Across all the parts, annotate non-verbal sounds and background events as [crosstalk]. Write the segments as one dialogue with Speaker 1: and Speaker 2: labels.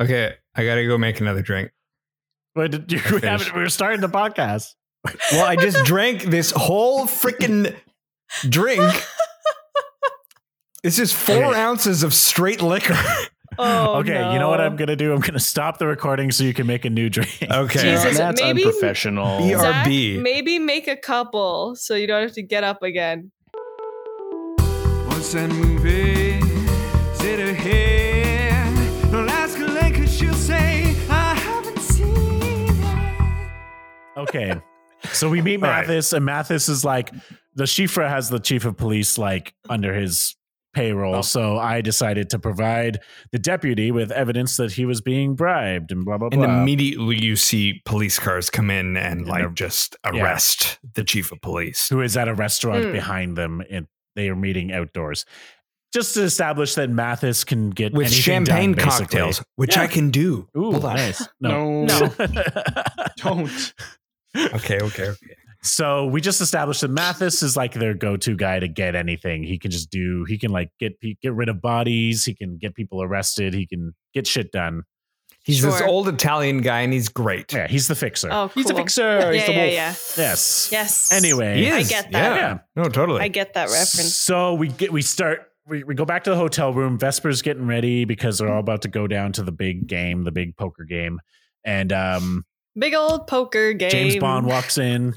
Speaker 1: Okay, I gotta go make another drink.
Speaker 2: Wait, did you, [laughs] we, haven't, we were starting the podcast.
Speaker 1: Well, I just drank this whole freaking drink. This is four
Speaker 2: Okay.
Speaker 1: ounces of straight liquor.
Speaker 3: Oh,
Speaker 2: okay, you know what I'm gonna do? I'm gonna stop the recording so you can make a new drink.
Speaker 1: [laughs] Okay.
Speaker 3: Jesus.
Speaker 4: Well, that's
Speaker 3: maybe-
Speaker 4: unprofessional.
Speaker 1: Be our-
Speaker 3: Zach,
Speaker 1: BRB.
Speaker 3: maybe make a couple so you don't have to get up again.
Speaker 5: Once and movie, sit ahead. I'll ask her like she'll say, I haven't seen it.
Speaker 2: Okay. So we meet
Speaker 1: All right.
Speaker 2: Mathis, and Mathis is like the Shifra has the chief of police like under his
Speaker 1: Oh.
Speaker 2: payroll. So I decided to provide the deputy with evidence that he was being bribed and blah blah
Speaker 1: And
Speaker 2: blah.
Speaker 1: immediately you see police cars come in and
Speaker 2: And
Speaker 1: like
Speaker 2: they're-
Speaker 1: just
Speaker 2: yeah.
Speaker 1: arrest the chief of police.
Speaker 2: who is at a restaurant
Speaker 3: Mm.
Speaker 2: behind them and they are meeting outdoors. Just to establish that Mathis can get
Speaker 1: With
Speaker 2: anything
Speaker 1: champagne
Speaker 2: done, basically.
Speaker 1: cocktails, which
Speaker 2: Yeah.
Speaker 1: I can do.
Speaker 2: Ooh,
Speaker 1: Hold on.
Speaker 2: nice. No.
Speaker 4: No,
Speaker 3: No.
Speaker 2: [laughs]
Speaker 4: don't.
Speaker 1: Okay, okay, okay.
Speaker 2: So we just established that Mathis is like their go-to guy to get anything. He can just do. He can like get pe- get rid of bodies. He can get people arrested. He can get shit done.
Speaker 1: He's this
Speaker 3: Sure.
Speaker 1: old Italian guy and he's great.
Speaker 2: Yeah, he's the fixer.
Speaker 3: Oh, cool.
Speaker 4: He's a fixer. He's
Speaker 3: Yeah,
Speaker 4: the
Speaker 3: yeah,
Speaker 4: wolf.
Speaker 3: yeah.
Speaker 2: Yes.
Speaker 3: Yes.
Speaker 2: Anyway,
Speaker 1: He
Speaker 3: I
Speaker 1: is,
Speaker 3: get that.
Speaker 1: Yeah. No, totally.
Speaker 3: I get that reference.
Speaker 2: So we get we start. We, we go back to the hotel room. Vesper's getting ready because they're all about to go down to the big game, the big poker game. And um,
Speaker 3: Big old poker game.
Speaker 2: James Bond walks
Speaker 3: [laughs]
Speaker 2: in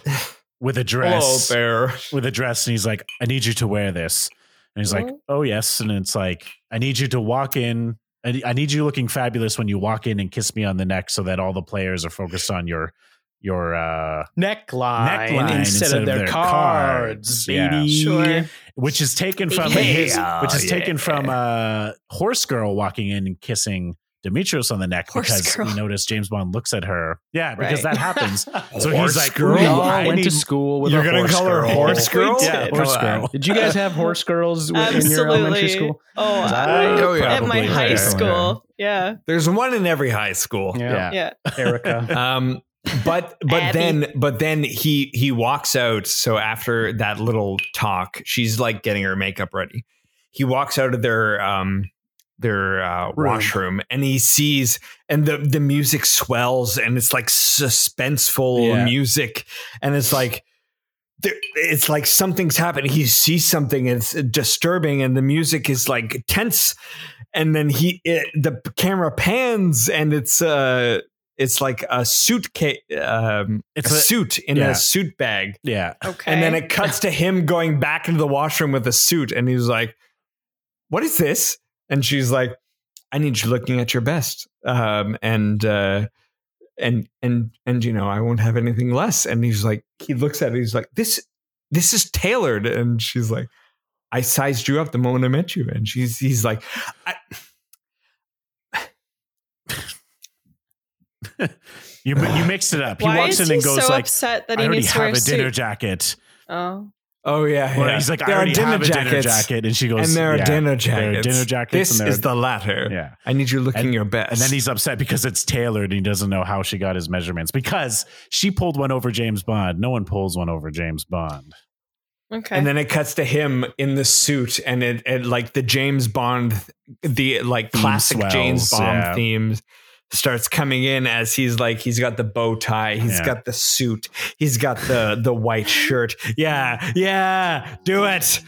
Speaker 2: with a
Speaker 1: Hello
Speaker 2: dress.
Speaker 1: there.
Speaker 2: with a dress and he's like, I need you to wear this. And he's like,
Speaker 3: Mhm.
Speaker 2: Oh, yes. And it's like, I need you to walk in. I I need you looking fabulous when you walk in and kiss me on the neck so that all the players are focused on your your uh
Speaker 4: Neckline,
Speaker 2: Neckline
Speaker 4: instead, of their, cards,
Speaker 2: cards, yeah.
Speaker 4: baby.
Speaker 3: Sure.
Speaker 4: [laughs]
Speaker 2: which is taken from
Speaker 3: Yeah.
Speaker 2: his which is
Speaker 1: Yeah.
Speaker 2: taken from uh horse girl walking in and kissing Demetrius on the neck
Speaker 3: Horse
Speaker 2: because
Speaker 3: girl.
Speaker 2: we notice James Bond looks at her. Yeah, because
Speaker 3: Right. [laughs]
Speaker 2: that
Speaker 4: [laughs]
Speaker 2: happens. so
Speaker 1: Horse
Speaker 2: he's like,
Speaker 1: girl?
Speaker 4: We
Speaker 2: "Ooh,
Speaker 4: all
Speaker 2: I
Speaker 4: went
Speaker 2: need-
Speaker 4: to school with
Speaker 1: You're
Speaker 4: a
Speaker 1: gonna
Speaker 4: horse
Speaker 1: call her
Speaker 4: girl.
Speaker 1: horse girl?
Speaker 4: We
Speaker 2: Yeah,
Speaker 4: did.
Speaker 2: horse
Speaker 1: Come on.
Speaker 2: girl.
Speaker 4: Did you guys have horse girls with- in your
Speaker 3: [laughs]
Speaker 4: elementary school?
Speaker 3: Oh,
Speaker 4: Was
Speaker 3: I-
Speaker 1: Oh, yeah.
Speaker 3: at my
Speaker 4: probably
Speaker 3: high
Speaker 4: there.
Speaker 3: school. Yeah.
Speaker 1: There's one in every high school.
Speaker 4: Yeah.
Speaker 3: Yeah.
Speaker 4: Erica.
Speaker 1: Um, but but
Speaker 3: Abby.
Speaker 1: then but then he he walks out. So after that little talk, she's like getting her makeup ready. He walks out of their um their uh, washroom and he sees and the the music swells and it's like suspenseful
Speaker 4: Yeah.
Speaker 1: music and it's like. There, it's like something's happening. He sees something. It's disturbing, and the music is like tense. And then he, it, the camera pans, and it's uh, it's like a suitcase um
Speaker 2: It's
Speaker 1: a,
Speaker 2: a-
Speaker 1: suit in
Speaker 2: yeah.
Speaker 1: a suit bag
Speaker 2: Yeah.
Speaker 3: Okay.
Speaker 1: and then it cuts to him going back into the washroom with a suit and he's like what is this and she's like i need you looking at your best um and uh and and and you know i won't have anything less and he's like he looks at it he's like this this is tailored and she's like i sized you up the moment i met you and she's he's like I,
Speaker 2: You, you mixed it up. He
Speaker 3: Why
Speaker 2: walks
Speaker 3: is
Speaker 2: in and
Speaker 3: he
Speaker 2: goes
Speaker 3: so
Speaker 2: like,
Speaker 3: upset that
Speaker 2: I
Speaker 3: he
Speaker 2: already
Speaker 3: needs to wear
Speaker 2: have a
Speaker 3: a suit?
Speaker 2: dinner jacket.
Speaker 3: Oh,
Speaker 1: oh yeah,
Speaker 2: Well,
Speaker 1: yeah.
Speaker 2: he's like, I
Speaker 1: There are
Speaker 2: already
Speaker 1: dinner
Speaker 2: have a dinner
Speaker 1: jackets.
Speaker 2: jacket. And she goes,
Speaker 1: and there are
Speaker 2: yeah,
Speaker 1: dinner
Speaker 2: there are
Speaker 1: jackets.
Speaker 2: dinner jackets.
Speaker 1: This
Speaker 2: and there
Speaker 1: is the latter.
Speaker 2: are- yeah.
Speaker 1: I need you looking
Speaker 2: And-
Speaker 1: your best.
Speaker 2: And then he's upset because it's tailored and he doesn't know how she got his measurements because she pulled one over James Bond. No one pulls one over James Bond.
Speaker 3: okay.
Speaker 1: and then it cuts to him in the suit and it, it like the James Bond, the like
Speaker 2: Theme
Speaker 1: classic
Speaker 2: swells,
Speaker 1: James Bond
Speaker 2: yeah.
Speaker 1: themes starts coming in as he's like he's got the bow tie, he's
Speaker 2: Yeah.
Speaker 1: got the suit, he's got the the white shirt. Yeah, yeah, do it.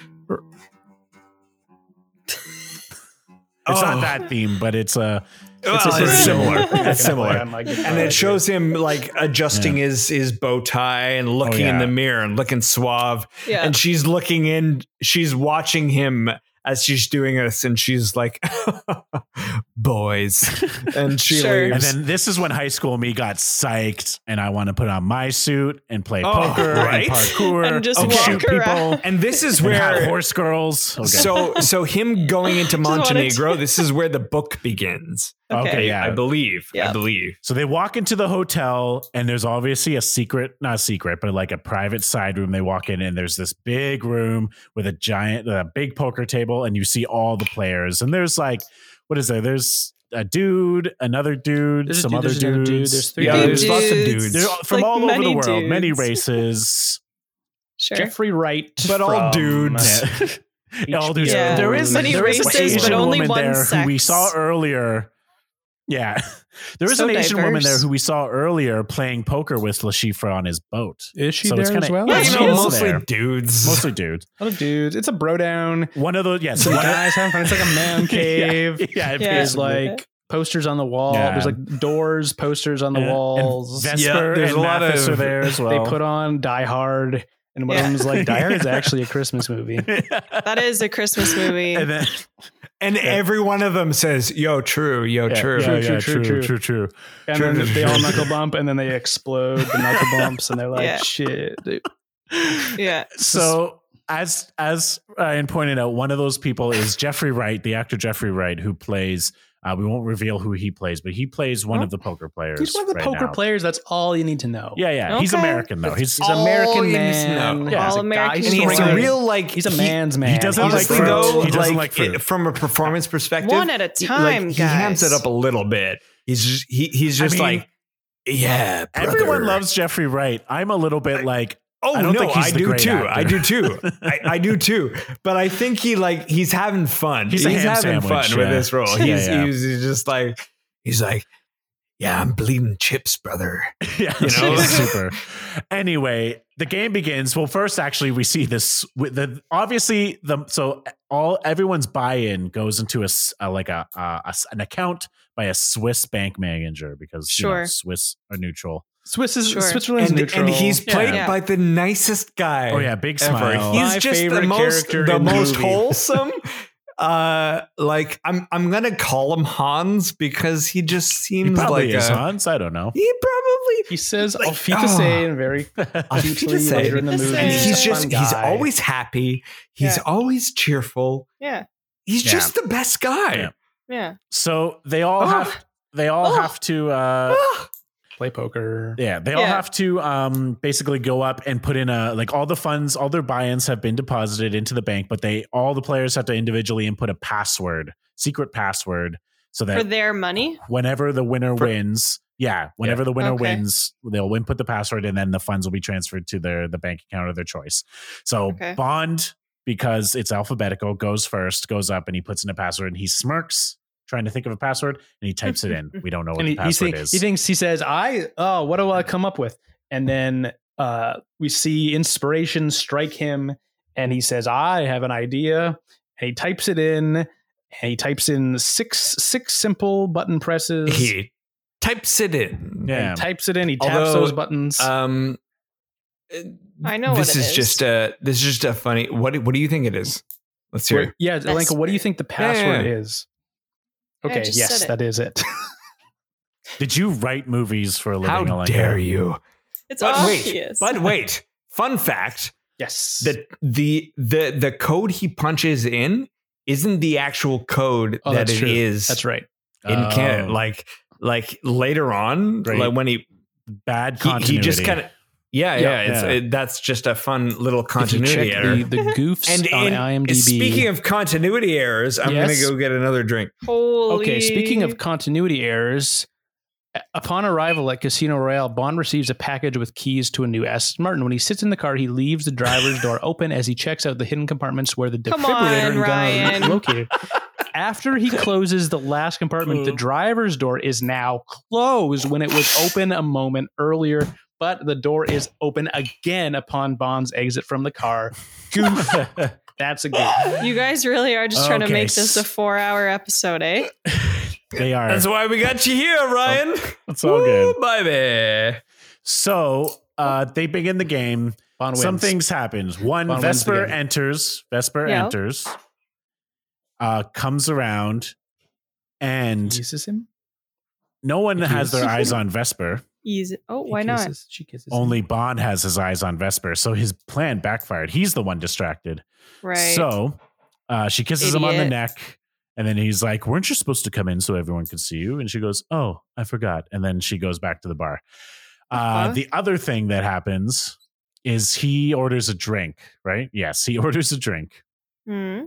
Speaker 2: It's
Speaker 1: Oh.
Speaker 2: not that theme, but it's uh,
Speaker 1: [laughs] Well,
Speaker 2: a
Speaker 1: it's [laughs]
Speaker 2: similar-
Speaker 1: similar.
Speaker 2: Like
Speaker 1: It's similar. Oh, And it shows him like adjusting his his bow tie and looking in
Speaker 2: Oh, yeah.
Speaker 1: the mirror and looking suave.
Speaker 3: yeah.
Speaker 1: And she's looking in, she's watching him as she's doing this, and she's like, [laughs]
Speaker 3: [laughs]
Speaker 1: "Boys," and she
Speaker 3: Sure.
Speaker 1: leaves.
Speaker 2: And then this is when high school me got psyched, and I want to put on my suit and play
Speaker 1: Oh,
Speaker 2: poker
Speaker 1: right.
Speaker 2: and parkour
Speaker 3: And just
Speaker 1: walk
Speaker 2: shoot
Speaker 3: around.
Speaker 2: people.
Speaker 1: And this is
Speaker 2: Where
Speaker 1: where
Speaker 2: horse girls? Okay,
Speaker 1: so so him going into
Speaker 3: [laughs] Just wanted to-
Speaker 1: Montenegro. this is where the book begins.
Speaker 2: okay,
Speaker 3: Okay.
Speaker 2: yeah.
Speaker 1: I believe. I
Speaker 3: Yeah.
Speaker 1: believe.
Speaker 2: so they walk into the hotel, and there's obviously a secret, not a secret, but like a private side room. They walk in, and there's this big room with a giant, a big poker table, and you see all the players. And there's like, what is there? There's a dude, another dude,
Speaker 4: There's a
Speaker 2: some
Speaker 4: dude,
Speaker 2: other
Speaker 4: there's another dude,
Speaker 2: dudes.
Speaker 4: there's three
Speaker 1: Yeah,
Speaker 3: dudes.
Speaker 1: there's lots of
Speaker 3: Dudes.
Speaker 1: dudes.
Speaker 2: They're all- from
Speaker 3: Like
Speaker 2: all over the
Speaker 3: many
Speaker 2: world, many
Speaker 3: dudes.
Speaker 2: races.
Speaker 4: [laughs]
Speaker 3: sure.
Speaker 4: Jeffrey Wright,
Speaker 1: But all
Speaker 4: from-
Speaker 1: dudes.
Speaker 2: Yeah. [laughs]
Speaker 4: HBO.
Speaker 2: Elders.
Speaker 3: Yeah.
Speaker 2: There is
Speaker 3: Many
Speaker 2: there is an
Speaker 3: races,
Speaker 2: Asian
Speaker 3: but only
Speaker 2: woman
Speaker 3: one
Speaker 2: there who we
Speaker 3: sex.
Speaker 2: saw earlier Yeah. [laughs] There is
Speaker 3: So
Speaker 2: an Asian woman
Speaker 3: diverse.
Speaker 2: there who we saw earlier playing poker with Lashifra on his boat.
Speaker 4: Is she
Speaker 2: So it's
Speaker 4: there
Speaker 2: kinda-
Speaker 4: as well?
Speaker 3: Yeah,
Speaker 4: I
Speaker 1: you
Speaker 3: she
Speaker 4: don't
Speaker 1: know,
Speaker 3: is
Speaker 2: is
Speaker 1: mostly
Speaker 2: there.
Speaker 1: dudes.
Speaker 3: [laughs]
Speaker 2: Mostly dude.
Speaker 4: A lot of dudes. It's a bro down.
Speaker 2: One of those, yes.
Speaker 4: Some
Speaker 2: one of-
Speaker 4: guys having fun. It's like a [laughs] man
Speaker 2: [laughs]
Speaker 4: cave.
Speaker 2: Yeah, yeah, it
Speaker 3: Yeah.
Speaker 4: There's
Speaker 2: is like
Speaker 4: like posters on the wall.
Speaker 2: Yeah.
Speaker 4: There's like doors, posters on the
Speaker 2: And- and
Speaker 4: walls.
Speaker 2: Vesper
Speaker 1: Yeah, there's
Speaker 2: and
Speaker 1: a lot
Speaker 2: Mathis
Speaker 1: of-
Speaker 2: are there as
Speaker 4: they
Speaker 2: well.
Speaker 4: put on Die Hard, and one
Speaker 3: Yeah.
Speaker 4: of them's like, Die Hard is
Speaker 2: Yeah.
Speaker 4: actually a
Speaker 1: [laughs]
Speaker 4: Christmas movie.
Speaker 3: That is a Christmas movie.
Speaker 2: and then
Speaker 1: and every one of them says, "Yo, true. Yo,
Speaker 2: Yeah,
Speaker 1: true."
Speaker 2: yeah,
Speaker 4: True,
Speaker 2: yeah,
Speaker 4: true,
Speaker 2: true,
Speaker 4: true,
Speaker 2: true, true.
Speaker 4: And
Speaker 1: True,
Speaker 4: then
Speaker 1: true,
Speaker 4: they all
Speaker 1: true.
Speaker 4: knuckle bump, and then they explode
Speaker 1: [laughs]
Speaker 4: the knuckle bumps, and they're like,
Speaker 3: Yeah.
Speaker 4: shit, dude.
Speaker 3: yeah.
Speaker 2: So as as Ryan pointed out, one of those people
Speaker 4: [laughs]
Speaker 2: is Jeffrey Wright, the actor Jeffrey Wright, who plays. Uh, we won't reveal who he plays, but he plays one
Speaker 4: Oh.
Speaker 2: of the poker players.
Speaker 4: He's one of the
Speaker 2: right
Speaker 4: poker
Speaker 2: now.
Speaker 4: players. That's all you need to know.
Speaker 2: Yeah, yeah. He's
Speaker 3: Okay.
Speaker 2: American though. He's,
Speaker 4: He's
Speaker 1: all
Speaker 4: American
Speaker 1: you need to know.
Speaker 4: man. Yeah, he's
Speaker 3: All
Speaker 4: a
Speaker 3: American
Speaker 4: guy
Speaker 1: and he's a
Speaker 4: story.
Speaker 1: real like
Speaker 4: He's a
Speaker 1: he-
Speaker 4: man's man.
Speaker 2: doesn't
Speaker 4: He's
Speaker 2: like
Speaker 1: Honestly,
Speaker 2: fruit.
Speaker 1: though,
Speaker 2: He
Speaker 1: like,
Speaker 2: doesn't like fruit.
Speaker 1: it- from a performance perspective,
Speaker 3: One at a time,
Speaker 1: like, he
Speaker 3: guys.
Speaker 1: amps it up a little bit. He's just, he, he's
Speaker 2: I
Speaker 1: just
Speaker 2: mean,
Speaker 1: like, yeah.
Speaker 2: everyone
Speaker 1: brother."
Speaker 2: loves Jeffrey Wright. I'm a little bit like
Speaker 1: Oh
Speaker 2: I don't
Speaker 1: no,
Speaker 2: think he's
Speaker 1: I
Speaker 2: the
Speaker 1: do
Speaker 2: great
Speaker 1: too.
Speaker 2: actor.
Speaker 1: I do too. I, I do too. But I think he like he's having fun.
Speaker 2: He's a ham
Speaker 1: having
Speaker 2: sandwich,
Speaker 1: fun with
Speaker 2: yeah.
Speaker 1: this role.
Speaker 2: Yeah,
Speaker 1: He's,
Speaker 2: yeah.
Speaker 1: he's he's just like he's like, yeah, I'm bleeding chips, brother.
Speaker 2: [laughs] Yeah,
Speaker 1: You know?
Speaker 2: it's super. [laughs] Anyway, the game begins. Well, first, actually, we see this with the obviously the so all everyone's buy-in goes into a, s- a- like a, a- a s- an account by a Swiss bank manager because you know,
Speaker 3: Sure.
Speaker 2: Swiss are neutral.
Speaker 4: Swiss is
Speaker 3: Sure.
Speaker 4: Switzerland's
Speaker 1: And,
Speaker 4: neutral.
Speaker 1: and he's played
Speaker 3: Yeah.
Speaker 1: by the nicest guy.
Speaker 2: Oh yeah, big
Speaker 1: ever.
Speaker 2: smile.
Speaker 1: He's
Speaker 4: My
Speaker 1: just the
Speaker 4: favorite
Speaker 1: most
Speaker 4: character
Speaker 1: the
Speaker 4: in the
Speaker 1: most
Speaker 4: movie.
Speaker 1: wholesome. Uh, like I'm I'm gonna call him Hans because he just
Speaker 2: He
Speaker 1: seems
Speaker 2: probably
Speaker 1: like
Speaker 2: is
Speaker 1: a,
Speaker 2: Hans. I
Speaker 1: [laughs]
Speaker 2: don't know.
Speaker 1: he probably
Speaker 4: He says
Speaker 1: Like,
Speaker 4: "I'll feed
Speaker 1: ah.
Speaker 4: to say" and very
Speaker 1: I'll feed to
Speaker 4: cutely
Speaker 1: say.
Speaker 4: later in the
Speaker 3: Feed to
Speaker 4: movie.
Speaker 3: say.
Speaker 1: and
Speaker 3: Yeah.
Speaker 1: he's just
Speaker 4: Fun
Speaker 1: he's
Speaker 4: guy.
Speaker 1: always happy. He's
Speaker 3: Yeah.
Speaker 1: always cheerful.
Speaker 3: Yeah.
Speaker 1: He's
Speaker 2: Yeah.
Speaker 1: just the best guy.
Speaker 2: Yeah.
Speaker 3: Yeah.
Speaker 2: So they all
Speaker 1: Oh.
Speaker 2: have they all
Speaker 1: Oh.
Speaker 2: have to uh,
Speaker 1: Ah.
Speaker 4: play poker.
Speaker 2: Yeah, they all
Speaker 3: Yeah.
Speaker 2: have to um, basically go up and put in a like all the funds, all their buy-ins have been deposited into the bank, but they all the players have to individually input a password, secret password, so
Speaker 3: For
Speaker 2: that
Speaker 3: their money.
Speaker 2: whenever the winner
Speaker 1: For-
Speaker 2: wins, yeah, whenever the winner
Speaker 3: Okay.
Speaker 2: wins, they'll input the password and then the funds will be transferred to their the bank account of their choice. So
Speaker 3: Okay.
Speaker 2: Bond, because it's alphabetical, goes first, goes up, and he puts in a password, and he smirks, trying to think of a password, and he types it in. We don't know what
Speaker 4: And
Speaker 2: the
Speaker 4: he, he,
Speaker 2: password
Speaker 4: think,
Speaker 2: is.
Speaker 4: he thinks he says, "I oh, what do I come up with?" And then uh, we see inspiration strike him, and he says, "I have an idea," and he types it in, and he types in six six simple button presses.
Speaker 1: [laughs] He types it in.
Speaker 4: and
Speaker 2: yeah.
Speaker 4: he types it in. He taps
Speaker 1: Although,
Speaker 4: those buttons.
Speaker 1: Um, uh,
Speaker 3: I know
Speaker 1: this
Speaker 3: what it
Speaker 1: is
Speaker 3: is.
Speaker 1: just a this is just a funny. What what do you think it is? Let's hear. it.
Speaker 4: Wait, yeah, Lenka, what do you think the
Speaker 1: Yeah, yeah,
Speaker 4: password
Speaker 1: yeah.
Speaker 4: is?
Speaker 3: I
Speaker 4: Okay,
Speaker 3: just
Speaker 4: yes,
Speaker 3: said it.
Speaker 4: that is it.
Speaker 2: Did you write movies for a living?
Speaker 1: How
Speaker 2: Alenka?
Speaker 1: dare you?
Speaker 3: It's
Speaker 1: But wait,
Speaker 3: obvious.
Speaker 1: but wait. Fun fact:
Speaker 4: yes.
Speaker 1: the the the the code he punches in isn't the actual code
Speaker 4: Oh,
Speaker 1: that
Speaker 4: that's
Speaker 1: it is
Speaker 4: true. That's right.
Speaker 1: in Canada.
Speaker 2: Oh,
Speaker 1: Like like later on,
Speaker 2: Great.
Speaker 1: like when he
Speaker 2: bad
Speaker 1: he,
Speaker 2: continuity.
Speaker 1: he just kind of yeah yeah.
Speaker 4: Yeah.
Speaker 1: it's,
Speaker 2: Yeah.
Speaker 1: It, that's just a fun little
Speaker 4: If you
Speaker 1: continuity
Speaker 4: check
Speaker 1: error.
Speaker 4: The, the
Speaker 1: [laughs]
Speaker 4: goofs
Speaker 1: and in-
Speaker 4: on IMDb.
Speaker 1: speaking of continuity errors, I'm
Speaker 4: Yes?
Speaker 1: gonna go get another drink.
Speaker 3: Holy.
Speaker 4: Okay, speaking of continuity errors, a- upon arrival at Casino Royale, Bond receives a package with keys to a new Aston Martin. When he sits in the car, he leaves the driver's
Speaker 3: [laughs]
Speaker 4: door open as he checks out the hidden compartments where the
Speaker 3: Come
Speaker 4: defibrillator and
Speaker 3: on,
Speaker 4: gun are
Speaker 3: Ryan.
Speaker 4: located. After he closes the last compartment, the driver's door is now closed when it was open a moment earlier, but the door is open again upon Bond's exit from the car.
Speaker 3: [laughs]
Speaker 4: Goof. That's a goof.
Speaker 3: You guys really are just trying
Speaker 2: Okay,
Speaker 3: to make this a
Speaker 2: s-
Speaker 3: four-hour episode, eh?
Speaker 2: they are.
Speaker 1: That's why we got you here,
Speaker 4: Oh,
Speaker 1: Ryan.
Speaker 2: It's all good.
Speaker 1: Woo, baby.
Speaker 2: So uh, they begin the game.
Speaker 4: Bond wins.
Speaker 2: Some things happens. One
Speaker 4: Bond wins the
Speaker 2: Vesper
Speaker 4: game.
Speaker 2: enters. Vesper
Speaker 3: Yeah.
Speaker 2: enters. Uh, comes around, and
Speaker 4: kisses him.
Speaker 2: no one
Speaker 4: He
Speaker 2: has
Speaker 1: [laughs]
Speaker 2: their
Speaker 4: kisses.
Speaker 2: eyes on Vesper.
Speaker 3: Easy. Oh,
Speaker 4: He
Speaker 3: why not?
Speaker 4: kisses- She kisses him.
Speaker 2: Only Bond has his eyes on Vesper, so his plan backfired. He's the one distracted.
Speaker 3: Right.
Speaker 2: So uh, she kisses him on the
Speaker 3: Idiot.
Speaker 2: neck. And then he's like, Weren't you supposed to come in so everyone could see you? And she goes, Oh, I forgot. And then she goes back to the bar. Uh,
Speaker 3: Uh-huh.
Speaker 2: The other thing that happens is he orders a drink, right? Yes, he [laughs] orders a drink.
Speaker 3: Hmm.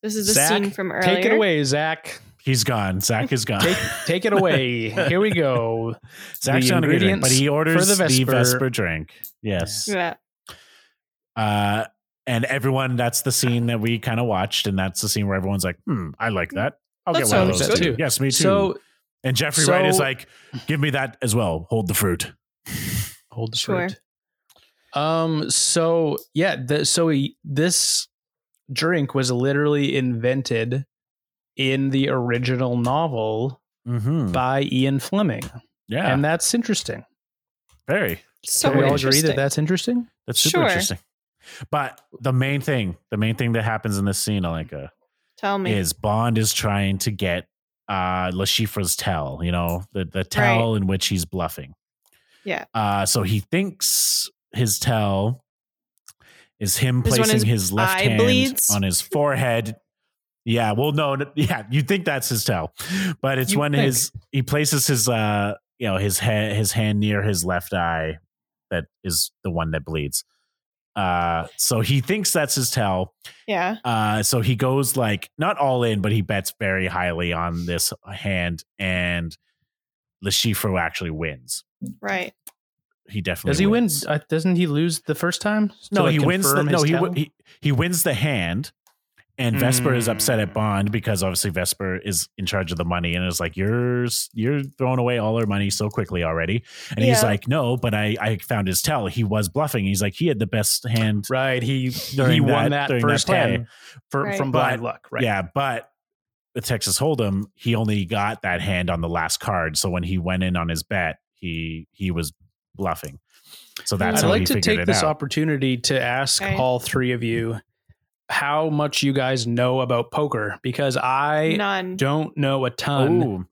Speaker 3: This is a
Speaker 4: Zach,
Speaker 3: scene from earlier.
Speaker 4: Take it away, Zach.
Speaker 2: He's gone. Zach is gone.
Speaker 4: Take, take it [laughs] away. Here we go.
Speaker 2: Zach's
Speaker 4: the
Speaker 2: on a good drink,
Speaker 4: ingredients
Speaker 2: but he orders
Speaker 4: the
Speaker 2: the Vesper,
Speaker 4: Vesper-
Speaker 2: drink. Yes.
Speaker 3: Yeah.
Speaker 2: Uh, and everyone, that's the scene that we
Speaker 3: Mm.
Speaker 2: kind of watched. And that's the scene where everyone's like, Hmm, I like that. I'll
Speaker 3: That
Speaker 2: get one of
Speaker 4: sounds
Speaker 2: those
Speaker 4: good.
Speaker 2: too. Yes, me too.
Speaker 4: So
Speaker 2: And Jeffrey Wright is
Speaker 4: So-
Speaker 2: like, give me that as well. Hold the fruit.
Speaker 4: Hold the
Speaker 3: Sure.
Speaker 4: fruit. Um. So yeah. The, so he, this drink was literally invented in the original novel
Speaker 2: Mm-hmm.
Speaker 4: by Ian Fleming,
Speaker 2: Yeah.
Speaker 4: and that's interesting.
Speaker 2: very.
Speaker 3: So
Speaker 4: Can we all agree
Speaker 3: interesting.
Speaker 4: that that's interesting?
Speaker 2: That's super
Speaker 3: Sure.
Speaker 2: interesting. But the main thing, the main thing that happens in this scene, uh, Alenka,
Speaker 3: Tell me.
Speaker 2: is Bond is trying to get uh Lashifra's tell, you know, the, the tell in which he's bluffing.
Speaker 3: Yeah.
Speaker 2: Uh so he thinks his tell is him
Speaker 3: Is when
Speaker 2: placing his,
Speaker 3: his
Speaker 2: left
Speaker 3: eye
Speaker 2: hand
Speaker 3: bleeds?
Speaker 2: on his forehead. Yeah, well no, n- yeah, you think that's his tell. But it's
Speaker 4: You
Speaker 2: when
Speaker 4: think.
Speaker 2: his he places his uh you know his head his hand near his left eye that is the one that bleeds. Uh so he thinks that's his tell.
Speaker 3: yeah.
Speaker 2: Uh, so he goes like not all in, but he bets very highly on this hand, and Lashifro actually wins.
Speaker 3: Right.
Speaker 2: He definitely
Speaker 4: Does he win?
Speaker 2: wins.
Speaker 4: Uh, doesn't he lose the first time? To,
Speaker 2: No,
Speaker 4: like,
Speaker 2: he wins. The,
Speaker 4: confirm
Speaker 2: no,
Speaker 4: his
Speaker 2: he,
Speaker 4: tell?
Speaker 2: wi- he he wins the hand, and Vesper is upset at
Speaker 1: Mm.
Speaker 2: Bond because obviously Vesper is in charge of the money, and is like you're s- you're throwing away all our money so quickly already, and he's
Speaker 3: Yeah.
Speaker 2: like no, but I I found his tell. He was bluffing. He's like he had the best hand.
Speaker 4: right. He he
Speaker 2: During
Speaker 4: won
Speaker 2: that-
Speaker 4: that,
Speaker 2: during that
Speaker 4: first
Speaker 2: play.
Speaker 4: hand for,
Speaker 3: Right.
Speaker 4: from
Speaker 2: But-
Speaker 4: blind luck. Right.
Speaker 2: Yeah, but with Texas Hold'em, he only got that hand on the last card. So when he went in on his bet, he he was bluffing. So that's
Speaker 4: I'd
Speaker 2: how he
Speaker 4: like to
Speaker 2: figured
Speaker 4: take
Speaker 2: it
Speaker 4: this
Speaker 2: out.
Speaker 4: opportunity to ask
Speaker 3: Okay.
Speaker 4: all three of you how much you guys know about poker because I
Speaker 3: None.
Speaker 4: don't know a ton.
Speaker 2: Ooh,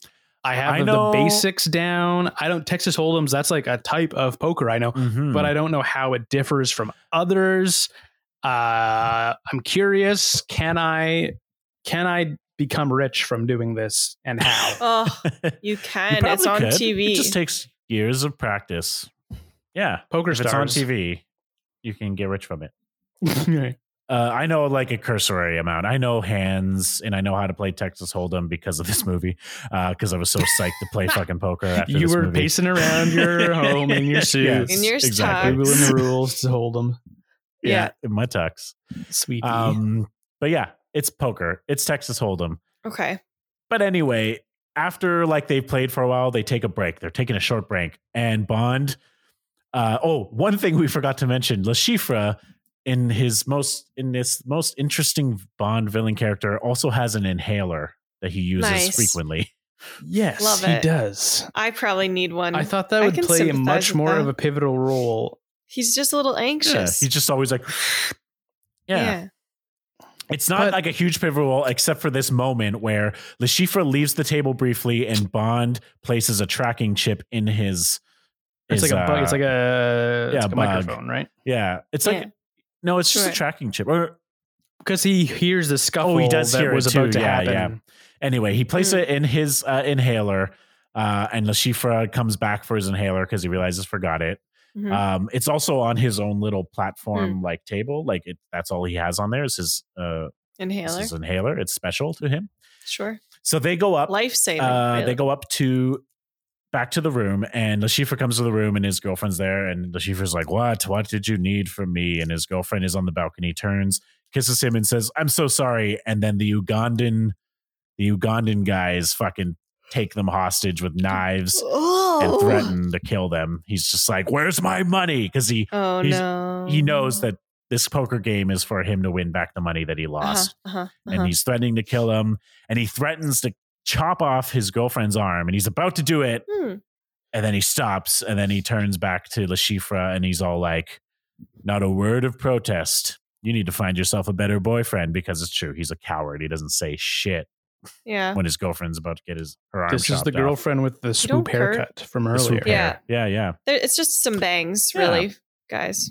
Speaker 4: I
Speaker 2: I
Speaker 4: have
Speaker 2: know-
Speaker 4: the basics down. I don't Texas Hold'ems. That's like a type of poker I know,
Speaker 2: mhm.
Speaker 4: but I don't know how it differs from others. Uh, I'm curious. Can I can I become rich from doing this, and
Speaker 2: [laughs]
Speaker 4: how?
Speaker 3: Oh,
Speaker 2: [laughs] You
Speaker 3: you can.
Speaker 2: probably
Speaker 3: it's on
Speaker 2: could.
Speaker 3: TV.
Speaker 2: It just takes years of practice. Yeah,
Speaker 4: poker
Speaker 2: if
Speaker 4: stars
Speaker 2: it's on TV, you can get rich from it.
Speaker 4: [laughs] TV.
Speaker 2: Uh, I know like a cursory amount. I know hands, and I know how to play Texas Hold'em because of this movie. Because I was so psyched to
Speaker 4: [laughs]
Speaker 2: play fucking poker. After
Speaker 4: you
Speaker 2: this
Speaker 4: were
Speaker 2: movie.
Speaker 4: pacing
Speaker 2: [laughs]
Speaker 4: around your home in your suit,
Speaker 2: Yes,
Speaker 3: In your
Speaker 2: exactly.
Speaker 3: tux.
Speaker 4: Googling the rules to hold them.
Speaker 2: yeah,
Speaker 3: [laughs] Yeah.
Speaker 2: in my
Speaker 4: [laughs]
Speaker 2: tux.
Speaker 4: Sweetie.
Speaker 2: Um, but yeah, it's poker. It's Texas Hold'em.
Speaker 3: okay.
Speaker 2: But anyway, after like they've played for a while, they take a break. They're taking a short break, and Bond. Uh, oh, one thing we forgot to mention: Le Chiffre, in his most in this most interesting Bond villain character, also has an inhaler that he uses
Speaker 3: Nice.
Speaker 2: frequently. [laughs]
Speaker 4: yes,
Speaker 3: love
Speaker 4: he
Speaker 3: it.
Speaker 4: does.
Speaker 3: I probably need one.
Speaker 4: I thought that
Speaker 3: I
Speaker 4: would
Speaker 3: can
Speaker 4: play
Speaker 3: sympathize
Speaker 4: much
Speaker 3: with
Speaker 4: more
Speaker 3: that.
Speaker 4: of a pivotal role.
Speaker 3: He's just a little anxious.
Speaker 2: he's just always like, [sighs] yeah. Uh, It's not
Speaker 4: But-
Speaker 2: like a huge pivot role, except for this moment where Lashifra leaves the table briefly, and Bond places a tracking chip in his.
Speaker 4: It's
Speaker 2: his,
Speaker 4: like a bug. It's
Speaker 2: uh,
Speaker 4: like a,
Speaker 2: yeah,
Speaker 4: it's like
Speaker 2: bug.
Speaker 4: a microphone, right?
Speaker 2: yeah. It's like
Speaker 3: Yeah.
Speaker 2: no, it's just a
Speaker 3: Sure.
Speaker 2: tracking chip. Or
Speaker 4: Because he hears the scuffle
Speaker 2: Oh, he does
Speaker 4: that
Speaker 2: hear it
Speaker 4: was
Speaker 2: too.
Speaker 4: about to
Speaker 2: Yeah,
Speaker 4: happen.
Speaker 2: anyway, he places
Speaker 3: Mm.
Speaker 2: it in his uh, inhaler, uh, and Lashifra comes back for his inhaler because he realizes forgot it.
Speaker 3: Mhm.
Speaker 2: Um, it's also on his own little
Speaker 3: Mm.
Speaker 2: platform like table, like it, that's all he has on there is his uh, is
Speaker 3: Inhaler.
Speaker 2: his inhaler. It's special to him.
Speaker 3: sure.
Speaker 2: So they go up.
Speaker 3: Life saving.
Speaker 2: Uh,
Speaker 3: really.
Speaker 2: They go up to back to the room, and Lashifa comes to the room, and his girlfriend's there, and Lashifa's like, "What? What did you need from me?" And his girlfriend is on the balcony, turns, kisses him, and says, "I'm so sorry." And then the Ugandan, the Ugandan guys, fucking take them hostage with knives and
Speaker 3: oh.
Speaker 2: threaten to kill them. He's just like, "Where's my money?" Because he
Speaker 3: Oh
Speaker 2: He's-
Speaker 3: no.
Speaker 2: he knows that this poker game is for him to win back the money that he lost
Speaker 3: Oh. Uh-huh, uh-huh, uh-huh.
Speaker 2: and he's threatening to kill him and he threatens to chop off his girlfriend's arm and he's about to do it
Speaker 3: Hmm.
Speaker 2: and then he stops and then he turns back to Lashifra and he's all like not a word of protest you need to find yourself a better boyfriend because it's true he's a coward he doesn't say shit
Speaker 3: Yeah.
Speaker 2: when his girlfriend's about to get his her arm
Speaker 4: This is
Speaker 2: chopped
Speaker 4: the
Speaker 2: off.
Speaker 4: girlfriend with the swoop
Speaker 3: care.
Speaker 4: haircut from
Speaker 2: The
Speaker 4: earlier.
Speaker 2: swoop
Speaker 3: Yeah.
Speaker 2: hair. yeah yeah
Speaker 3: There, it's just some bangs,
Speaker 2: Yeah.
Speaker 3: really, guys.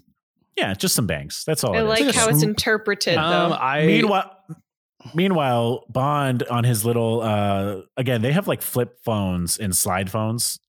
Speaker 2: yeah just some bangs that's all
Speaker 3: I
Speaker 2: it is.
Speaker 3: like
Speaker 4: Just
Speaker 3: how it's
Speaker 4: swoop.
Speaker 3: interpreted,
Speaker 4: Um,
Speaker 3: though.
Speaker 4: I
Speaker 2: meanwhile meanwhile bond on his little uh again they have like flip phones and slide phones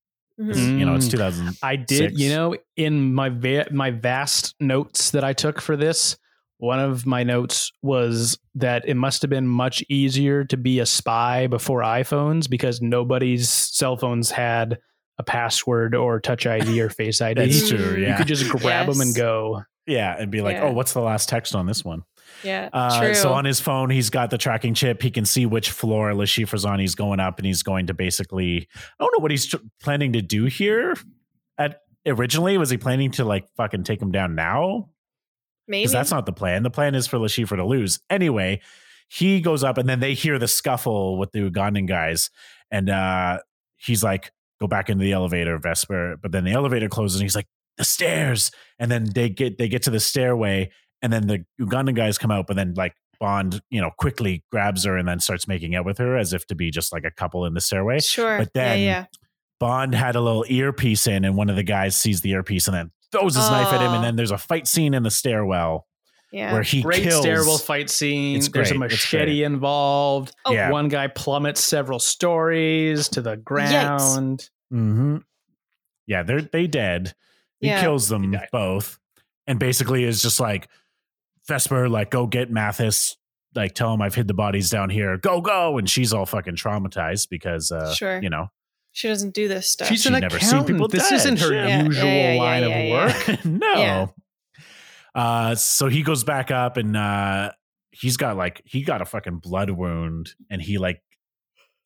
Speaker 3: Mhm.
Speaker 4: Mm.
Speaker 2: you know it's 2000
Speaker 4: I did, you
Speaker 2: Six.
Speaker 4: know, in my va- my vast notes that I took for this, one of my notes was that it must have been much easier to be a spy before iPhones because nobody's cell phones had a password or touch
Speaker 2: [laughs]
Speaker 4: ID or face ID.
Speaker 2: That's
Speaker 3: Mhm.
Speaker 2: true.
Speaker 3: You
Speaker 2: Yeah.
Speaker 4: You could just grab them and
Speaker 3: Yes.
Speaker 4: go.
Speaker 2: yeah. And be like,
Speaker 3: Yeah.
Speaker 2: oh, what's the last text on this one?
Speaker 3: Yeah.
Speaker 2: Uh,
Speaker 3: true.
Speaker 2: so on his phone, he's got the tracking chip. He can see which floor Le Chiffre's on. He's going up, and he's going to basically. I don't know what he's tr- planning to do here. At originally, was he planning to like fucking take him down now?
Speaker 3: Maybe.
Speaker 2: Because that's not the plan. The plan is for Le Chiffre to lose. Anyway, he goes up, and then they hear the scuffle with the Ugandan guys, and uh, he's like, "Go back into the elevator, Vesper." But then the elevator closes, and he's like, "The stairs!" And then they get they get to the stairway, and then the Ugandan guys come out, but then like Bond, you know, quickly grabs her and then starts making out with her as if to be just like a couple in the stairway.
Speaker 3: sure.
Speaker 2: but then
Speaker 3: yeah,
Speaker 2: Bond had a little earpiece in, and one of the guys sees the earpiece and then throws his knife at him,
Speaker 3: Aw.
Speaker 2: and then there's a fight scene in the stairwell
Speaker 3: yeah. yeah.
Speaker 2: where he
Speaker 4: Great
Speaker 2: kills.
Speaker 4: stairwell fight scene.
Speaker 2: It's
Speaker 4: There's a
Speaker 2: great. It's
Speaker 4: machete
Speaker 2: great.
Speaker 4: involved.
Speaker 3: Oh.
Speaker 2: yeah.
Speaker 4: One guy plummets several stories to the ground.
Speaker 2: Mm-hmm. Yeah, they're they dead. He
Speaker 3: Yeah.
Speaker 2: kills them
Speaker 4: They died.
Speaker 2: both, and basically is just like Vesper, like go get Mathis, like tell him I've hid the bodies down here. Go go, and she's all fucking traumatized because uh,
Speaker 3: Sure.
Speaker 2: you know [laughs]
Speaker 3: She doesn't do this stuff.
Speaker 4: She's
Speaker 2: She'd
Speaker 4: an
Speaker 2: never
Speaker 4: accountant.
Speaker 2: seen people
Speaker 4: this
Speaker 2: dead.
Speaker 4: isn't her
Speaker 2: Yeah.
Speaker 3: Yeah,
Speaker 4: usual
Speaker 3: yeah, yeah,
Speaker 4: line
Speaker 3: yeah,
Speaker 4: of
Speaker 3: yeah.
Speaker 4: work.
Speaker 2: no.
Speaker 3: Yeah.
Speaker 2: Uh, so he goes back up and uh, he's got like he got a fucking blood wound, and he like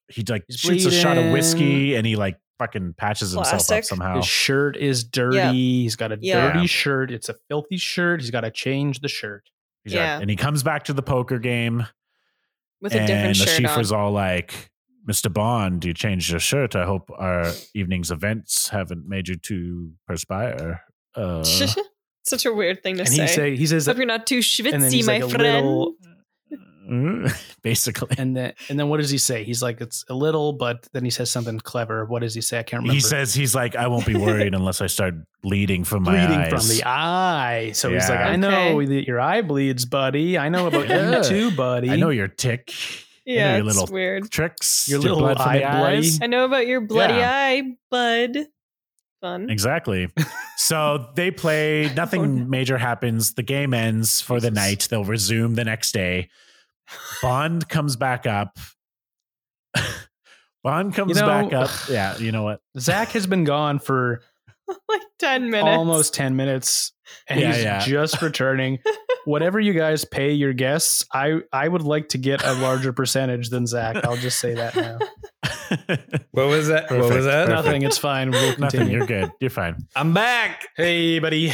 Speaker 2: he like
Speaker 4: He's
Speaker 2: shoots a shot of whiskey,
Speaker 4: bleeding.
Speaker 2: and he like fucking patches himself up
Speaker 3: Plastic.
Speaker 2: somehow.
Speaker 4: His shirt is dirty.
Speaker 3: Yeah.
Speaker 4: He's got a
Speaker 3: Yeah.
Speaker 4: dirty shirt. It's a filthy shirt. He's got to change the shirt.
Speaker 2: He's like-
Speaker 3: Yeah.
Speaker 2: and he comes back to the poker game,
Speaker 3: with a
Speaker 2: and
Speaker 3: different
Speaker 2: the
Speaker 3: shirt
Speaker 2: chief
Speaker 3: on.
Speaker 2: was all like, "Mr. Bond, you changed your shirt. I hope our evening's events haven't made you too perspire." Uh, [laughs]
Speaker 3: [laughs] Such a weird thing to
Speaker 4: And
Speaker 3: say.
Speaker 4: he say he says
Speaker 3: Hope you're not too
Speaker 4: and then
Speaker 3: schwitzy,
Speaker 4: he's
Speaker 3: my
Speaker 4: like a
Speaker 3: friend.
Speaker 4: little
Speaker 2: basically,
Speaker 4: and then and then what does he say? He's like it's a little, but then he says something clever. What does he say? I can't remember.
Speaker 2: he says heys like, "I won't be worried unless I start bleeding from my
Speaker 4: bleeding
Speaker 2: eyes."
Speaker 4: from the eye. So he's like,
Speaker 2: Yeah.
Speaker 4: I know
Speaker 3: Okay.
Speaker 4: that your eye bleeds, buddy. I know about
Speaker 2: Yeah.
Speaker 4: you too, buddy.
Speaker 2: I know your tick. I know
Speaker 3: yeah,
Speaker 2: your
Speaker 3: it's
Speaker 2: little
Speaker 3: weird.
Speaker 2: tricks.
Speaker 4: Your little
Speaker 2: blood from
Speaker 4: eye
Speaker 2: the
Speaker 4: bloody.
Speaker 2: eyes.
Speaker 3: I know about your bloody
Speaker 2: Yeah.
Speaker 3: eye, bud. Fun.
Speaker 2: Exactly. So they play. Nothing
Speaker 3: Oh, no.
Speaker 2: major happens. The game ends for the
Speaker 4: Jesus.
Speaker 2: night. They'll resume the next day. Bond comes back up. [laughs] Bond comes
Speaker 4: know-
Speaker 2: back up. Yeah, you know what? [laughs]
Speaker 4: Zach has been gone for
Speaker 3: [laughs] like ten minutes.
Speaker 4: almost ten minutes, and
Speaker 2: Yeah,
Speaker 4: he's
Speaker 2: yeah.
Speaker 4: just returning. Whatever you guys pay your guests, I I would like to get a larger percentage than Zach. I'll just say that now.
Speaker 1: What was that? What was
Speaker 2: Perfect.
Speaker 1: that?
Speaker 4: Nothing. It's fine. We'll
Speaker 2: Nothing.
Speaker 4: continue.
Speaker 2: You're good. You're fine.
Speaker 1: I'm back.
Speaker 4: hey, buddy.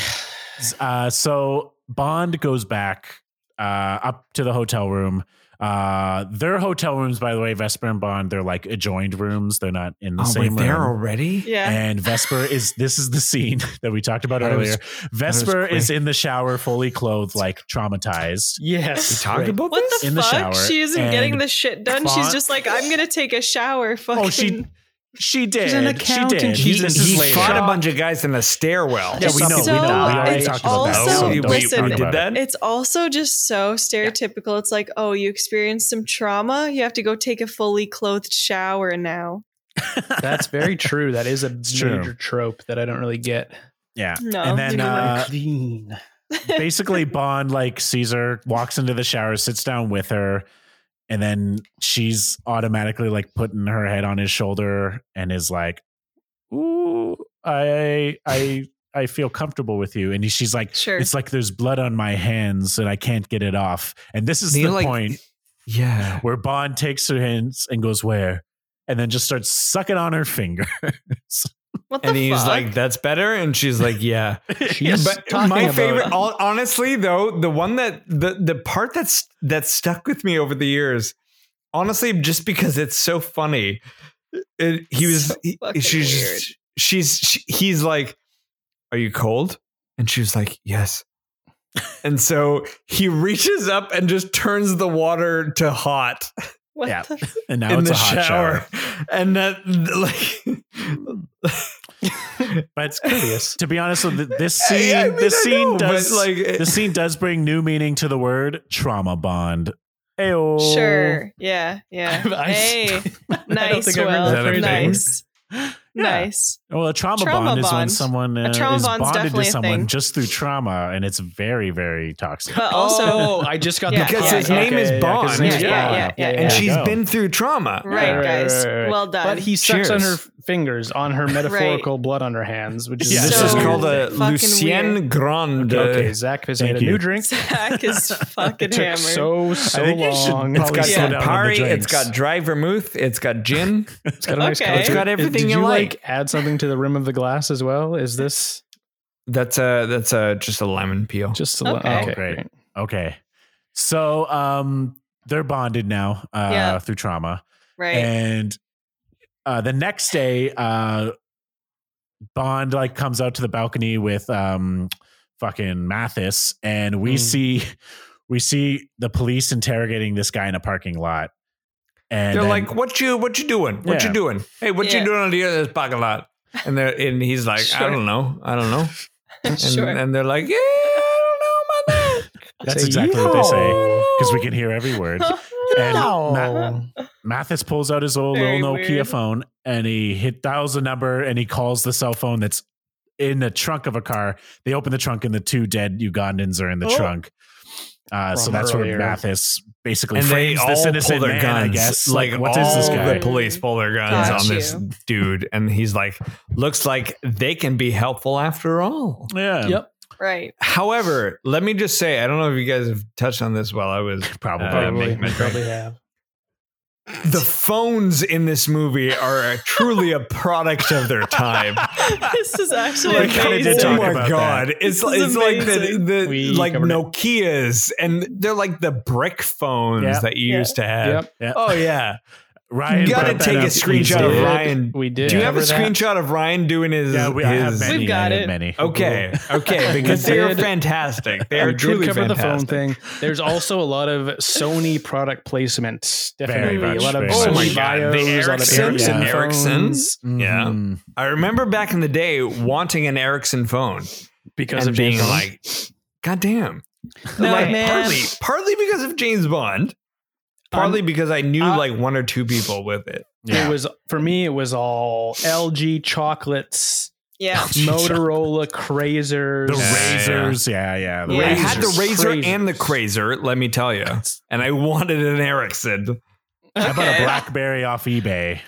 Speaker 2: Uh, so Bond goes back uh, up to the hotel room. Uh, their hotel rooms, by the way, Vesper and Bond, they're like adjoined rooms. They're not in the
Speaker 1: Oh, we're
Speaker 2: same
Speaker 1: there
Speaker 2: room.
Speaker 1: already?
Speaker 3: Yeah.
Speaker 2: And Vesper is this is the scene [laughs] that we talked about
Speaker 1: That was-
Speaker 2: earlier. Vesper
Speaker 1: quick.
Speaker 2: is in the shower, fully clothed, like traumatized.
Speaker 1: We
Speaker 4: Yes.
Speaker 1: talked
Speaker 4: Great.
Speaker 1: about
Speaker 3: What
Speaker 1: this?
Speaker 3: the
Speaker 2: in the
Speaker 3: fuck?
Speaker 2: shower
Speaker 3: she isn't
Speaker 2: and
Speaker 3: getting the shit done.
Speaker 2: Fon-
Speaker 3: She's just like, I'm gonna take a shower. Fucking.
Speaker 2: Oh, she she did.
Speaker 4: an
Speaker 2: She did.
Speaker 4: accountant. She's
Speaker 2: this
Speaker 4: in-
Speaker 2: is
Speaker 1: he
Speaker 2: later.
Speaker 1: fought a bunch of guys in a stairwell.
Speaker 2: Yeah, we know.
Speaker 3: So
Speaker 2: we know. We already
Speaker 3: it's
Speaker 2: talked about that.
Speaker 3: also-
Speaker 2: so
Speaker 1: we,
Speaker 2: don't
Speaker 1: we-
Speaker 3: listen,
Speaker 2: talk
Speaker 1: we
Speaker 2: about
Speaker 1: did
Speaker 2: it.
Speaker 1: that?
Speaker 3: It's also just so stereotypical. It's like, oh, you experienced some trauma. You have to go take a fully clothed shower now.
Speaker 2: [laughs]
Speaker 4: That's very true. That is a
Speaker 2: true.
Speaker 4: major trope that I don't really get.
Speaker 2: Yeah.
Speaker 3: [laughs] No,
Speaker 2: and then
Speaker 3: do not.
Speaker 2: uh,
Speaker 4: Clean.
Speaker 2: basically Bond like sees her, walks into the shower, sits down with her, and then she's automatically like putting her head on his shoulder and is like, "Ooh, I I I feel comfortable with you." And he- she's like,
Speaker 3: Sure.
Speaker 2: "It's like there's blood on my hands and I can't get it off." And this is
Speaker 1: They,
Speaker 2: the
Speaker 1: like-
Speaker 2: point
Speaker 1: Yeah.
Speaker 2: where Bond takes her hands and goes where, and then just starts sucking on her finger. [laughs]
Speaker 3: what the
Speaker 1: And he's
Speaker 3: fuck?
Speaker 1: like, that's better. And she's like, yeah.
Speaker 4: [laughs] She's talking
Speaker 1: my
Speaker 4: about- [laughs]
Speaker 1: favorite, hon- honestly, though, the one that, the, the part that's, that stuck with me over the years, honestly, just because it's so funny. It, he was,
Speaker 3: So
Speaker 1: he-
Speaker 3: fucking
Speaker 1: she's,
Speaker 3: weird.
Speaker 1: she's, she, he's like, are you cold? And she's like, yes. and so he reaches up and just turns the water to hot.
Speaker 3: [laughs] what
Speaker 2: yeah. [laughs]
Speaker 3: the
Speaker 2: and now it's a hot shower.
Speaker 1: and that like
Speaker 2: But
Speaker 1: [laughs]
Speaker 2: it's
Speaker 4: Curious.
Speaker 2: To be honest, with th- this [laughs] scene, this scene does
Speaker 1: [laughs]
Speaker 2: like [laughs] this scene does bring new meaning to the word trauma bond. Ayo. Oh.
Speaker 3: Sure. Yeah.
Speaker 2: [laughs]
Speaker 3: Yeah.
Speaker 4: [laughs] I-
Speaker 3: hey.
Speaker 4: I don't
Speaker 3: Nice.
Speaker 4: think I've
Speaker 3: Will.
Speaker 4: heard
Speaker 2: that phrase.
Speaker 3: nice.
Speaker 2: [laughs] Yeah.
Speaker 3: Nice.
Speaker 2: Well, a trauma,
Speaker 3: Trauma
Speaker 2: bond, is when
Speaker 3: bond.
Speaker 2: someone uh,
Speaker 3: A trauma
Speaker 2: is
Speaker 3: bond's
Speaker 2: bonded to
Speaker 3: definitely a
Speaker 2: someone
Speaker 3: thing.
Speaker 2: just through trauma, and it's very, very toxic. [laughs]
Speaker 3: [laughs] But also,
Speaker 4: oh, I just got
Speaker 3: Yeah.
Speaker 4: the
Speaker 3: Because
Speaker 4: point.
Speaker 3: his name
Speaker 1: is
Speaker 4: yeah, 'cause his
Speaker 1: Bond.
Speaker 4: name's
Speaker 3: Yeah, yeah,
Speaker 4: Bond.
Speaker 3: yeah, yeah,
Speaker 1: and
Speaker 3: there
Speaker 1: she's
Speaker 2: you go.
Speaker 1: been through trauma
Speaker 3: right,
Speaker 4: Right,
Speaker 3: guys.
Speaker 4: right, right, right.
Speaker 3: Well done.
Speaker 4: But he sucks on her
Speaker 1: Cheers.
Speaker 4: fingers on her metaphorical blood on her hands, which is
Speaker 2: Yeah.
Speaker 1: This
Speaker 3: So
Speaker 1: is called a
Speaker 3: fucking
Speaker 1: Lucien
Speaker 3: weird.
Speaker 1: Grande.
Speaker 4: okay. Zach has made
Speaker 2: Thank
Speaker 4: a
Speaker 2: you.
Speaker 3: [laughs]
Speaker 4: new drink.
Speaker 2: [laughs]
Speaker 3: Zach is fucking
Speaker 4: It took
Speaker 3: hammered.
Speaker 4: so so
Speaker 2: think you should
Speaker 4: long.
Speaker 1: It's got
Speaker 2: Probably slow down on the
Speaker 1: Campari, it's
Speaker 2: drinks.
Speaker 1: got dry vermouth, it's got gin.
Speaker 4: It's got a nice
Speaker 3: Okay.
Speaker 4: color.
Speaker 3: It's
Speaker 1: got
Speaker 4: Did-
Speaker 1: everything
Speaker 4: Did
Speaker 1: you
Speaker 4: you
Speaker 1: like.
Speaker 4: add something to the rim of the glass as well? Is this
Speaker 1: That's a that's a just a lemon peel.
Speaker 4: just a li-
Speaker 3: Okay.
Speaker 2: Oh, great. Okay. So um they're bonded now uh
Speaker 3: Yeah.
Speaker 2: through trauma.
Speaker 3: right. [laughs]
Speaker 2: And uh the next day uh Bond like comes out to the balcony with um fucking Mathis and we
Speaker 4: Mm.
Speaker 2: see we see the police interrogating this guy in a parking lot. And
Speaker 1: They're
Speaker 2: then- [laughs]
Speaker 1: like, "What you what you doing? What
Speaker 2: Yeah.
Speaker 1: you doing? Hey, what
Speaker 3: Yeah.
Speaker 1: you doing on the other parking lot?" And they're and he's like, "I
Speaker 4: Sure.
Speaker 1: don't know, I don't know." And,
Speaker 3: sure.
Speaker 1: and they're like, "Yeah, I don't know about that."
Speaker 2: that's
Speaker 4: Say,
Speaker 2: exactly what they say because we can hear every
Speaker 3: [laughs]
Speaker 2: word. And
Speaker 4: Yeehaw.
Speaker 2: Mathis pulls out his old
Speaker 3: Very
Speaker 2: little Nokia
Speaker 3: weird.
Speaker 2: phone and he hit dials a number and he calls the cell phone that's in the trunk of a car. They open the trunk and the two dead Ugandans are in the
Speaker 3: Oh.
Speaker 2: trunk. Uh, so
Speaker 4: From
Speaker 2: that's
Speaker 4: earlier.
Speaker 2: where Mathis basically
Speaker 1: And they
Speaker 2: frames
Speaker 1: all
Speaker 2: this
Speaker 1: pull
Speaker 2: innocent
Speaker 1: their
Speaker 2: man,
Speaker 1: guns.
Speaker 2: I guess.
Speaker 1: Like,
Speaker 2: what
Speaker 1: all
Speaker 2: is this
Speaker 1: the
Speaker 2: guy?
Speaker 1: police pull their guns
Speaker 3: Got
Speaker 1: on this
Speaker 3: you.
Speaker 1: dude, and he's like, "Looks like they can be helpful after all."
Speaker 2: Yeah,
Speaker 4: Yep.
Speaker 3: right. [laughs]
Speaker 1: However, let me just say, I don't know if you guys have touched on this while I was
Speaker 2: probably.
Speaker 1: Uh,
Speaker 4: Probably,
Speaker 1: make my drink.
Speaker 4: probably have.
Speaker 1: the phones in this movie are a, truly a product of their time.
Speaker 3: this is
Speaker 2: [laughs]
Speaker 3: actually
Speaker 2: Like,
Speaker 3: amazing.
Speaker 2: kinda did talk
Speaker 1: oh my
Speaker 2: about
Speaker 1: god, it's
Speaker 3: This
Speaker 1: it's
Speaker 3: is
Speaker 1: like the,
Speaker 3: amazing.
Speaker 1: the
Speaker 4: We
Speaker 1: like
Speaker 4: covered it.
Speaker 1: Nokia's, and they're like the brick phones
Speaker 2: Yeah.
Speaker 1: that you
Speaker 3: Yeah.
Speaker 1: used to have.
Speaker 4: Yep.
Speaker 2: Yeah.
Speaker 1: Oh yeah,
Speaker 2: Ryan
Speaker 1: you gotta
Speaker 2: brought that
Speaker 1: take a
Speaker 2: up.
Speaker 1: screenshot
Speaker 4: We
Speaker 1: of
Speaker 4: did.
Speaker 1: Ryan.
Speaker 4: We did.
Speaker 1: Do you have a
Speaker 4: cover that.
Speaker 1: screenshot of Ryan doing his?
Speaker 2: Yeah, we, I have
Speaker 1: his Oh,
Speaker 2: many.
Speaker 3: We've got
Speaker 2: I have
Speaker 3: it.
Speaker 2: many.
Speaker 4: [laughs]
Speaker 1: Okay, okay, because
Speaker 4: We
Speaker 1: they're
Speaker 4: did.
Speaker 1: fantastic. They
Speaker 4: We
Speaker 1: are
Speaker 4: did
Speaker 1: truly
Speaker 4: cover
Speaker 1: fantastic.
Speaker 4: the phone thing. There's also a lot of Sony product placement. Definitely
Speaker 2: Very much,
Speaker 4: a lot of
Speaker 2: very
Speaker 1: Oh
Speaker 4: Sony
Speaker 2: much.
Speaker 1: my god, the
Speaker 4: bios, a lot of
Speaker 1: Ericsson,
Speaker 4: Ericsson,
Speaker 2: yeah.
Speaker 4: phones.
Speaker 1: Ericssons. Yeah.
Speaker 2: Mhm.
Speaker 1: I remember back in the day wanting an Ericsson phone
Speaker 4: because
Speaker 1: and
Speaker 4: of
Speaker 1: being
Speaker 4: James Bond.
Speaker 1: like, God
Speaker 4: [laughs]
Speaker 1: damn.
Speaker 3: No,
Speaker 1: like,
Speaker 3: man.
Speaker 1: Partly, partly because of James Bond, partly because I knew
Speaker 4: I-
Speaker 1: like one or two people with it.
Speaker 4: it
Speaker 2: Yeah.
Speaker 4: was for me. It was all LG chocolates,
Speaker 3: Yeah.
Speaker 4: Motorola Crazers.
Speaker 1: Yeah,
Speaker 2: The
Speaker 1: yeah, yeah.
Speaker 2: razors. Yeah, yeah. the
Speaker 3: Yeah.
Speaker 1: I had the
Speaker 2: razors.
Speaker 1: razor
Speaker 4: Crazy.
Speaker 1: and the crazer, let me tell you. And I wanted an Ericsson.
Speaker 2: How about a
Speaker 3: Okay.
Speaker 2: Blackberry off eBay?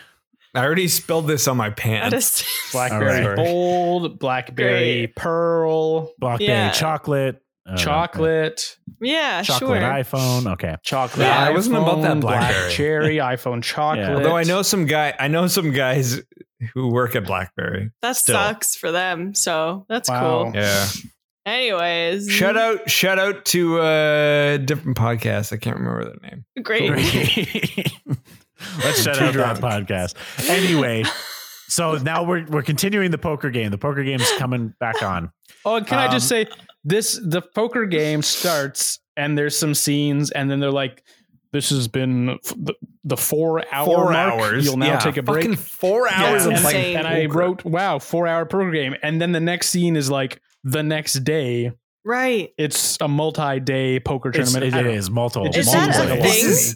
Speaker 1: I already spilled this on my
Speaker 3: That
Speaker 1: pants.
Speaker 3: is-
Speaker 4: Blackberry
Speaker 1: Alright.
Speaker 4: Bold, Blackberry
Speaker 3: Great.
Speaker 4: Pearl,
Speaker 2: Blackberry
Speaker 3: Yeah.
Speaker 2: chocolate. I don't know.
Speaker 4: chocolate,
Speaker 3: [laughs] yeah,
Speaker 2: chocolate
Speaker 3: sure.
Speaker 2: iPhone. Okay.
Speaker 4: chocolate.
Speaker 1: Yeah, I wasn't about that
Speaker 4: iPhone,
Speaker 1: Blackberry.
Speaker 4: Black cherry, iPhone chocolate.
Speaker 1: Although I know some guy I know some guys who work at BlackBerry.
Speaker 3: that
Speaker 1: Still.
Speaker 3: sucks for them. So that's
Speaker 4: Wow.
Speaker 3: cool.
Speaker 1: Yeah.
Speaker 3: Anyways,
Speaker 1: Shout
Speaker 4: Mm-hmm.
Speaker 1: out shout out to uh different podcast. I can't remember their name.
Speaker 3: Great.
Speaker 2: Let's shut
Speaker 1: Too
Speaker 2: out
Speaker 1: drunk.
Speaker 2: that podcast. Anyway, so now we're we're continuing the poker game. The poker game's coming back on.
Speaker 4: Oh, and can I just
Speaker 2: Um,
Speaker 4: say this? The poker game starts, and there's some scenes, and then they're like, "This has been f- the, the four hour
Speaker 1: four
Speaker 4: mark.
Speaker 1: hours.
Speaker 4: You'll now
Speaker 1: Yeah.
Speaker 4: take a break."
Speaker 1: Fucking four
Speaker 4: Yeah,
Speaker 1: hours of
Speaker 4: and,
Speaker 1: like
Speaker 3: insane.
Speaker 4: and I
Speaker 1: poker.
Speaker 4: wrote, "Wow, four hour poker game." And then the next scene is like the next day.
Speaker 3: [laughs] right.
Speaker 4: It's a multi day poker
Speaker 2: It's,
Speaker 4: tournament.
Speaker 2: it
Speaker 4: I don't-
Speaker 2: is multiple.
Speaker 4: It
Speaker 3: Is
Speaker 4: just
Speaker 3: that
Speaker 4: seems
Speaker 3: a
Speaker 4: like a lot.
Speaker 3: thing?
Speaker 4: to me.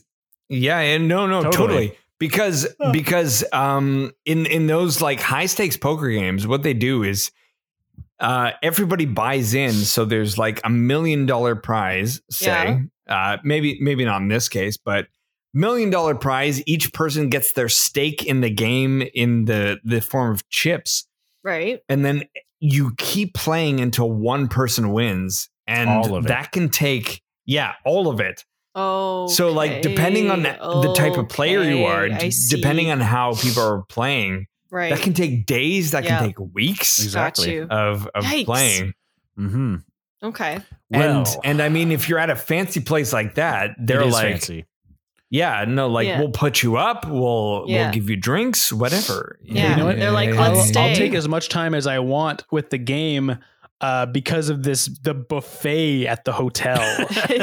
Speaker 1: Yeah, and no, no,
Speaker 2: Totally.
Speaker 1: totally.
Speaker 4: [laughs]
Speaker 1: Because because um in in those like high stakes poker games, what they do is uh everybody buys in, so there's like a million dollar prize, say. Uh maybe maybe not in this case, but million dollar prize, each person gets their stake in the game in the the form of chips.
Speaker 3: Right.
Speaker 1: and then you keep playing until one person wins and
Speaker 2: All of it.
Speaker 1: that can take yeah all of it
Speaker 3: Oh.
Speaker 1: so like depending on the type of player you are d- depending on how people are playing
Speaker 3: right.
Speaker 1: that can take days that
Speaker 3: Yeah.
Speaker 1: can take weeks
Speaker 3: Got
Speaker 2: Exactly.
Speaker 3: you.
Speaker 1: of, of
Speaker 3: Yikes.
Speaker 1: playing
Speaker 2: Mm-hmm.
Speaker 1: [laughs]
Speaker 3: Okay. [laughs]
Speaker 2: Well,
Speaker 1: and and i mean if you're at a fancy place like that they're
Speaker 2: it is
Speaker 1: like
Speaker 2: fancy.
Speaker 1: yeah no like
Speaker 3: Yeah.
Speaker 1: we'll put you up we'll
Speaker 3: Yeah.
Speaker 1: we'll give you drinks whatever
Speaker 3: Yeah. You know what? They're like,
Speaker 4: I'll,
Speaker 3: Let's stay.
Speaker 4: I'll take as much time as I want with the game uh, because of this the buffet at the
Speaker 3: [laughs]
Speaker 4: hotel.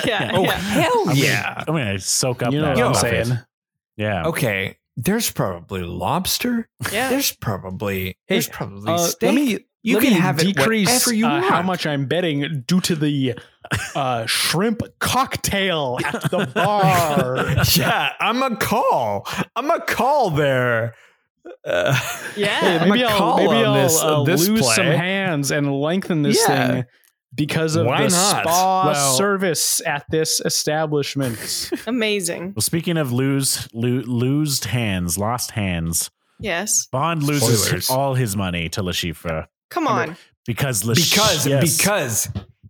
Speaker 3: yeah.
Speaker 1: oh
Speaker 3: yeah.
Speaker 1: hell
Speaker 2: I'm
Speaker 1: yeah
Speaker 2: Gonna, [laughs] I'm gonna soak up
Speaker 4: you know
Speaker 2: that.
Speaker 4: what I'm
Speaker 2: profit.
Speaker 4: saying?
Speaker 2: Yeah.
Speaker 1: okay, there's probably lobster. [laughs]
Speaker 3: Yeah.
Speaker 1: There's probably
Speaker 4: Hey,
Speaker 1: there's probably
Speaker 4: uh, let
Speaker 1: steak.
Speaker 4: me-
Speaker 1: you
Speaker 4: Let
Speaker 1: can
Speaker 4: me
Speaker 1: have it
Speaker 4: decrease
Speaker 1: whatever you
Speaker 4: uh,
Speaker 1: want.
Speaker 4: how [laughs] much I'm betting due to the uh, shrimp cocktail at
Speaker 1: [laughs]
Speaker 4: the bar.
Speaker 1: yeah, I'm a call. I'm a call there. Uh,
Speaker 3: Yeah.
Speaker 1: I'm a
Speaker 4: maybe I'll
Speaker 1: call
Speaker 4: maybe
Speaker 1: on
Speaker 4: I'll
Speaker 1: this-
Speaker 4: uh,
Speaker 1: on this
Speaker 4: lose
Speaker 1: play.
Speaker 4: some hands and lengthen this
Speaker 1: Yeah.
Speaker 4: thing because of
Speaker 1: Why
Speaker 4: the
Speaker 1: not?
Speaker 4: spa
Speaker 2: Well-
Speaker 4: service at this establishment.
Speaker 3: Amazing.
Speaker 2: Well, speaking of lose, lo- losed hands, lost hands.
Speaker 3: Yes.
Speaker 2: Bond loses
Speaker 1: Spoilers.
Speaker 2: all his money to LaShifra
Speaker 3: Come on.
Speaker 2: because
Speaker 1: [laughs]
Speaker 2: Lash-
Speaker 1: because
Speaker 2: yes.
Speaker 1: because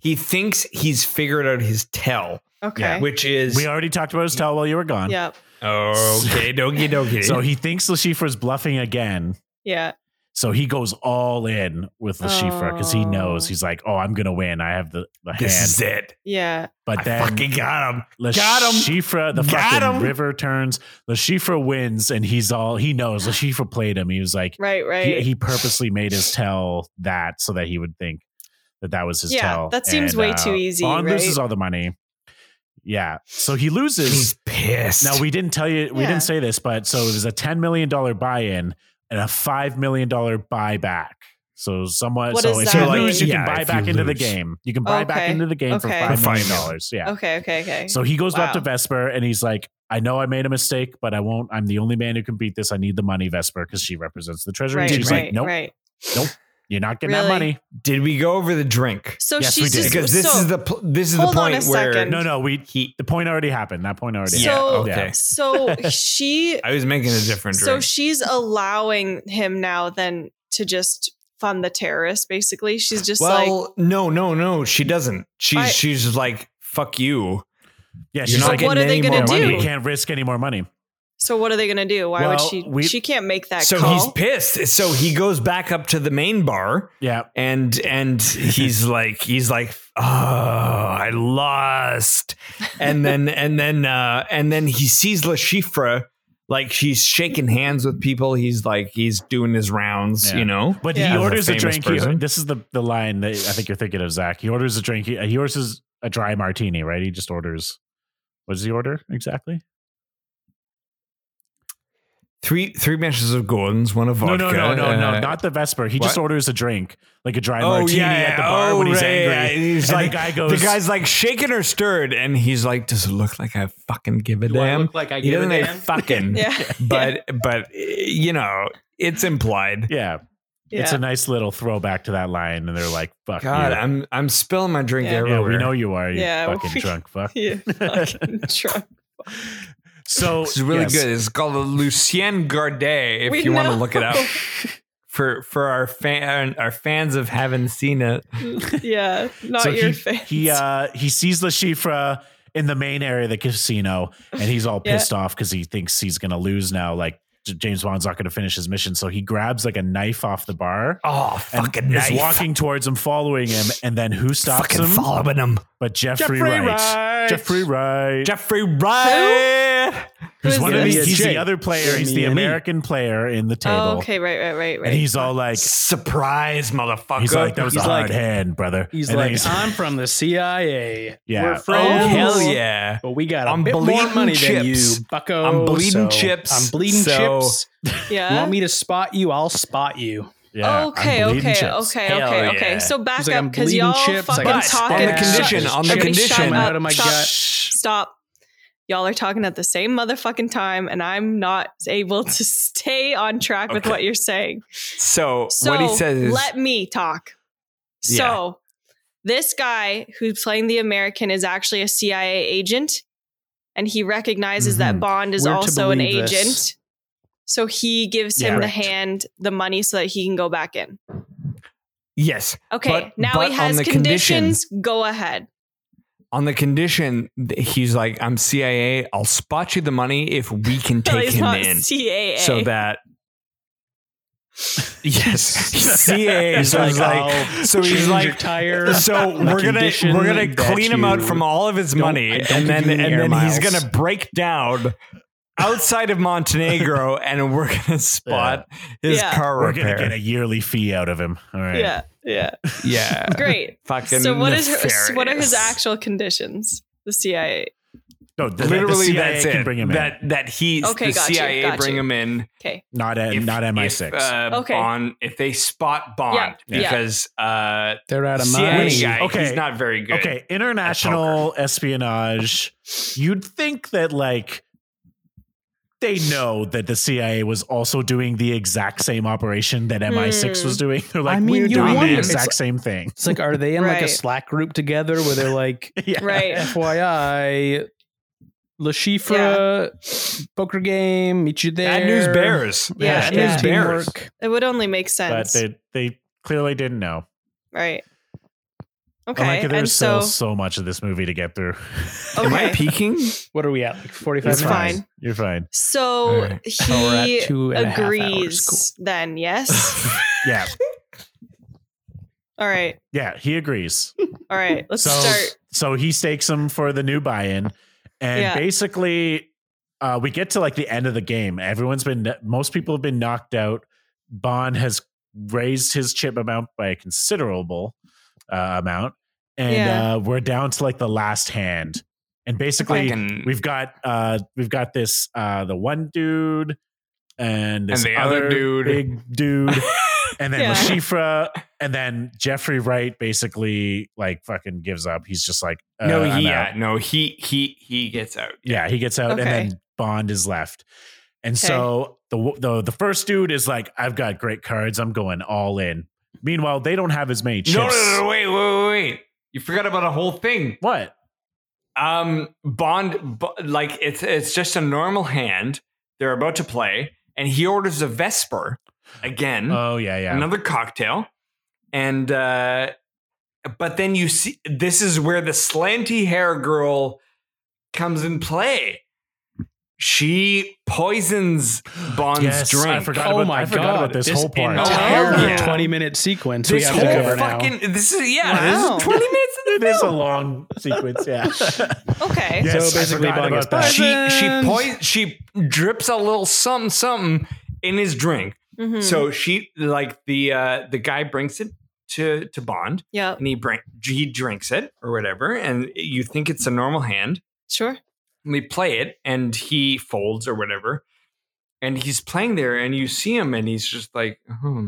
Speaker 1: he thinks he's figured out his tell,
Speaker 3: Okay.
Speaker 1: which is
Speaker 2: we already talked about his tell while you were gone.
Speaker 3: Yep.
Speaker 1: okay, dokie dokie.
Speaker 2: So he thinks Lashifra's bluffing again.
Speaker 3: Yeah.
Speaker 2: So he goes all in with Lashifra because he knows
Speaker 3: Oh.
Speaker 2: he's like, oh, I'm gonna win. I have the, the
Speaker 1: this
Speaker 2: hand.
Speaker 1: is it.
Speaker 3: Yeah.
Speaker 2: But
Speaker 1: I
Speaker 2: then
Speaker 1: fucking got him. Got 'em.
Speaker 2: Lashifra, the
Speaker 1: Got
Speaker 2: fucking
Speaker 1: 'em.
Speaker 2: river turns. Lashifra wins, and he's all he knows. Lashifra played him. He was like,
Speaker 3: Right. Right.
Speaker 2: he, he purposely made his tell that so that he would think that that was his
Speaker 3: Yeah,
Speaker 2: tell. uh,
Speaker 3: that seems
Speaker 1: uh,
Speaker 3: way too easy,
Speaker 2: Bond
Speaker 3: right?
Speaker 2: loses all the money. Yeah, so he loses.
Speaker 1: He's pissed.
Speaker 2: Now we didn't tell you, we
Speaker 3: Yeah.
Speaker 2: didn't say this, but so there's a ten million dollar buy-in and a five million dollar buyback. So somewhat,
Speaker 3: What
Speaker 2: so
Speaker 3: does
Speaker 2: if
Speaker 3: that
Speaker 2: you lose,
Speaker 3: mean?
Speaker 2: you
Speaker 1: Yeah,
Speaker 2: can buy
Speaker 1: if
Speaker 2: back
Speaker 1: you
Speaker 2: into the
Speaker 1: lose.
Speaker 2: game. You can buy back
Speaker 3: Okay.
Speaker 2: into the game for
Speaker 3: Okay.
Speaker 2: five
Speaker 1: For
Speaker 2: million
Speaker 1: five
Speaker 2: dollars. Yeah.
Speaker 3: okay. Okay. Okay.
Speaker 2: So he goes back to
Speaker 3: Wow.
Speaker 2: Vesper and he's like, I know I made a mistake, but I won't. I'm the only man who can beat this. I need the money, Vesper, because she represents the treasury.
Speaker 3: right.
Speaker 2: and she's
Speaker 3: right.
Speaker 2: like, Nope,
Speaker 3: Right.
Speaker 2: you're not getting that
Speaker 3: Really?
Speaker 2: money.
Speaker 1: Did we go over the drink?
Speaker 3: So
Speaker 2: Yes, we
Speaker 3: she's
Speaker 2: did.
Speaker 3: just
Speaker 1: Because this
Speaker 3: so,
Speaker 1: is the pl- this is the
Speaker 3: Hold on a
Speaker 1: point where
Speaker 3: second.
Speaker 2: No, no, we
Speaker 1: he.
Speaker 2: the point already happened. That point already
Speaker 1: yeah,
Speaker 2: happened.
Speaker 3: So-
Speaker 1: okay. [laughs]
Speaker 3: so she
Speaker 1: I was making a different
Speaker 3: so
Speaker 1: drink.
Speaker 3: she's allowing him now then to just fund the terrorists basically she's just
Speaker 1: well,
Speaker 3: like
Speaker 1: no, no, no. She doesn't. She's
Speaker 3: I-
Speaker 1: she's just like fuck you.
Speaker 2: Yeah,
Speaker 1: You're
Speaker 2: she's
Speaker 1: not
Speaker 2: like,
Speaker 1: getting
Speaker 3: what are they
Speaker 1: any
Speaker 3: gonna
Speaker 1: more
Speaker 3: do?
Speaker 1: money.
Speaker 2: we can't risk any more money.
Speaker 3: so what are they gonna do why would
Speaker 2: Well,
Speaker 3: she
Speaker 2: we-
Speaker 3: she can't make that
Speaker 1: so
Speaker 3: call
Speaker 1: he's pissed. So he goes back up to the main bar
Speaker 2: Yeah.
Speaker 1: and and
Speaker 3: [laughs]
Speaker 1: he's like he's like oh I lost. And then and then uh and then he sees La Chifra like she's shaking hands with people. He's like he's doing his rounds,
Speaker 2: Yeah.
Speaker 1: you know.
Speaker 2: But
Speaker 3: Yeah.
Speaker 2: he
Speaker 1: As a
Speaker 2: orders a,
Speaker 1: famous
Speaker 2: drink. He,
Speaker 1: person.
Speaker 2: this is the, the line that I think you're thinking of, Zach. He orders a drink. He, he orders a dry martini, right? He just orders. What does he order exactly?
Speaker 1: Three three measures of Gordon's, one of
Speaker 2: No,
Speaker 1: vodka.
Speaker 2: no, no, no, no,
Speaker 1: uh,
Speaker 2: not the Vesper. He just
Speaker 1: what? Oh,
Speaker 2: orders a drink, like a dry martini at the bar when he's
Speaker 1: right,
Speaker 2: angry.
Speaker 1: yeah. He's
Speaker 2: and
Speaker 1: like,
Speaker 2: the guy
Speaker 1: the
Speaker 2: goes,
Speaker 1: guy's like shaking or stirred, and he's like, "Does it look like I fucking give a
Speaker 4: [laughs] Do I
Speaker 1: damn?"
Speaker 4: look like I
Speaker 1: he
Speaker 4: give a
Speaker 1: doesn't say [laughs]
Speaker 4: damn? [laughs]
Speaker 1: fucking,
Speaker 3: [laughs] yeah
Speaker 1: but but uh, you know, it's implied.
Speaker 2: yeah,
Speaker 3: yeah.
Speaker 2: it's a nice little throwback to that line. And they're like, fuck
Speaker 1: God,
Speaker 2: you.
Speaker 1: I'm I'm spilling my drink
Speaker 3: Yeah. Yeah,
Speaker 2: yeah,
Speaker 1: everywhere.
Speaker 2: we know you are.
Speaker 1: [laughs]
Speaker 2: You
Speaker 3: Yeah,
Speaker 2: fucking
Speaker 3: we-
Speaker 2: drunk fuck.
Speaker 3: [laughs] Yeah, fucking drunk.
Speaker 2: So
Speaker 1: It's really
Speaker 2: yes.
Speaker 1: good. It's called a Lucien Garde. If
Speaker 3: We
Speaker 1: you want to
Speaker 3: know.
Speaker 1: look it up for for our fan our fans of haven't seen it.
Speaker 3: [laughs] yeah, not
Speaker 2: so
Speaker 3: your
Speaker 2: he,
Speaker 3: face.
Speaker 2: He
Speaker 3: [laughs]
Speaker 2: uh he sees Lashifra in the main area of the casino and he's all
Speaker 3: [laughs] Yeah.
Speaker 2: pissed off because he thinks he's gonna lose now. Like J- James Bond's not gonna finish his mission. So he grabs like a knife off the bar.
Speaker 1: Oh,
Speaker 2: and
Speaker 1: fucking
Speaker 2: is
Speaker 1: nice.
Speaker 2: walking towards him, following him, and then who stops
Speaker 1: fucking
Speaker 2: him?
Speaker 1: following him,
Speaker 2: But Jeffrey, Wright. Jeffrey Wright.
Speaker 1: Jeffrey Wright.
Speaker 3: Who
Speaker 2: Who's
Speaker 3: is
Speaker 2: one of
Speaker 3: this?
Speaker 2: the,
Speaker 4: Yeah,
Speaker 2: he's
Speaker 4: Jay.
Speaker 2: the other player. He's the
Speaker 4: Yeah, me.
Speaker 2: American player in the table.
Speaker 3: Oh, okay, right, right, right, right.
Speaker 2: And he's all like,
Speaker 1: Surprise, motherfucker.
Speaker 2: he's like, that was
Speaker 4: He's
Speaker 2: a hard
Speaker 4: like-
Speaker 2: hand, brother.
Speaker 4: He's
Speaker 2: And then
Speaker 4: like, "Uh, I'm from the CIA.
Speaker 2: Yeah.
Speaker 4: We're
Speaker 2: Oh,
Speaker 4: friends.
Speaker 1: hell yeah.
Speaker 4: But we got a
Speaker 1: I'm
Speaker 4: bit more
Speaker 1: bleeding
Speaker 4: money than you,
Speaker 1: chips.
Speaker 4: bucko.
Speaker 1: I'm bleeding
Speaker 4: so
Speaker 1: chips,
Speaker 4: I'm bleeding
Speaker 1: so-
Speaker 4: chips. You
Speaker 3: yeah.
Speaker 4: want me to spot you? I'll spot you.
Speaker 2: yeah, I'm
Speaker 3: okay,
Speaker 2: bleeding
Speaker 3: okay,
Speaker 2: chips.
Speaker 3: okay,
Speaker 1: Hell
Speaker 3: okay,
Speaker 1: yeah.
Speaker 3: okay. So back
Speaker 4: He's like,
Speaker 3: up
Speaker 4: I'm
Speaker 3: because
Speaker 4: bleeding
Speaker 3: y'all
Speaker 4: chips. I
Speaker 3: fucking
Speaker 4: got
Speaker 3: talking.
Speaker 1: on the condition,
Speaker 3: Shut-
Speaker 1: on the
Speaker 3: everybody shut
Speaker 1: condition.
Speaker 3: up,
Speaker 4: Out of my
Speaker 3: stop,
Speaker 4: gut.
Speaker 3: Stop. Y'all are talking at the same motherfucking time, and I'm not able to stay on track with
Speaker 1: Okay.
Speaker 3: what you're saying.
Speaker 1: So,
Speaker 3: So
Speaker 1: what he says is,
Speaker 3: let me talk. So this guy who's playing the American is actually a CIA agent, and he recognizes
Speaker 1: Mhm.
Speaker 3: that Bond is
Speaker 4: We're to
Speaker 3: also an
Speaker 4: believe
Speaker 3: agent.
Speaker 4: this.
Speaker 3: So he gives him
Speaker 2: Yeah.
Speaker 3: the hand, the money, so that he can go back in.
Speaker 1: yes,
Speaker 3: Okay,
Speaker 1: But-
Speaker 3: now
Speaker 1: but
Speaker 3: he
Speaker 1: on
Speaker 3: has
Speaker 1: the condition-
Speaker 3: conditions. Go ahead. [laughs]
Speaker 1: on the condition, th- he's like, I'm CIA. I'll spot you the money if we
Speaker 3: [laughs]
Speaker 1: can
Speaker 3: Well,
Speaker 1: take
Speaker 3: he's
Speaker 1: him
Speaker 3: not
Speaker 1: in.
Speaker 3: CAA.
Speaker 1: So that. Yes, [laughs] CIA.
Speaker 4: He's
Speaker 1: so
Speaker 4: like, oh,
Speaker 1: he's like,
Speaker 2: [laughs]
Speaker 4: I'll
Speaker 1: so he's
Speaker 4: change your
Speaker 1: like, [laughs]
Speaker 4: tire.
Speaker 1: so
Speaker 4: on the
Speaker 1: we're gonna
Speaker 4: condition
Speaker 1: we're gonna
Speaker 4: that
Speaker 1: clean him out
Speaker 4: you-
Speaker 1: from all of his
Speaker 4: don't- I
Speaker 1: money,
Speaker 4: don't
Speaker 1: and
Speaker 4: give
Speaker 1: then
Speaker 4: you any
Speaker 1: and
Speaker 4: air
Speaker 1: then he's
Speaker 4: miles.
Speaker 1: gonna break down outside of [laughs] Montenegro, and we're gonna spot his
Speaker 3: Yeah.
Speaker 1: car
Speaker 2: We're
Speaker 1: repair.
Speaker 2: gonna get a yearly fee out of him. All right.
Speaker 3: yeah, yeah,
Speaker 1: [laughs] yeah,
Speaker 3: great.
Speaker 1: fucking.
Speaker 3: so what is her, what are his
Speaker 1: nefarious.
Speaker 3: actual conditions? The CIA.
Speaker 2: No, the,
Speaker 1: Literally,
Speaker 2: the CIA
Speaker 1: that's
Speaker 2: can
Speaker 1: it.
Speaker 2: bring him in.
Speaker 1: that that he
Speaker 3: Okay,
Speaker 1: the
Speaker 3: got you,
Speaker 1: CIA
Speaker 3: got
Speaker 1: bring
Speaker 3: you.
Speaker 1: him in.
Speaker 3: Okay,
Speaker 2: Not at,
Speaker 1: If,
Speaker 2: not MI6.
Speaker 1: If, uh,
Speaker 3: Okay.
Speaker 1: Bond, if they spot Bond,
Speaker 3: Yeah, yeah.
Speaker 1: because uh,
Speaker 4: [laughs] They're out of
Speaker 1: CIA
Speaker 4: money.
Speaker 1: guy,
Speaker 2: Okay.
Speaker 1: he's not very good.
Speaker 2: okay, international espionage. You'd think that like they know that the CIA was also doing the exact same operation that MI6
Speaker 3: Hmm.
Speaker 2: was doing. [laughs] They're like,
Speaker 4: I mean,
Speaker 2: we're
Speaker 4: you
Speaker 2: doing
Speaker 1: wonder-
Speaker 2: the
Speaker 1: it's
Speaker 2: exact
Speaker 4: like-
Speaker 2: same thing. [laughs]
Speaker 4: It's like, are they in like a
Speaker 3: Right.
Speaker 4: [laughs] Slack group together where they're like,
Speaker 2: yeah.
Speaker 3: right.
Speaker 4: FYI, Le Chiffre, poker game, meet you there.
Speaker 1: Bad news bears.
Speaker 3: Yeah,
Speaker 1: Bad
Speaker 4: Team-
Speaker 3: yeah.
Speaker 1: news bears.
Speaker 4: teamwork.
Speaker 3: It would only make sense.
Speaker 2: but they they clearly didn't know.
Speaker 3: right.
Speaker 2: I'm
Speaker 3: Okay.
Speaker 2: like,
Speaker 3: and
Speaker 2: there's
Speaker 3: so,
Speaker 2: still so much of this movie to get through. [laughs]
Speaker 1: Am I
Speaker 3: okay.
Speaker 1: peeking?
Speaker 4: What are we at? Like 45
Speaker 3: It's
Speaker 4: minutes?
Speaker 3: fine.
Speaker 2: You're fine.
Speaker 3: So
Speaker 1: Alright.
Speaker 4: Oh, we're at
Speaker 3: he
Speaker 4: two and a half hours.
Speaker 3: agrees then, yes?
Speaker 2: Yeah,
Speaker 3: all right.
Speaker 2: yeah. He agrees.
Speaker 3: All right. Let's
Speaker 2: so
Speaker 3: start.
Speaker 2: so he stakes him for the new buy-in, and
Speaker 3: Yeah.
Speaker 2: basically, uh, we get to like the end of the game. Everyone's been most people have been knocked out. Bond has raised his chip amount by a considerable uh, amount, and
Speaker 3: Yeah.
Speaker 2: uh, we're down to like the last hand. And basically,
Speaker 1: Fucking-
Speaker 2: we've got uh we've got this uh the one dude and this
Speaker 1: the other dude.
Speaker 2: big dude
Speaker 1: [laughs]
Speaker 2: and then
Speaker 3: Yeah.
Speaker 2: yeah. and then Jeffrey Wright basically like fucking gives up. He's just like uh,
Speaker 1: no,
Speaker 2: I'm
Speaker 1: he, yeah,
Speaker 2: out.
Speaker 1: no, he, he, he gets out.
Speaker 2: yeah he gets out
Speaker 3: Okay.
Speaker 2: and then Bond is left. And
Speaker 3: Okay.
Speaker 2: so the, w- the the first dude is like I've got great cards. I'm going all in. Meanwhile, they don't have as many chips.
Speaker 1: No, no, no, no, wait, wait, wait, wait. You forgot about a whole thing.
Speaker 2: What?
Speaker 1: Um, Bond, bo- like it's it's just a normal hand. They're about to play, and he orders a Vesper again,
Speaker 2: Oh yeah, yeah.
Speaker 1: another cocktail, and uh, but then you see this is where the slanty hair girl comes in play. She poisons Bond's
Speaker 2: Yes,
Speaker 1: drink.
Speaker 2: I forgot
Speaker 4: Oh
Speaker 2: about,
Speaker 4: my
Speaker 2: I forgot
Speaker 4: god!
Speaker 2: about this, whole part.
Speaker 4: entire
Speaker 1: Oh, yeah.
Speaker 4: twenty-minute sequence
Speaker 1: This
Speaker 4: we have to
Speaker 1: whole
Speaker 4: cover now.
Speaker 1: fucking this is yeah,
Speaker 3: Wow.
Speaker 1: this is twenty minutes. Of
Speaker 2: it
Speaker 1: the
Speaker 2: is
Speaker 1: film.
Speaker 2: a long sequence, yeah.
Speaker 1: [laughs]
Speaker 3: Okay.
Speaker 4: So
Speaker 2: Yes, I
Speaker 4: basically
Speaker 2: forgot
Speaker 4: Bond
Speaker 2: about that.
Speaker 4: gets punched.
Speaker 1: she she
Speaker 4: Poisons.
Speaker 1: poi- she drips a little something something in his drink.
Speaker 4: Hmm.
Speaker 3: Mhm.
Speaker 1: So she like the uh the guy brings it to to Bond
Speaker 3: yeah.
Speaker 1: and he bring he drinks it or whatever and you think it's a normal hand.
Speaker 3: Sure.
Speaker 1: And we play it and he folds or whatever. And he's playing there and you see him and he's just like, hmm.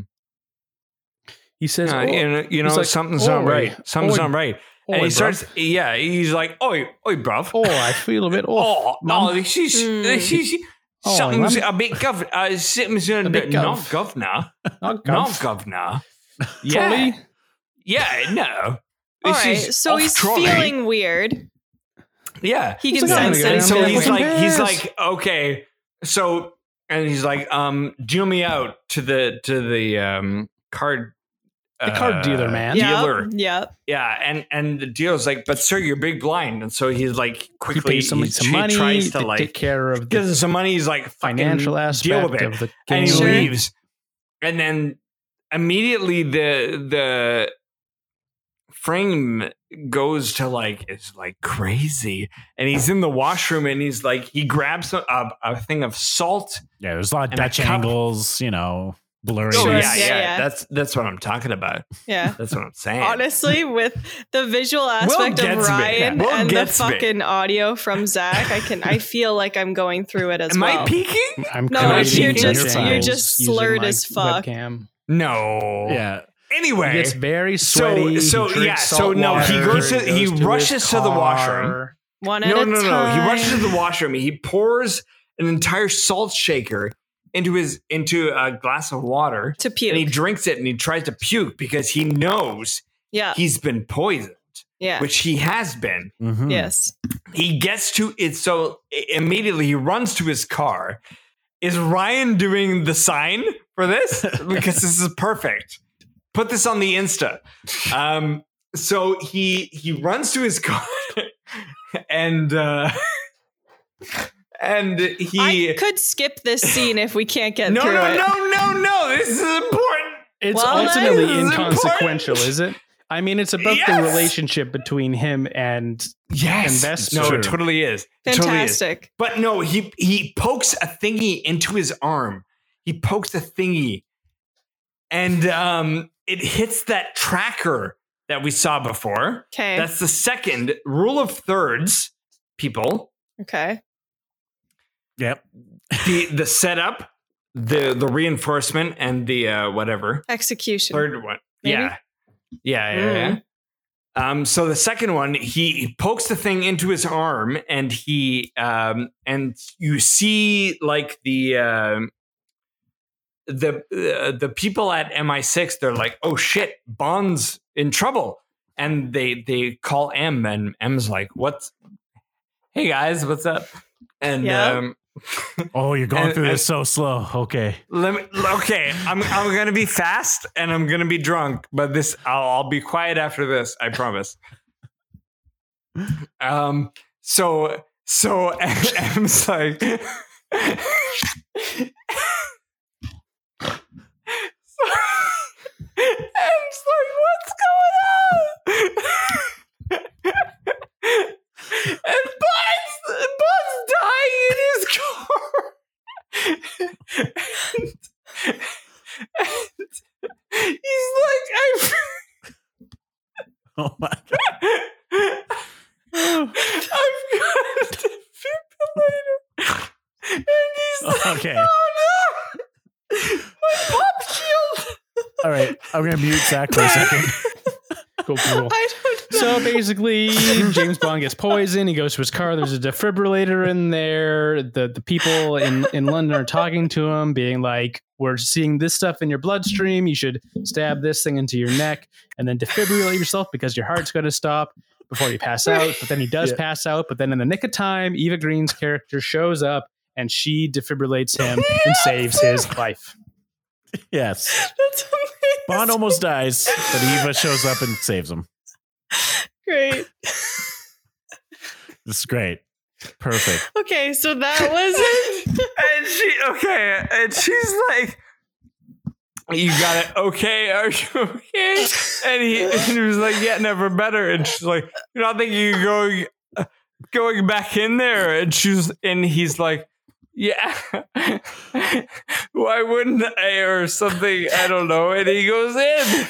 Speaker 4: He says,
Speaker 1: Uh,
Speaker 4: oh,
Speaker 1: you know, you know
Speaker 4: he's like,
Speaker 1: something's not
Speaker 4: "Oi,
Speaker 1: right. Something's
Speaker 4: oi,
Speaker 1: not right.
Speaker 4: "Oi,
Speaker 1: and he
Speaker 4: bruv."
Speaker 1: starts yeah, he's like, "Oi, oi, bruv."
Speaker 4: "Oh, I feel a bit off."
Speaker 1: [laughs] Oh,
Speaker 4: Mum.
Speaker 1: no, she's,
Speaker 3: Mm.
Speaker 1: she's
Speaker 4: Hmm. Oh,
Speaker 1: something's
Speaker 4: mum.
Speaker 1: a bit gov. Uh, something's a,
Speaker 4: A bit gov.
Speaker 1: not governor,
Speaker 4: Not
Speaker 1: not
Speaker 4: gov. [laughs]
Speaker 1: governor.
Speaker 4: Trolley.
Speaker 1: Yeah, yeah, no.
Speaker 3: All
Speaker 1: This
Speaker 3: right.
Speaker 1: is
Speaker 3: So
Speaker 1: off
Speaker 3: he's
Speaker 1: trolley.
Speaker 3: feeling weird.
Speaker 1: Yeah,
Speaker 3: He
Speaker 4: He's
Speaker 3: can
Speaker 4: like, I'm
Speaker 3: sense
Speaker 4: gonna
Speaker 3: that
Speaker 4: go
Speaker 1: and
Speaker 3: he's
Speaker 4: down
Speaker 1: so
Speaker 4: there
Speaker 3: feeling
Speaker 1: he's
Speaker 3: weird.
Speaker 4: with
Speaker 1: like,
Speaker 4: him.
Speaker 1: he's like, okay, so, and he's like, um, deal me out to the to the um card. uh,
Speaker 4: The card dealer, man.
Speaker 1: Dealer,
Speaker 3: Yeah.
Speaker 1: yeah, and and the dealer's like, but sir, you're big blind, and so he's like
Speaker 4: He
Speaker 1: quickly
Speaker 4: pays somebody
Speaker 1: he-
Speaker 4: some
Speaker 1: she
Speaker 4: money
Speaker 1: tries
Speaker 4: to,
Speaker 1: to like
Speaker 4: take care of
Speaker 1: gives
Speaker 4: the
Speaker 1: him some money. He's like fucking
Speaker 4: financial
Speaker 1: deal with
Speaker 4: aspect
Speaker 1: it.
Speaker 4: of the
Speaker 1: and
Speaker 4: game.
Speaker 1: he
Speaker 3: Sure.
Speaker 1: leaves. And then immediately the the frame goes to like it's like crazy, and he's in the washroom, and he's like he grabs a, a, a thing of salt.
Speaker 2: Yeah, there's a lot of
Speaker 1: And a
Speaker 2: Dutch
Speaker 1: cup.
Speaker 2: angles, you know, blurry.
Speaker 1: Oh
Speaker 3: Sure.
Speaker 1: yeah, yeah,
Speaker 3: Yeah, yeah.
Speaker 1: That's that's what I'm talking about.
Speaker 3: Yeah.
Speaker 1: That's what I'm saying. [laughs]
Speaker 3: Honestly, with the visual aspect
Speaker 1: gets
Speaker 3: of
Speaker 1: me.
Speaker 3: Ryan
Speaker 1: Will
Speaker 3: and the
Speaker 1: gets me.
Speaker 3: fucking audio from Zach, I can I feel like I'm going through it as
Speaker 1: Am
Speaker 3: well.
Speaker 1: I peeking?
Speaker 4: I'm
Speaker 3: No,
Speaker 4: crazy.
Speaker 1: you're
Speaker 4: Your
Speaker 1: just-
Speaker 4: files
Speaker 1: you're
Speaker 3: just
Speaker 4: using
Speaker 3: slurred
Speaker 4: my
Speaker 3: as fuck.
Speaker 4: Webcam.
Speaker 1: No.
Speaker 2: Yeah.
Speaker 1: Anyway,
Speaker 4: He gets very
Speaker 1: So-
Speaker 4: sweaty.
Speaker 1: so,
Speaker 4: he drinks
Speaker 1: yeah, so
Speaker 4: salt
Speaker 1: no,
Speaker 2: he
Speaker 4: water,
Speaker 2: goes to-
Speaker 1: he
Speaker 4: goes his
Speaker 1: rushes to the washroom.
Speaker 4: car.
Speaker 3: One
Speaker 1: no,
Speaker 3: at a
Speaker 1: no,
Speaker 3: time.
Speaker 1: no. He rushes to the washroom. He pours an entire salt shaker into his into a glass of water,
Speaker 3: to
Speaker 1: and he
Speaker 3: puke.
Speaker 1: drinks it, and he tries to puke because he knows
Speaker 3: Yeah.
Speaker 1: he's been poisoned,
Speaker 3: Uh. Yeah.
Speaker 1: which hmm. he has been.
Speaker 2: Mhm.
Speaker 3: Yes.
Speaker 1: He gets to it, so i- immediately he runs to his car. Is Ryan doing the sign for
Speaker 3: [laughs]
Speaker 1: this? because this is perfect. Put this on the Insta. Um, so he he runs to his [laughs] car and uh, and
Speaker 3: I
Speaker 1: he
Speaker 3: could skip this scene if we can't get
Speaker 1: no
Speaker 3: through
Speaker 1: no
Speaker 3: it.
Speaker 1: no no no this is important.
Speaker 4: It's
Speaker 3: Well, that
Speaker 4: ultimately
Speaker 1: is
Speaker 4: inconsequential, is it? I mean, it's about
Speaker 1: Yes.
Speaker 4: the relationship between him and
Speaker 1: Yes,
Speaker 4: And that's
Speaker 1: no,
Speaker 4: true.
Speaker 1: it totally is. It Totally is.
Speaker 3: Fantastic.
Speaker 1: But no, he he pokes a thingy into his arm. He pokes a thingy, and um, it hits that tracker that we saw before.
Speaker 3: Okay.
Speaker 1: That's the second rule of thirds, people.
Speaker 3: okay.
Speaker 2: Yep.
Speaker 1: The the setup, the the reinforcement, and the uh, whatever
Speaker 3: Execution.
Speaker 1: third one.
Speaker 3: Maybe? Mm.
Speaker 1: Yeah, yeah, yeah. yeah. Um, so the second one, he pokes the thing into his arm, and he um, and you see like the um, the uh, the people at MI6. They're like, "Oh shit, Bond's in trouble," and they they call M, and M's like, "What's Hey guys, what's up?" And
Speaker 3: Yeah.
Speaker 1: um,
Speaker 2: Oh, you're going
Speaker 1: And-
Speaker 2: through
Speaker 1: and-
Speaker 2: this so slow. Okay. [laughs]
Speaker 1: let me, okay, I'm I'm gonna be fast and I'm gonna be drunk, but this I'll, I'll be quiet after this. I promise. Um. So so M's like. M's like, what's going on? and Bud's, Bud's dying in his car. and, and he's like, I,
Speaker 2: Oh my
Speaker 1: [laughs] I've got a defibrillator. And he's like,
Speaker 2: God. Okay.
Speaker 1: oh no! [laughs] My pop shield!
Speaker 2: All right. I'm gonna mute Zach [laughs] for a second.
Speaker 4: Cool, cool.
Speaker 3: [laughs] I don't know.
Speaker 4: So
Speaker 2: [laughs]
Speaker 4: basically, James Bond gets poisoned. He goes to his car. There's a defibrillator in there. The the people in, in London are talking to him, being like, "We're seeing this stuff in your bloodstream. You should stab this thing into your neck and then defibrillate yourself because your heart's going to stop before you pass out." But then he does
Speaker 2: Yeah.
Speaker 4: pass out. But then in the nick of time, Eva Green's character shows up and she defibrillates him
Speaker 2: [laughs]
Speaker 4: and saves his life.
Speaker 2: Yes.
Speaker 3: That's amazing.
Speaker 2: Bond almost dies, but Eva shows up and saves him.
Speaker 3: Great.
Speaker 2: This is great. Perfect.
Speaker 3: Okay, so that
Speaker 1: [laughs]
Speaker 3: was it.
Speaker 1: And she, okay, and she's like, you got it. Okay, are you [laughs] okay? And he, and he was like, yeah, never better. And she's like, you know, I think you're going, going back in there. And she's, and he's like, yeah, [laughs] why wouldn't I? Or something, I don't know. And he goes in.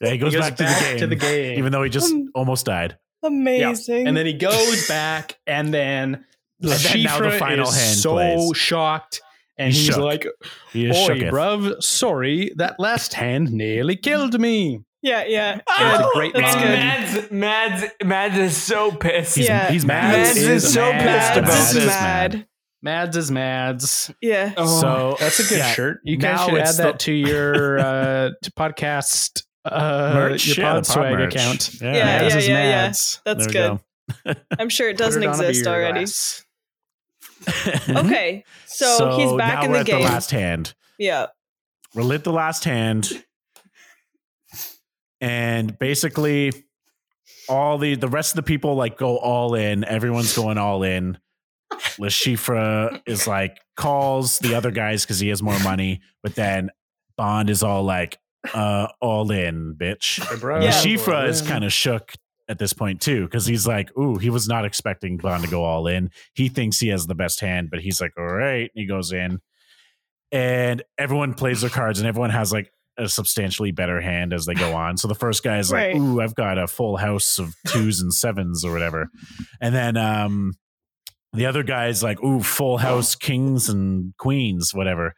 Speaker 2: Yeah, he goes,
Speaker 4: He goes
Speaker 2: back, to, the game,
Speaker 4: to the game.
Speaker 2: even though he just
Speaker 3: Um,
Speaker 2: almost died.
Speaker 3: Amazing.
Speaker 4: And then he goes back, [laughs] and then
Speaker 2: And then now the
Speaker 4: Shifra
Speaker 2: final
Speaker 4: is
Speaker 2: hand
Speaker 4: so
Speaker 2: plays.
Speaker 4: shocked, and
Speaker 2: He
Speaker 4: he's
Speaker 2: shook.
Speaker 4: like,
Speaker 2: He is
Speaker 4: "Oi,
Speaker 2: shooketh.
Speaker 4: bruv, sorry, that last hand nearly killed me."
Speaker 3: yeah, yeah. Oh,
Speaker 4: Yeah, it's a great
Speaker 3: that's
Speaker 4: line.
Speaker 3: good.
Speaker 1: Mads, Mads, Mads is so pissed.
Speaker 2: He's,
Speaker 3: Yeah.
Speaker 2: he's mad.
Speaker 1: Mads is so
Speaker 3: Mads
Speaker 1: pissed about
Speaker 3: is
Speaker 1: this,
Speaker 3: mad.
Speaker 4: Mads is Mads.
Speaker 3: Yeah.
Speaker 1: Oh,
Speaker 2: So
Speaker 4: That's a good
Speaker 2: yeah,
Speaker 4: shirt. You guys
Speaker 2: now
Speaker 4: should add
Speaker 2: it's
Speaker 4: that
Speaker 2: the-
Speaker 4: to your uh, to podcast uh,
Speaker 2: merch,
Speaker 4: your
Speaker 2: yeah,
Speaker 4: pod
Speaker 2: the pod
Speaker 4: swag
Speaker 2: merch.
Speaker 4: account.
Speaker 2: Yeah,
Speaker 3: Yeah,
Speaker 4: Mads
Speaker 3: yeah,
Speaker 4: is
Speaker 3: yeah, yeah.
Speaker 4: Mads.
Speaker 3: That's
Speaker 2: there we
Speaker 3: good.
Speaker 2: go.
Speaker 3: I'm sure it
Speaker 4: Put
Speaker 3: doesn't
Speaker 4: it on a
Speaker 3: exist
Speaker 4: beer
Speaker 3: already.
Speaker 4: glass.
Speaker 3: [laughs] Okay. So, he's back
Speaker 2: now
Speaker 3: in
Speaker 2: we're
Speaker 3: the
Speaker 2: at
Speaker 3: game.
Speaker 2: The last hand.
Speaker 3: yeah.
Speaker 2: We're lit the last hand, and basically, all the the rest of the people like go all in. Everyone's going all in. Lashifra is like calls the other guys because he has more money, but then Bond is all like, uh, all in, bitch.
Speaker 4: Bro,
Speaker 3: Yeah.
Speaker 2: Shifra is
Speaker 4: Yeah.
Speaker 2: kind of shook at this point too, because he's like, "Ooh, he was not expecting Bond to go all in. He thinks he has the best hand, but he's like, all right." And he goes in, and everyone plays their cards, and everyone has like a substantially better hand as they
Speaker 3: [laughs]
Speaker 2: go on. So the first guy is like,
Speaker 3: Right.
Speaker 2: "Ooh, I've got a full house of twos and sevens or whatever," and then um, the other guy is like, "Ooh, full house kings and queens, whatever."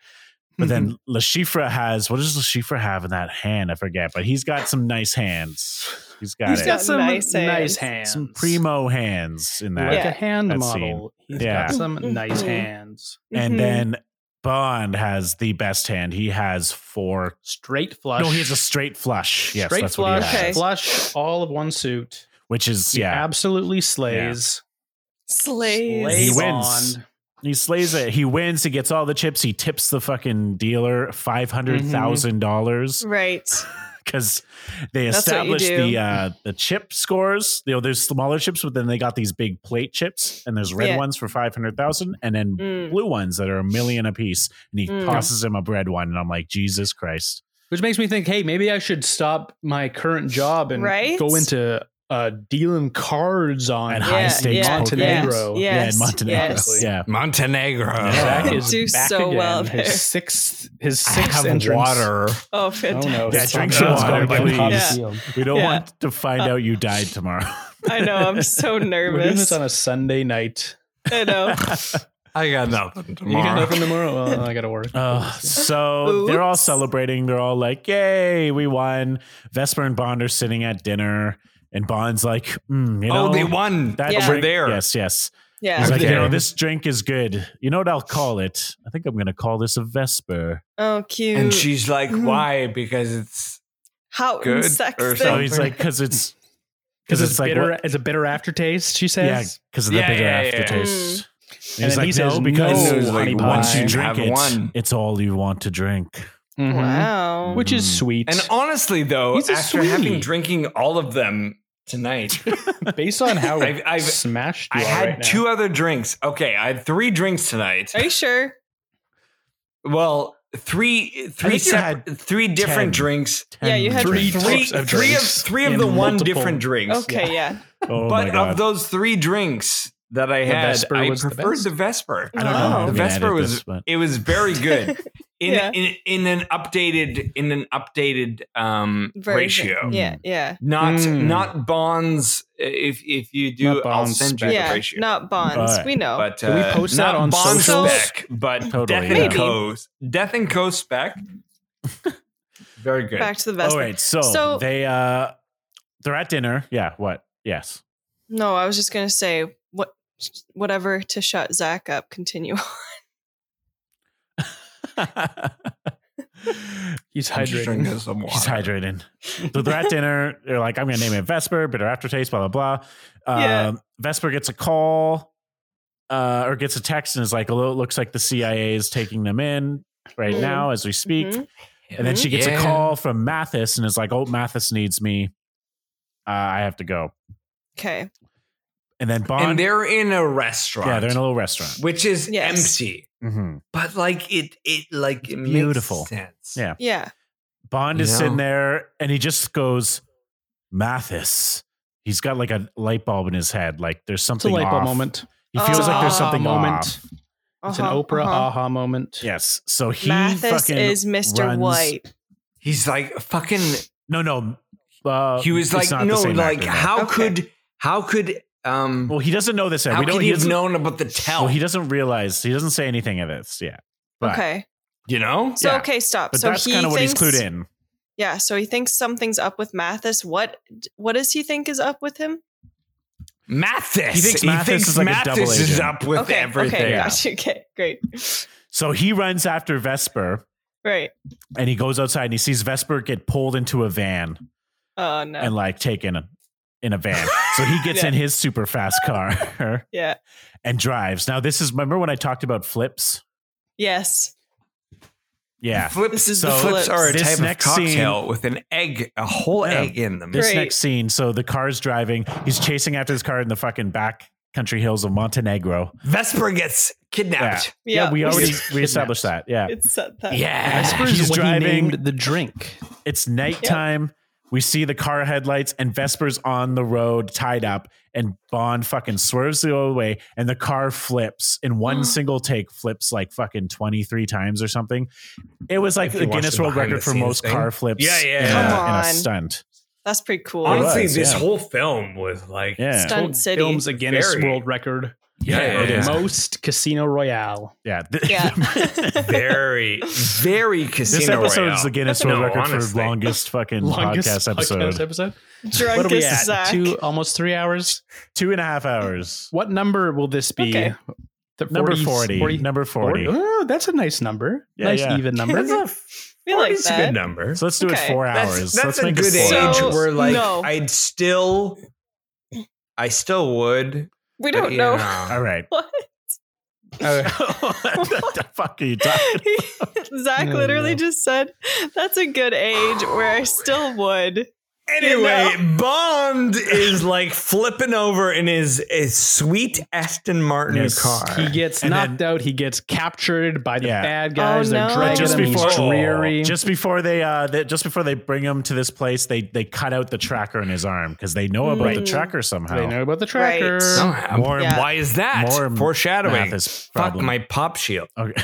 Speaker 2: But
Speaker 3: [laughs]
Speaker 2: then
Speaker 4: Mm-hmm.
Speaker 2: Lashifra has what does Lashifra have in that hand? I forget, but he's got some nice hands. He's got
Speaker 4: He's
Speaker 2: it.
Speaker 4: got some
Speaker 3: Nice
Speaker 4: nice hands.
Speaker 3: hands.
Speaker 2: some primo hands in that.
Speaker 4: like
Speaker 3: Yeah.
Speaker 4: a hand
Speaker 2: That
Speaker 4: model. He's
Speaker 2: Yeah.
Speaker 4: got some nice
Speaker 3: Mhm.
Speaker 4: hands.
Speaker 2: And
Speaker 3: Mhm.
Speaker 2: then Bond has the best hand. He has four.
Speaker 4: Straight flush.
Speaker 2: No, he has a straight flush. Yes,
Speaker 4: straight
Speaker 2: that's
Speaker 4: flush.
Speaker 2: what he has.
Speaker 3: Okay.
Speaker 4: Flush all of one suit.
Speaker 2: Which is
Speaker 4: He
Speaker 2: yeah,
Speaker 4: absolutely slays.
Speaker 3: Slays.
Speaker 4: Slays
Speaker 2: He wins.
Speaker 4: on.
Speaker 2: he slays it. He wins. He gets all the chips. He tips the fucking
Speaker 4: Mm-hmm.
Speaker 2: dealer five hundred thousand dollars.
Speaker 3: Right.
Speaker 2: because they
Speaker 3: That's what you
Speaker 2: established
Speaker 3: do.
Speaker 2: the uh, the chip scores. You know, there's smaller chips, but then they got these big plate chips, and there's red
Speaker 3: Yeah.
Speaker 2: ones for five hundred thousand, and then
Speaker 3: Mm.
Speaker 2: blue ones that are a million apiece. And he
Speaker 3: Mm.
Speaker 2: tosses him a red one, and I'm like, Jesus Christ!
Speaker 4: Which makes me think, hey, maybe I should stop my current job and
Speaker 3: Right?
Speaker 4: go into uh, dealing cards on
Speaker 2: And
Speaker 3: Yeah,
Speaker 2: high stakes
Speaker 3: yeah,
Speaker 4: Montenegro.
Speaker 3: yeah, yeah.
Speaker 2: yeah,
Speaker 3: Yes,
Speaker 2: in Montenegro,
Speaker 4: yes.
Speaker 2: yeah.
Speaker 1: Montenegro.
Speaker 4: Zach
Speaker 3: Yeah.
Speaker 4: is
Speaker 3: Do
Speaker 4: back
Speaker 3: so
Speaker 4: again.
Speaker 3: well there.
Speaker 4: His sixth, his
Speaker 1: I
Speaker 4: sixth
Speaker 1: have
Speaker 4: entrance.
Speaker 1: water.
Speaker 3: Oh,
Speaker 4: Oh
Speaker 3: fantastic.
Speaker 4: no!
Speaker 2: Yeah,
Speaker 4: it's [laughs]
Speaker 2: drink
Speaker 4: not-
Speaker 2: some
Speaker 4: it's
Speaker 2: water,
Speaker 4: gonna be-
Speaker 2: please.
Speaker 4: Yeah.
Speaker 2: We don't
Speaker 3: Yeah.
Speaker 2: want to find out you died
Speaker 3: [laughs]
Speaker 2: tomorrow. [laughs]
Speaker 3: I know. I'm so
Speaker 4: We're doing this
Speaker 3: nervous.
Speaker 4: on a Sunday night.
Speaker 3: [laughs] I know.
Speaker 1: I got nothing
Speaker 4: You can
Speaker 1: tomorrow.
Speaker 4: open tomorrow. Well, I
Speaker 2: [laughs]
Speaker 4: gotta work.
Speaker 2: Uh, so they're all
Speaker 3: Oops.
Speaker 2: celebrating. They're all like, "Yay, we won!" Vesper and Bond are sitting at dinner, and Bond's like, mm, "You know,
Speaker 1: oh, they won
Speaker 2: that
Speaker 3: Yeah.
Speaker 1: over
Speaker 2: drink-
Speaker 1: there.
Speaker 2: Yes, yes.
Speaker 3: Yeah.
Speaker 2: He's like,
Speaker 1: Okay.
Speaker 2: you know, this drink is good. You know what I'll call it? I think I'm going to call this a Vesper.
Speaker 3: Oh, cute.
Speaker 1: And she's like,
Speaker 3: Mm.
Speaker 1: why? Because it's
Speaker 3: How
Speaker 1: Good
Speaker 3: sex
Speaker 1: or
Speaker 2: So
Speaker 1: something.
Speaker 3: thing.
Speaker 2: he's like, because it's
Speaker 4: because it's,
Speaker 2: like,
Speaker 4: bitter.
Speaker 2: what-
Speaker 4: It's a bitter aftertaste. She
Speaker 2: yeah,
Speaker 4: says.
Speaker 2: because of the
Speaker 1: Yeah,
Speaker 2: bitter
Speaker 1: yeah, yeah, yeah.
Speaker 2: aftertaste. And he's
Speaker 4: then
Speaker 2: like,
Speaker 4: he
Speaker 2: no,
Speaker 4: says,
Speaker 2: because
Speaker 4: "No,
Speaker 1: It's like,
Speaker 4: honey
Speaker 2: once
Speaker 4: pie."
Speaker 2: you drink
Speaker 1: Have
Speaker 2: it,
Speaker 1: one.
Speaker 2: it's all you want to drink.
Speaker 4: Mhm.
Speaker 3: Wow.
Speaker 4: Which is sweet.
Speaker 1: And honestly, though,
Speaker 4: He's a
Speaker 1: after
Speaker 4: sweetie.
Speaker 1: having drinking all of them tonight,
Speaker 4: [laughs] based
Speaker 2: [laughs]
Speaker 4: on how
Speaker 1: I've- I've-
Speaker 4: smashed you
Speaker 1: I
Speaker 4: are
Speaker 1: had
Speaker 4: right now.
Speaker 1: two other drinks. Okay, I had three drinks tonight.
Speaker 3: Are you sure?
Speaker 1: Well, three, three,
Speaker 2: think you
Speaker 1: separ- three different
Speaker 2: 10.
Speaker 1: drinks.
Speaker 3: Yeah, you had
Speaker 2: Three
Speaker 1: Three, [laughs]
Speaker 4: types
Speaker 1: three
Speaker 4: of
Speaker 1: of
Speaker 4: drinks
Speaker 1: three of
Speaker 2: in
Speaker 1: the one
Speaker 2: multiple-
Speaker 1: different drinks.
Speaker 3: Okay, yeah.
Speaker 2: Oh my
Speaker 1: but
Speaker 2: God.
Speaker 1: of those three drinks that I had,
Speaker 4: Vesper
Speaker 1: I
Speaker 4: was the
Speaker 1: preferred
Speaker 4: best.
Speaker 1: the Vesper.
Speaker 2: I don't know. how
Speaker 3: Oh.
Speaker 1: The
Speaker 2: we added
Speaker 1: Vesper was
Speaker 2: this, but-
Speaker 1: it was very
Speaker 3: [laughs]
Speaker 1: good in,
Speaker 3: Yeah.
Speaker 1: in in an updated in an updated um
Speaker 3: Version.
Speaker 1: ratio.
Speaker 3: Yeah, yeah.
Speaker 1: Not
Speaker 2: Hmm.
Speaker 4: Mm.
Speaker 1: not bonds. uh, If if you do,
Speaker 4: Not
Speaker 1: I'll
Speaker 4: bonds
Speaker 1: send you
Speaker 3: Yeah.
Speaker 1: the ratio.
Speaker 3: Not bonds.
Speaker 2: Alright.
Speaker 3: We know.
Speaker 1: but
Speaker 4: Can we
Speaker 1: uh,
Speaker 4: post that
Speaker 1: not
Speaker 4: on
Speaker 1: bond
Speaker 3: socials?
Speaker 1: spec, but
Speaker 2: Totally,
Speaker 1: death
Speaker 2: yeah.
Speaker 1: and
Speaker 3: Maybe.
Speaker 1: co death and co
Speaker 2: [laughs]
Speaker 1: spec. Very good.
Speaker 3: Back to the
Speaker 2: All
Speaker 3: Vesper.
Speaker 2: right, so,
Speaker 3: So-
Speaker 2: they uh they're at dinner. Yeah, what? Yes.
Speaker 3: No, I was just gonna say what whatever to shut Zach up, continue.
Speaker 4: He's
Speaker 1: I'm just drinking
Speaker 4: hydrating.
Speaker 1: some water.
Speaker 2: He's hydrating. So they're at dinner. They're like, I'm gonna name it Vesper, bitter aftertaste, blah blah blah. Um,
Speaker 3: Yeah.
Speaker 2: Vesper gets a call, uh, or gets a text, and is like, "Although it looks like the CIA is taking them in right
Speaker 4: Mm-hmm.
Speaker 3: Mhm.
Speaker 2: now as we speak."
Speaker 3: Mhm.
Speaker 2: And then she gets
Speaker 1: Yeah.
Speaker 2: a call from Mathis, and is like, "Oh, Mathis needs me. Uh, I have to go."
Speaker 3: [laughs] Okay.
Speaker 2: And then Bond,
Speaker 1: And they're in a restaurant.
Speaker 2: yeah, they're in a little restaurant.
Speaker 1: which is
Speaker 3: Yes.
Speaker 1: empty,
Speaker 2: Mm-hmm.
Speaker 1: but like it, it like it makes
Speaker 2: beautiful.
Speaker 1: sense.
Speaker 2: Yeah.
Speaker 3: Yeah.
Speaker 2: Bond is
Speaker 1: You know?
Speaker 2: sitting there and he just goes, Mathis. He's got like a light bulb in his head. Like there's
Speaker 4: It's a
Speaker 2: something
Speaker 4: light bulb
Speaker 2: off.
Speaker 4: moment.
Speaker 2: He feels
Speaker 3: It's an
Speaker 2: like there's
Speaker 3: aha
Speaker 2: something
Speaker 4: moment.
Speaker 2: off.
Speaker 4: It's an
Speaker 3: Uh-huh,
Speaker 4: Oprah
Speaker 3: uh-huh.
Speaker 4: aha moment.
Speaker 2: Yes. So he
Speaker 3: Mathis
Speaker 2: fucking
Speaker 3: is Mr.
Speaker 2: runs-
Speaker 3: White.
Speaker 1: He's like fucking.
Speaker 2: No, no. Uh,
Speaker 1: He was
Speaker 2: it's
Speaker 1: like,
Speaker 2: not the
Speaker 1: no,
Speaker 2: same
Speaker 1: like
Speaker 2: actor, though.
Speaker 1: how
Speaker 3: Okay.
Speaker 1: could how could um
Speaker 2: Well, he doesn't know this. yet.
Speaker 1: how
Speaker 2: we don't.
Speaker 1: could
Speaker 2: He
Speaker 1: he have
Speaker 2: doesn't,
Speaker 1: known about the tell?
Speaker 2: well, he doesn't realize. He doesn't say anything of this yet. But,
Speaker 3: Okay.
Speaker 1: you know,
Speaker 3: So
Speaker 2: yeah.
Speaker 3: okay, stop.
Speaker 2: But
Speaker 3: so
Speaker 2: that's
Speaker 3: he
Speaker 2: kind of what he's
Speaker 3: thinks,
Speaker 2: clued in.
Speaker 3: Yeah, so he thinks something's up with Mathis. What what does he think is up with him?
Speaker 1: Mathis.
Speaker 2: He thinks Mathis is like a
Speaker 1: Mathis
Speaker 2: double
Speaker 1: is
Speaker 2: agent.
Speaker 1: up with
Speaker 3: okay,
Speaker 1: everything.
Speaker 3: okay,
Speaker 2: Yeah.
Speaker 3: gotcha. [laughs] Okay, great.
Speaker 2: So he runs after Vesper
Speaker 3: Right.
Speaker 2: and he goes outside and he sees Vesper get pulled into a van.
Speaker 3: Oh no.
Speaker 2: and like taken in a [laughs] van. So he gets
Speaker 3: Yeah.
Speaker 2: in his super fast car [laughs]
Speaker 3: yeah.
Speaker 2: and drives. Now this is remember when I talked about flips?
Speaker 3: Yes.
Speaker 2: Yeah.
Speaker 1: Flips,
Speaker 3: This is
Speaker 2: the
Speaker 1: flips,
Speaker 3: flips.
Speaker 1: are a
Speaker 2: This
Speaker 1: type of
Speaker 2: next scene-
Speaker 1: cocktail with an egg, a whole
Speaker 2: Yeah.
Speaker 1: egg in them.
Speaker 2: This
Speaker 3: Great.
Speaker 2: next scene, so the car's driving. He's chasing after his car in the fucking back country hills of Montenegro.
Speaker 1: Vesper gets kidnapped.
Speaker 2: Yeah,
Speaker 3: Yeah.
Speaker 2: we
Speaker 3: [laughs]
Speaker 2: already
Speaker 4: Yes.
Speaker 2: we established that. Yeah.
Speaker 3: it said that.
Speaker 1: Yeah,
Speaker 4: Vesper is
Speaker 2: He's
Speaker 4: what
Speaker 2: driving-
Speaker 4: he named the drink.
Speaker 2: It's nighttime. We see the car headlights and Vesper's on the road tied up and Bond fucking swerves the other way and the car flips in
Speaker 3: [gasps]
Speaker 2: one single take flips like fucking 23 times or something. It was like
Speaker 1: If you
Speaker 2: the
Speaker 1: watch
Speaker 2: Guinness
Speaker 1: the
Speaker 2: World
Speaker 1: behind
Speaker 2: Record
Speaker 1: the
Speaker 2: for
Speaker 1: scenes
Speaker 2: most
Speaker 1: thing.
Speaker 2: car flips
Speaker 1: Yeah, yeah,
Speaker 2: in,
Speaker 3: yeah.
Speaker 2: A, in a
Speaker 3: Come on.
Speaker 2: stunt.
Speaker 3: That's pretty cool.
Speaker 2: Honest-
Speaker 1: Honestly,
Speaker 2: was,
Speaker 1: this
Speaker 2: yeah.
Speaker 1: whole film was like
Speaker 2: Yeah.
Speaker 3: Stunt City.
Speaker 4: Films a Guinness
Speaker 1: Very.
Speaker 4: World Record.
Speaker 1: Yeah,
Speaker 2: Yeah, it
Speaker 1: yeah,
Speaker 2: is.
Speaker 1: yeah.
Speaker 4: Most Casino Royale.
Speaker 2: Yeah. [laughs]
Speaker 3: Yeah.
Speaker 1: very, very casino.
Speaker 2: this episode
Speaker 1: Royale.
Speaker 2: is the Guinness World
Speaker 1: No,
Speaker 2: Record for
Speaker 1: honestly.
Speaker 2: longest fucking
Speaker 4: Longest
Speaker 2: podcast episode.
Speaker 4: What are we
Speaker 3: Drunkest
Speaker 4: at?
Speaker 3: Zach.
Speaker 4: Two, almost three hours.
Speaker 2: Two and a half hours.
Speaker 4: What number will this be?
Speaker 3: Okay.
Speaker 4: The
Speaker 2: Number 40. Number 40.
Speaker 4: Oh, that's a nice number.
Speaker 2: Yeah,
Speaker 4: nice
Speaker 2: yeah.
Speaker 4: even number.
Speaker 3: We like
Speaker 1: It's a good
Speaker 3: that.
Speaker 1: number.
Speaker 2: So let's do
Speaker 3: Okay.
Speaker 2: it four
Speaker 1: That's,
Speaker 2: hours.
Speaker 1: that's
Speaker 2: let's
Speaker 1: a
Speaker 2: make
Speaker 1: good
Speaker 2: it
Speaker 1: age
Speaker 2: four hours.
Speaker 1: [laughs]
Speaker 3: So-
Speaker 1: where, like,
Speaker 3: no.
Speaker 1: I'd still, I still would.
Speaker 3: We
Speaker 1: but,
Speaker 3: don't
Speaker 1: you
Speaker 3: know.
Speaker 2: [laughs] All right.
Speaker 3: What?
Speaker 1: Oh,
Speaker 4: [laughs]
Speaker 1: [laughs]
Speaker 2: what the fuck
Speaker 3: [laughs]
Speaker 2: are you talking
Speaker 3: Zach
Speaker 4: No,
Speaker 3: literally
Speaker 4: no.
Speaker 3: just said, "That's a good age where I still would."
Speaker 1: Anyway, Bond is like flipping over in his, his sweet Aston Martin
Speaker 2: Yes.
Speaker 1: car.
Speaker 4: He gets
Speaker 2: And
Speaker 4: knocked
Speaker 2: then-
Speaker 4: out. He gets captured by the
Speaker 2: Yeah.
Speaker 4: bad guys.
Speaker 3: Oh,
Speaker 4: They're
Speaker 3: no.
Speaker 4: dragging
Speaker 2: Just
Speaker 4: him. He's
Speaker 2: before-
Speaker 4: dreary.
Speaker 2: Just before they, uh, they, just before they bring him to this place, they they cut out the tracker in his arm because they know about the
Speaker 3: Right.
Speaker 2: tracker somehow.
Speaker 4: they know about the tracker.
Speaker 1: Somehow.
Speaker 2: More-
Speaker 3: Yeah.
Speaker 1: Why is that?
Speaker 2: More
Speaker 1: Foreshadowing.
Speaker 2: Mathis
Speaker 1: Fuck
Speaker 2: problem.
Speaker 1: my pop shield.
Speaker 2: [laughs] Okay.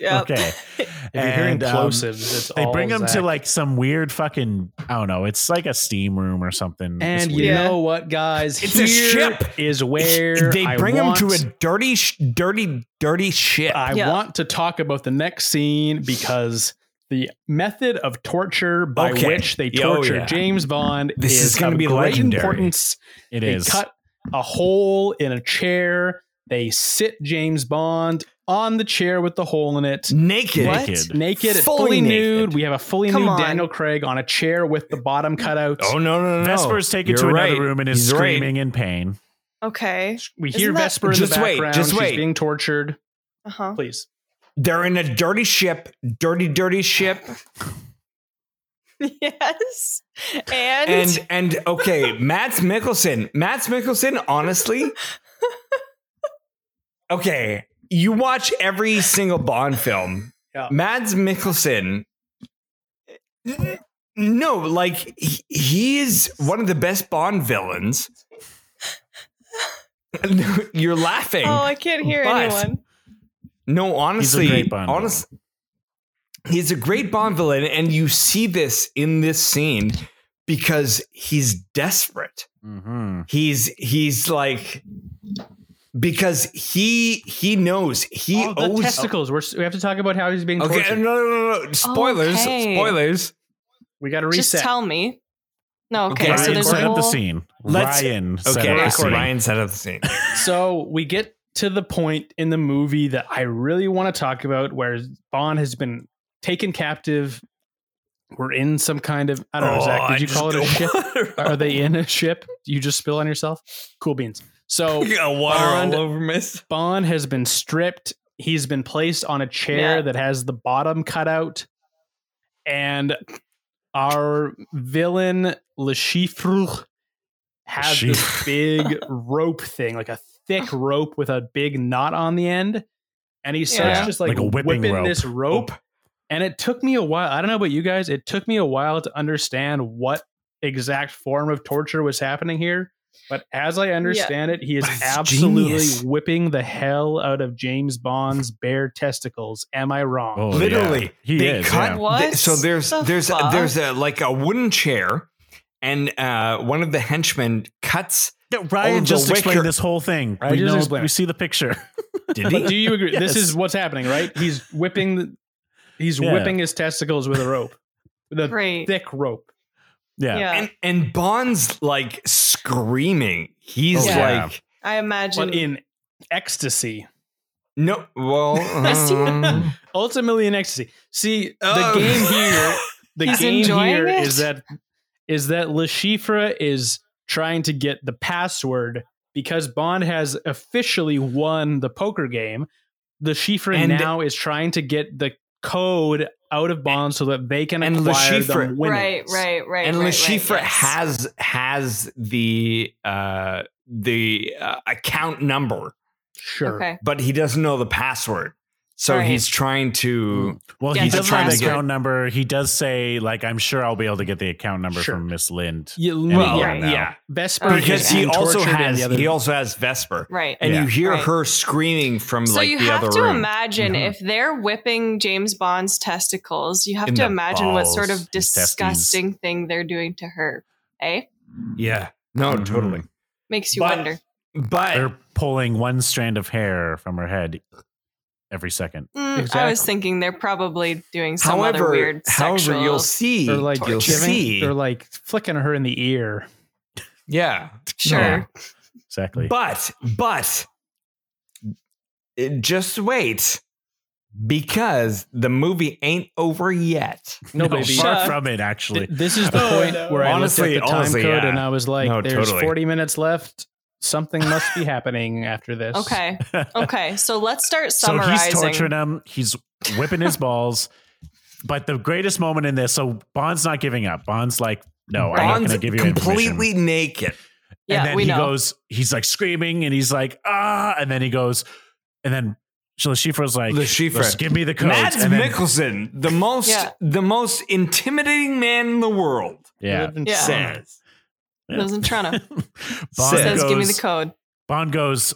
Speaker 3: Yep. [laughs]
Speaker 2: okay.
Speaker 4: If you're hearing
Speaker 2: And, um,
Speaker 4: plosives, it's
Speaker 2: they
Speaker 4: all
Speaker 2: bring him to
Speaker 4: Zach.
Speaker 2: like some weird fucking I don't know. It's like a steam room or something.
Speaker 4: And
Speaker 2: It's
Speaker 4: you
Speaker 2: weird.
Speaker 3: Yeah.
Speaker 4: know what, guys?
Speaker 1: It's a
Speaker 4: Here
Speaker 1: ship.
Speaker 4: Is where
Speaker 1: they
Speaker 4: I
Speaker 1: bring
Speaker 4: want-
Speaker 1: him to a dirty, sh- dirty, dirty ship.
Speaker 4: I
Speaker 3: Yeah.
Speaker 4: want to talk about the next scene because the method of torture by
Speaker 1: Okay.
Speaker 4: which they
Speaker 1: Oh,
Speaker 4: torture
Speaker 1: yeah.
Speaker 4: James Bond
Speaker 1: This is
Speaker 4: going
Speaker 1: gonna
Speaker 4: to
Speaker 1: be
Speaker 4: great
Speaker 1: legendary.
Speaker 4: importance.
Speaker 2: it
Speaker 4: they
Speaker 2: is.
Speaker 4: cut a hole in a chair. They sit James Bond on the chair with the hole in it.
Speaker 1: naked.
Speaker 3: What?
Speaker 2: Naked.
Speaker 4: Naked, fully,
Speaker 1: Fully
Speaker 4: nude.
Speaker 1: naked.
Speaker 4: We have a fully
Speaker 3: Come
Speaker 4: nude
Speaker 3: on.
Speaker 4: Daniel Craig on a chair with the bottom cut out.
Speaker 1: Oh, no, no, no.
Speaker 2: Vesper's taken
Speaker 1: You're
Speaker 2: to another
Speaker 1: right.
Speaker 2: room and is
Speaker 1: He's right.
Speaker 2: screaming in pain.
Speaker 3: Okay.
Speaker 4: We
Speaker 3: Isn't
Speaker 4: hear
Speaker 3: that-
Speaker 4: Vesper in
Speaker 1: Just
Speaker 4: the
Speaker 1: wait,
Speaker 4: background.
Speaker 1: just
Speaker 4: She's
Speaker 1: wait.
Speaker 4: being tortured.
Speaker 3: Uh huh.
Speaker 4: Please.
Speaker 1: They're in a dirty ship, dirty, dirty ship.
Speaker 3: [laughs] yes. [laughs] And,
Speaker 1: And and
Speaker 3: [laughs]
Speaker 1: okay, Mads Mikkelsen. Mads Mikkelsen, honestly. Okay. You watch every single Bond film.
Speaker 4: Yeah.
Speaker 1: Mads Mikkelsen. n- No, like he, he is one of the best Bond villains. [laughs] You're laughing.
Speaker 3: oh, I can't hear
Speaker 1: But-
Speaker 3: anyone.
Speaker 1: No, honestly,
Speaker 2: great Bond villain.
Speaker 1: honest, he's a great Bond villain, and you see this in this scene because he's desperate.
Speaker 2: Mm-hmm.
Speaker 1: He's he's like because he he knows he
Speaker 4: Oh, the
Speaker 1: owes.
Speaker 4: testicles. We're, s- we have to talk about how he's being
Speaker 1: Okay, no,
Speaker 4: tortured.
Speaker 1: no, no, no, spoilers,
Speaker 3: Okay.
Speaker 1: spoilers.
Speaker 4: We got to
Speaker 3: Just
Speaker 4: reset.
Speaker 3: tell me. No. Okay.
Speaker 1: Okay,
Speaker 3: so
Speaker 2: Ryan
Speaker 3: there's
Speaker 2: set
Speaker 3: a
Speaker 2: up the
Speaker 3: whole.
Speaker 2: scene.
Speaker 1: Let's-
Speaker 2: Ryan set
Speaker 1: Okay,
Speaker 2: up the
Speaker 4: Ryan-
Speaker 2: scene.
Speaker 1: Ryan set up the scene.
Speaker 4: so we get to the point in the movie that I really want to talk about where Bond has been taken captive. We're in some kind of, I don't know,
Speaker 1: Oh,
Speaker 4: Zach, did you call it
Speaker 1: [laughs]
Speaker 4: a ship? Are they in a ship? You just spill on yourself? Cool beans. So
Speaker 1: [laughs] got water
Speaker 4: Bond-
Speaker 1: all over me. It's
Speaker 4: Bond has been stripped. He's been placed on a chair
Speaker 3: Yeah.
Speaker 4: that has the bottom cut out. And our villain, Le Chiffre, has
Speaker 2: Le
Speaker 4: this big rope thing, like a thick rope with a big knot on the end. And he starts
Speaker 3: Yeah.
Speaker 4: just like,
Speaker 2: Like a whipping
Speaker 4: whipping
Speaker 2: rope.
Speaker 4: this rope. And it took me a while. I don't know about you guys. It took me a while to understand what exact form of torture was happening here. But as I understand it, he is
Speaker 1: But it's
Speaker 4: absolutely
Speaker 1: genius.
Speaker 4: whipping the hell out of James Bond's bare testicles. Am I wrong?
Speaker 2: Oh,
Speaker 1: Literally,
Speaker 2: yeah. he
Speaker 1: they
Speaker 2: is.
Speaker 1: cut.
Speaker 2: yeah.
Speaker 3: What
Speaker 1: th- so there's
Speaker 3: the
Speaker 1: there's
Speaker 3: fuck?
Speaker 1: there's a like a wooden chair, and uh, one of the henchmen cuts.
Speaker 2: Ryan
Speaker 1: the
Speaker 2: just explained
Speaker 1: wicker-
Speaker 2: this whole thing.
Speaker 4: Ryan
Speaker 2: we,
Speaker 4: just
Speaker 2: know-
Speaker 4: explained
Speaker 2: we
Speaker 4: it.
Speaker 2: see the picture.
Speaker 1: Did
Speaker 4: But [laughs] do you agree? This
Speaker 2: Yes.
Speaker 4: is what's happening, right? He's whipping the, he's
Speaker 2: Yeah.
Speaker 4: whipping his testicles with a rope. With a
Speaker 3: Great.
Speaker 4: thick rope.
Speaker 2: [laughs] Yeah.
Speaker 3: Yeah.
Speaker 1: And and Bond's like screaming. He's
Speaker 3: Oh, yeah.
Speaker 1: like,
Speaker 3: I imagine. [laughs]
Speaker 4: But in ecstasy.
Speaker 1: no, well, uh,
Speaker 2: Um,
Speaker 4: Ultimately in ecstasy. See,
Speaker 1: Oh.
Speaker 4: the game
Speaker 1: [laughs]
Speaker 4: here the
Speaker 3: He's
Speaker 4: game
Speaker 3: enjoying
Speaker 4: here is
Speaker 3: it?
Speaker 4: that is that Le Chiffre is trying to get the password because Bond has officially won the poker game. The Chiffre
Speaker 1: And-
Speaker 4: now is trying to get the code out of Bond so that they can
Speaker 1: And Le
Speaker 4: acquire
Speaker 1: Chiffre-
Speaker 4: the
Speaker 3: [laughs] right.
Speaker 4: winnings.
Speaker 3: Right. Right.
Speaker 1: and
Speaker 3: right,
Speaker 1: Le
Speaker 3: right,
Speaker 1: Chiffre
Speaker 3: yes.
Speaker 1: has has the uh, the uh, account number,
Speaker 4: Sure.
Speaker 3: Okay.
Speaker 1: but he doesn't know the password. So
Speaker 3: Right. Mm.
Speaker 1: he's trying to.
Speaker 2: [laughs] Well,
Speaker 3: Yeah,
Speaker 2: he
Speaker 3: it's a
Speaker 2: does have the
Speaker 1: transcript.
Speaker 2: account number. He does say, like, I'm sure I'll be able to get the account number
Speaker 4: Sure.
Speaker 2: from Miss Lind.
Speaker 4: You,
Speaker 1: Well,
Speaker 4: yeah.
Speaker 2: right now.
Speaker 1: yeah,
Speaker 4: Vesper
Speaker 3: Okay.
Speaker 1: because
Speaker 4: is
Speaker 1: he
Speaker 4: being
Speaker 1: also
Speaker 4: tortured in
Speaker 1: has
Speaker 4: the other
Speaker 1: he also has Vesper,
Speaker 3: Right.
Speaker 1: and
Speaker 2: Yeah.
Speaker 1: you hear
Speaker 3: Right.
Speaker 1: her screaming from
Speaker 3: so
Speaker 1: like
Speaker 3: you
Speaker 1: the
Speaker 3: have
Speaker 1: other
Speaker 3: to
Speaker 1: room.
Speaker 3: imagine
Speaker 2: Mhm.
Speaker 3: if they're whipping James Bond's testicles, you have
Speaker 1: In
Speaker 3: to
Speaker 1: the
Speaker 3: imagine what sort
Speaker 2: balls,
Speaker 3: of
Speaker 2: his testes.
Speaker 3: disgusting thing they're doing to her. Eh?
Speaker 1: yeah, no,
Speaker 2: Mhm.
Speaker 1: totally.
Speaker 3: Makes you
Speaker 1: But-
Speaker 3: wonder.
Speaker 1: But
Speaker 2: They're pulling one strand of hair from her head every second.
Speaker 3: Mm, I
Speaker 4: Exactly.
Speaker 3: was thinking they're probably doing some
Speaker 1: however,
Speaker 3: other weird
Speaker 1: however,
Speaker 3: sexual.
Speaker 1: you'll see,
Speaker 4: They're like
Speaker 1: you'll
Speaker 4: giving,
Speaker 1: see,
Speaker 4: they're like flicking her in the ear.
Speaker 1: yeah.
Speaker 3: [laughs] sure.
Speaker 2: Yeah, exactly.
Speaker 1: But but uh, just wait because the movie ain't over yet.
Speaker 2: [laughs]
Speaker 4: No,
Speaker 2: no,
Speaker 4: baby.
Speaker 2: far
Speaker 3: Sure.
Speaker 2: from it, actually.
Speaker 4: Th- this is the
Speaker 2: Oh,
Speaker 4: point
Speaker 2: no.
Speaker 4: where I
Speaker 1: Honestly,
Speaker 4: honestly, looked at the time
Speaker 1: honestly,
Speaker 4: code
Speaker 1: yeah.
Speaker 4: and I was like,
Speaker 1: No,
Speaker 4: "There's
Speaker 1: totally.
Speaker 4: 40 minutes left. Something must be happening after this."
Speaker 3: Okay. Okay. So let's
Speaker 2: [laughs]
Speaker 3: start
Speaker 2: so he's
Speaker 3: summarizing.
Speaker 2: torturing him. He's whipping
Speaker 3: [laughs]
Speaker 2: his balls. But the greatest moment in this, so Bond's not giving up. Bond's like, no, I'm not going
Speaker 1: Bond's
Speaker 2: to give you information.
Speaker 1: completely naked.
Speaker 2: and
Speaker 3: yeah,
Speaker 2: then
Speaker 3: we
Speaker 2: he
Speaker 3: know.
Speaker 2: goes, he's like screaming and he's like, ah, and then he goes, and then Lashifra's like,
Speaker 1: Le Chiffre.
Speaker 2: "Let's give me the code.
Speaker 1: Mads
Speaker 2: and then,
Speaker 1: Mikkelsen, the most
Speaker 3: Yeah.
Speaker 1: the most intimidating man in the world,
Speaker 2: yeah.
Speaker 4: Lived in
Speaker 3: Yeah.
Speaker 4: China.
Speaker 1: says.
Speaker 3: Lives
Speaker 2: [laughs]
Speaker 3: in Toronto.
Speaker 2: Bond
Speaker 1: Says,
Speaker 3: Says,
Speaker 2: goes,
Speaker 3: "Give me the code
Speaker 2: Bond goes,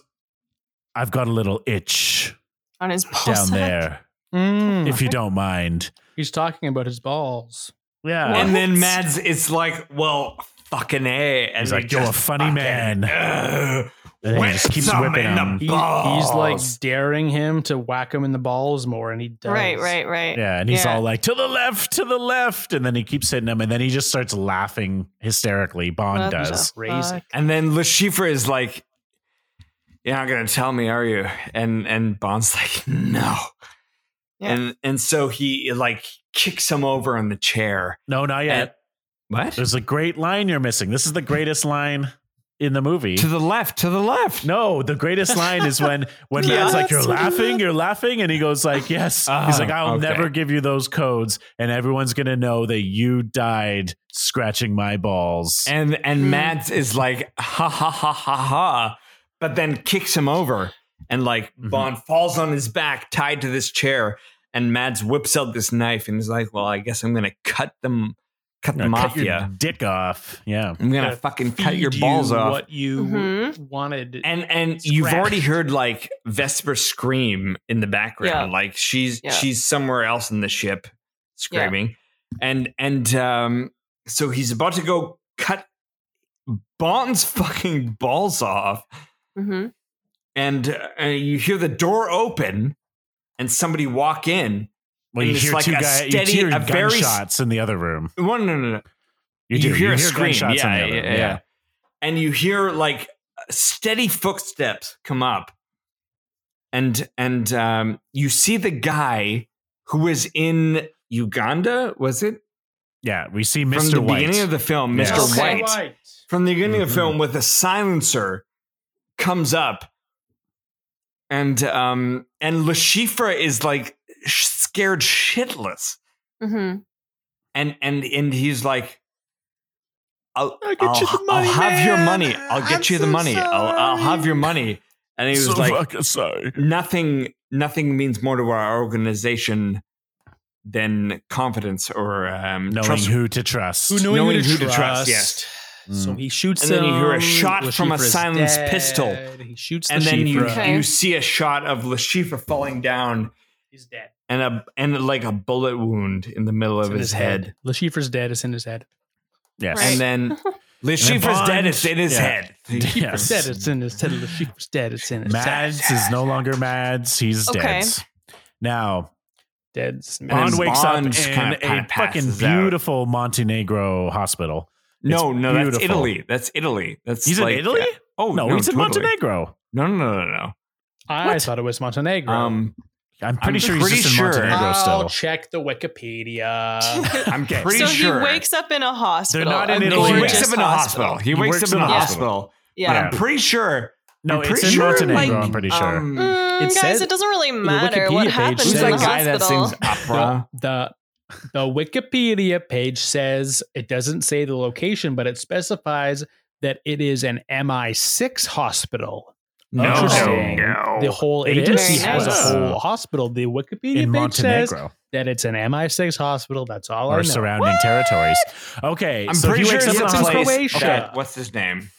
Speaker 2: I've got a little itch
Speaker 3: on his balls."
Speaker 2: down there,
Speaker 4: Mm.
Speaker 2: if you don't mind.
Speaker 4: he's talking about his balls.
Speaker 2: Yeah.
Speaker 3: What?
Speaker 1: And then Mads, it's like, well, fucking a. And
Speaker 2: He's
Speaker 1: he
Speaker 2: like, "You're a
Speaker 1: just
Speaker 2: funny
Speaker 1: fucking, [laughs]
Speaker 2: man."
Speaker 1: uh,
Speaker 2: And then he just
Speaker 1: whips
Speaker 2: keeps
Speaker 1: him
Speaker 2: whipping
Speaker 1: in the
Speaker 2: him.
Speaker 4: He- he's like
Speaker 1: balls.
Speaker 4: daring him to whack him in the balls more, and he does.
Speaker 3: Right. Right. Right.
Speaker 2: Yeah. And he's all like, to the left, to the left. And then he keeps hitting him. And then he just starts laughing hysterically. Bond
Speaker 3: What the
Speaker 2: does.
Speaker 4: Crazy.
Speaker 3: fuck?
Speaker 1: And then Le Chiffre is like, You're not gonna tell me, are you? And and Bond's like, No.
Speaker 3: Yeah.
Speaker 1: And and so he like kicks him over on the chair.
Speaker 2: No, not yet.
Speaker 1: And- What?
Speaker 2: There's a great line you're missing. This is the greatest line in the movie.
Speaker 1: To the left, to the left.
Speaker 2: No, the greatest line
Speaker 1: [laughs]
Speaker 2: is when when
Speaker 3: Yeah,
Speaker 2: Matt's like, "You're
Speaker 3: that's what it
Speaker 2: laughing, you're laughing," and he goes like, "Yes."
Speaker 1: Ah,
Speaker 2: He's like, "I'll
Speaker 1: okay.
Speaker 2: never give you those codes, and everyone's gonna know that you died scratching my balls."
Speaker 1: And and
Speaker 3: Hmm.
Speaker 1: Mads is like ha ha ha ha ha, but then kicks him over, and like
Speaker 2: Mhm.
Speaker 1: Bond falls on his back, tied to this chair, and Mads whips out this knife and is like, "Well, I guess I'm gonna cut them, cut the
Speaker 2: Gonna cut your
Speaker 1: mafia.
Speaker 2: dick off. Yeah.
Speaker 1: I'm gonna
Speaker 4: Gotta
Speaker 1: fucking cut
Speaker 4: Feed
Speaker 1: your balls
Speaker 4: you
Speaker 1: off."
Speaker 4: What you
Speaker 3: Mhm.
Speaker 4: wanted.
Speaker 1: and and you've
Speaker 4: Scratched.
Speaker 1: already heard like Vesper scream in the background,
Speaker 3: Yeah.
Speaker 1: like she's
Speaker 3: Yeah.
Speaker 1: she's somewhere else in the ship screaming, and and um, so he's about to go cut Bond's fucking balls off,
Speaker 3: hmm
Speaker 1: and uh, you hear the door open and somebody walk in.
Speaker 2: Well,
Speaker 1: And
Speaker 2: you
Speaker 1: it's
Speaker 2: hear
Speaker 1: like
Speaker 2: two
Speaker 1: a
Speaker 2: guys. You
Speaker 1: steady-
Speaker 2: hear
Speaker 1: a very s-
Speaker 2: gunshots in the other room.
Speaker 1: No, no, no, no.
Speaker 2: You do. You hear,
Speaker 1: a scream.
Speaker 2: gunshots
Speaker 1: Yeah,
Speaker 2: in the
Speaker 1: yeah,
Speaker 2: other room.
Speaker 1: yeah, and you hear like steady footsteps come up and and um, you see the guy who was in uganda was it
Speaker 2: Yeah, we see
Speaker 1: from
Speaker 2: Mr.
Speaker 1: the
Speaker 2: White.
Speaker 1: beginning of the film
Speaker 2: Yeah.
Speaker 1: mr
Speaker 3: Okay.
Speaker 1: white from the beginning of the
Speaker 2: Mhm.
Speaker 1: film with a silencer comes up and um and lashifra is like sh- scared shitless
Speaker 3: hmm
Speaker 1: and and and he's like I'll,
Speaker 4: I'll get you the money,
Speaker 1: I'll have your
Speaker 4: man.
Speaker 1: money. I'll get
Speaker 4: I'm
Speaker 1: you the
Speaker 4: so
Speaker 1: money. I'll, I'll have
Speaker 4: sorry."
Speaker 1: your money. And he was
Speaker 2: [laughs] So
Speaker 1: like,
Speaker 2: fucking sorry.
Speaker 1: nothing, nothing means more to our organization than confidence or um,
Speaker 2: Knowing
Speaker 1: trust.
Speaker 2: who to trust. Mm.
Speaker 4: Who knowing,
Speaker 1: Knowing
Speaker 4: who, to trust.
Speaker 1: yes. Mm.
Speaker 4: So he shoots
Speaker 1: And then you hear a
Speaker 4: him.
Speaker 1: shot from a
Speaker 4: Lashifra's
Speaker 1: silenced pistol.
Speaker 4: He shoots
Speaker 1: and
Speaker 4: the
Speaker 1: then you,
Speaker 4: Shifra.
Speaker 3: Okay.
Speaker 1: you see a shot of Lashifa falling down
Speaker 4: He's dead.
Speaker 1: and a and like a bullet wound in the middle
Speaker 4: It's
Speaker 1: of
Speaker 4: in
Speaker 1: his, head.
Speaker 4: Lashifra's dead. It's in his head.
Speaker 2: Yes.
Speaker 3: Right.
Speaker 1: And
Speaker 3: [laughs]
Speaker 1: then
Speaker 2: And then
Speaker 1: Lashifa's
Speaker 2: Bond-
Speaker 1: dead. It's in his
Speaker 2: Yeah.
Speaker 1: head.
Speaker 2: Yes.
Speaker 4: Dead. It's in his head. Lashifra's dead. It's in his head.
Speaker 2: Mads is no longer Mads. He's
Speaker 3: Okay.
Speaker 2: dead. Now,
Speaker 4: Dead.
Speaker 1: And
Speaker 2: Bond
Speaker 1: then
Speaker 2: wakes
Speaker 1: Bond just
Speaker 2: up in
Speaker 1: kinda-
Speaker 2: a
Speaker 1: kinda
Speaker 2: fucking
Speaker 1: passes out.
Speaker 2: beautiful Montenegro hospital.
Speaker 1: No,
Speaker 2: It's
Speaker 1: no, that's
Speaker 2: beautiful.
Speaker 1: Italy. That's Italy. That's
Speaker 2: He's
Speaker 1: like,
Speaker 2: in Italy?
Speaker 1: Oh
Speaker 2: no, he's in
Speaker 1: totally.
Speaker 2: Montenegro.
Speaker 1: No, no, no, no,
Speaker 4: I thought it was
Speaker 1: no.
Speaker 4: Montenegro.
Speaker 1: Um,
Speaker 2: I'm pretty
Speaker 1: I'm
Speaker 2: sure he's
Speaker 1: pretty
Speaker 2: just
Speaker 1: sure.
Speaker 2: in Montenegro still.
Speaker 4: I'll check
Speaker 2: [laughs]
Speaker 4: the Wikipedia.
Speaker 1: I'm
Speaker 2: Okay.
Speaker 1: pretty
Speaker 3: so
Speaker 1: sure.
Speaker 3: he wakes up in a hospital.
Speaker 2: not in
Speaker 3: a
Speaker 2: Italy.
Speaker 1: he
Speaker 3: gorgeous
Speaker 1: wakes up in a hospital. He wakes, up in a hospital.
Speaker 3: Yeah.
Speaker 2: Yeah.
Speaker 1: But I'm pretty sure.
Speaker 2: No,
Speaker 1: I'm
Speaker 2: it's
Speaker 1: pretty
Speaker 2: in
Speaker 1: sure,
Speaker 2: Montenegro,
Speaker 1: like,
Speaker 2: I'm pretty sure.
Speaker 1: um,
Speaker 3: Mm,
Speaker 4: It
Speaker 3: guys,
Speaker 4: says-
Speaker 3: it doesn't really matter
Speaker 4: Wikipedia
Speaker 3: what
Speaker 4: page
Speaker 3: happens
Speaker 1: who's
Speaker 4: says-
Speaker 1: that
Speaker 3: in the
Speaker 4: Who's
Speaker 1: guy that
Speaker 3: hospital.
Speaker 1: sings
Speaker 4: the,
Speaker 1: opera?
Speaker 4: the the Wikipedia page says it doesn't say the location, but it specifies that it is an MI6 hospital.
Speaker 2: No,
Speaker 4: Interesting.
Speaker 1: no.
Speaker 2: Oh,
Speaker 4: The whole
Speaker 2: It is?
Speaker 4: agency has a
Speaker 2: Yeah.
Speaker 4: whole hospital. The Wikipedia
Speaker 2: in
Speaker 4: page says
Speaker 2: Montenegro
Speaker 4: that it's an MI6 hospital. That's all I know.
Speaker 2: or surrounding territories. Okay.
Speaker 1: I'm
Speaker 2: so
Speaker 1: pretty
Speaker 2: he
Speaker 1: sure
Speaker 2: wakes
Speaker 1: it's
Speaker 2: up in a
Speaker 4: in
Speaker 2: hospital.
Speaker 1: place.
Speaker 4: Croatia.
Speaker 1: That, what's his name?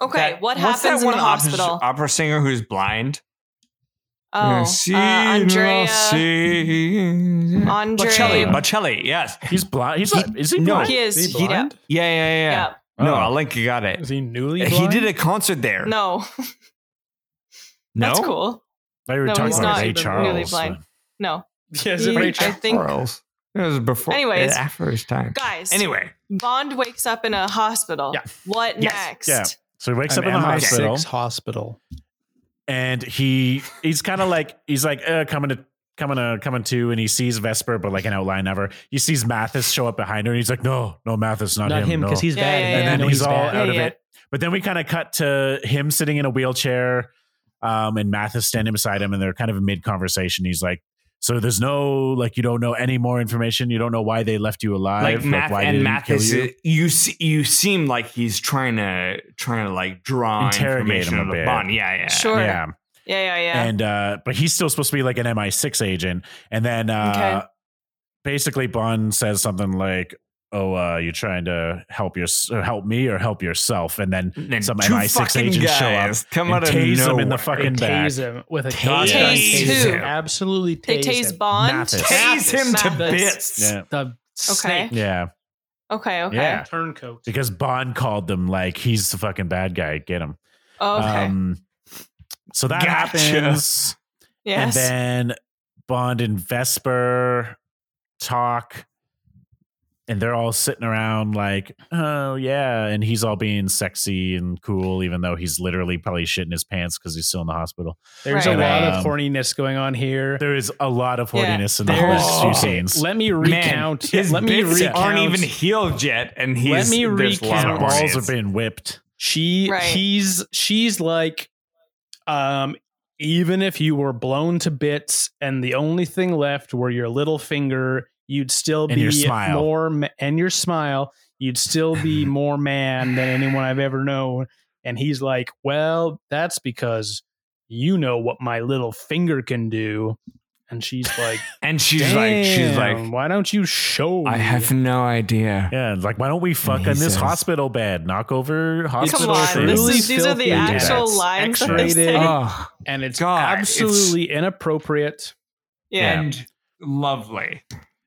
Speaker 3: Okay,
Speaker 1: That-
Speaker 3: what
Speaker 1: what's that
Speaker 3: happens in
Speaker 1: one Uh,
Speaker 3: the
Speaker 1: opera-
Speaker 3: hospital?
Speaker 1: Opera singer who's blind.
Speaker 3: Oh, uh, Andrea,
Speaker 1: Andrea.
Speaker 3: Andrea,
Speaker 1: Bocelli. Bocelli. Yes.
Speaker 2: [laughs] He's blind. He's
Speaker 1: He-
Speaker 2: not. Is he
Speaker 1: no.
Speaker 2: blind?
Speaker 3: He is.
Speaker 4: Is he
Speaker 3: yeah,
Speaker 4: blind?
Speaker 1: Yeah, yeah, yeah. yeah.
Speaker 3: yeah.
Speaker 1: No,
Speaker 2: Oh.
Speaker 1: I think you got
Speaker 4: Is
Speaker 1: it.
Speaker 4: he newly?
Speaker 1: He
Speaker 4: blind?
Speaker 1: did a concert there.
Speaker 3: No, [laughs]
Speaker 1: no?
Speaker 3: that's cool.
Speaker 2: I were
Speaker 3: No,
Speaker 2: talking
Speaker 4: he's
Speaker 2: about
Speaker 4: not
Speaker 2: Ray
Speaker 4: really
Speaker 2: Charles.
Speaker 3: blind. No.
Speaker 4: Yeah, is it
Speaker 3: He-
Speaker 4: Rachel?
Speaker 3: I think
Speaker 1: Or else. It was before.
Speaker 3: Anyways.
Speaker 1: after his time.
Speaker 3: guys.
Speaker 1: Anyway,
Speaker 3: Bond wakes up in a hospital.
Speaker 4: Yeah.
Speaker 3: What
Speaker 1: Yes.
Speaker 3: next?
Speaker 2: Yeah. So he wakes
Speaker 4: An
Speaker 2: up in the
Speaker 4: MI6
Speaker 2: hospital
Speaker 4: hospital.
Speaker 2: and he he's kind of like he's like uh, coming to coming to coming to and he sees Vesper but like an outline of her. He sees Mathis show up behind her and he's like, no, no, Mathis, not,
Speaker 4: Not him
Speaker 2: no.
Speaker 4: because he's
Speaker 3: Yeah,
Speaker 4: bad.
Speaker 3: yeah,
Speaker 4: You
Speaker 2: and then
Speaker 4: know
Speaker 2: he's, all
Speaker 4: bad.
Speaker 2: out of
Speaker 3: Yeah,
Speaker 2: it. But then we kind of cut to him sitting in a wheelchair, um, and Mathis standing beside him, and they're kind of mid conversation. He's like, "So there's no like you don't know any more information. You don't know why they left you alive.
Speaker 1: like Math
Speaker 2: why
Speaker 1: and
Speaker 2: didn't
Speaker 1: Math
Speaker 2: kill
Speaker 1: is
Speaker 2: you?"
Speaker 1: you? se- you seem like he's trying to trying to like draw
Speaker 2: Interrogate
Speaker 1: information
Speaker 2: him a
Speaker 1: out of
Speaker 2: bit.
Speaker 1: Bond. Yeah, yeah.
Speaker 3: Sure.
Speaker 2: Yeah,
Speaker 3: Yeah, yeah, yeah.
Speaker 2: and uh, but he's still supposed to be like an MI6 agent, and then uh,
Speaker 3: Okay.
Speaker 2: basically Bond says something like. Oh, uh, you're trying to help your or help me or help yourself,
Speaker 1: [laughs]
Speaker 2: and then
Speaker 1: And then
Speaker 2: Some
Speaker 1: two
Speaker 2: MI6
Speaker 1: fucking
Speaker 2: agents show up
Speaker 1: guys come
Speaker 2: and
Speaker 1: out of
Speaker 2: tase him in the
Speaker 1: nowhere.
Speaker 2: fucking
Speaker 4: they
Speaker 2: back.
Speaker 4: tase him with a
Speaker 1: Tase
Speaker 4: shotgun.
Speaker 1: who?
Speaker 4: Tase him. Absolutely
Speaker 3: they
Speaker 4: tase,
Speaker 3: tase
Speaker 4: him.
Speaker 3: Bond.
Speaker 2: Mathis.
Speaker 1: Tase him to
Speaker 3: Mathis.
Speaker 1: bits.
Speaker 2: yeah,
Speaker 4: The snake
Speaker 2: yeah,
Speaker 3: Okay, okay.
Speaker 2: yeah.
Speaker 4: turncoat.
Speaker 2: because Bond called them like he's the fucking bad guy. Get him.
Speaker 3: Oh, okay.
Speaker 2: Um, so that
Speaker 1: Gotcha.
Speaker 2: happens,
Speaker 3: yes.
Speaker 2: and then Bond and Vesper talk, and they're all sitting around like, "Oh yeah," and he's all being sexy and cool, even though he's literally probably shitting his pants because he's still in the hospital.
Speaker 4: There's
Speaker 3: Right.
Speaker 4: a lot
Speaker 2: Um,
Speaker 4: of horniness going on here.
Speaker 2: There is a lot of
Speaker 3: Yeah.
Speaker 2: horniness in the
Speaker 4: There's-
Speaker 2: whole few
Speaker 1: Oh.
Speaker 2: scenes.
Speaker 4: Let me
Speaker 1: Man,
Speaker 4: recount.
Speaker 1: his
Speaker 4: let me
Speaker 1: bits
Speaker 4: recount.
Speaker 1: aren't even healed yet, and he's
Speaker 4: me
Speaker 1: there's a lot
Speaker 2: His
Speaker 1: of
Speaker 4: recount.
Speaker 2: balls
Speaker 1: horniness.
Speaker 2: are being whipped.
Speaker 4: She
Speaker 3: Right.
Speaker 4: he's she's like um even if you were blown to bits and the only thing left were your little finger, you'd still
Speaker 2: And
Speaker 4: be
Speaker 2: your smile.
Speaker 4: more ma- and your smile, you'd still
Speaker 1: [laughs]
Speaker 4: be more man than anyone I've ever known. And he's like, "Well, that's because you know what my little finger can do." And she's like,
Speaker 1: And [laughs] she's like, she's
Speaker 4: "Damn,
Speaker 1: like,
Speaker 4: why don't you show
Speaker 1: I
Speaker 4: me?"
Speaker 1: have no idea.
Speaker 2: Yeah, like why don't we fuck
Speaker 1: he
Speaker 2: on this
Speaker 1: says-
Speaker 2: hospital bed? Knock over
Speaker 3: Come
Speaker 2: hospital.
Speaker 3: on,
Speaker 2: shit.
Speaker 3: this
Speaker 4: really
Speaker 3: is, these are the
Speaker 4: filthy.
Speaker 3: actual
Speaker 2: Yeah.
Speaker 3: lines that they
Speaker 4: X-rated.
Speaker 3: say.
Speaker 4: Oh,
Speaker 1: Oh,
Speaker 4: and it's
Speaker 1: God, it's-
Speaker 4: absolutely inappropriate.
Speaker 3: yeah.
Speaker 1: and lovely.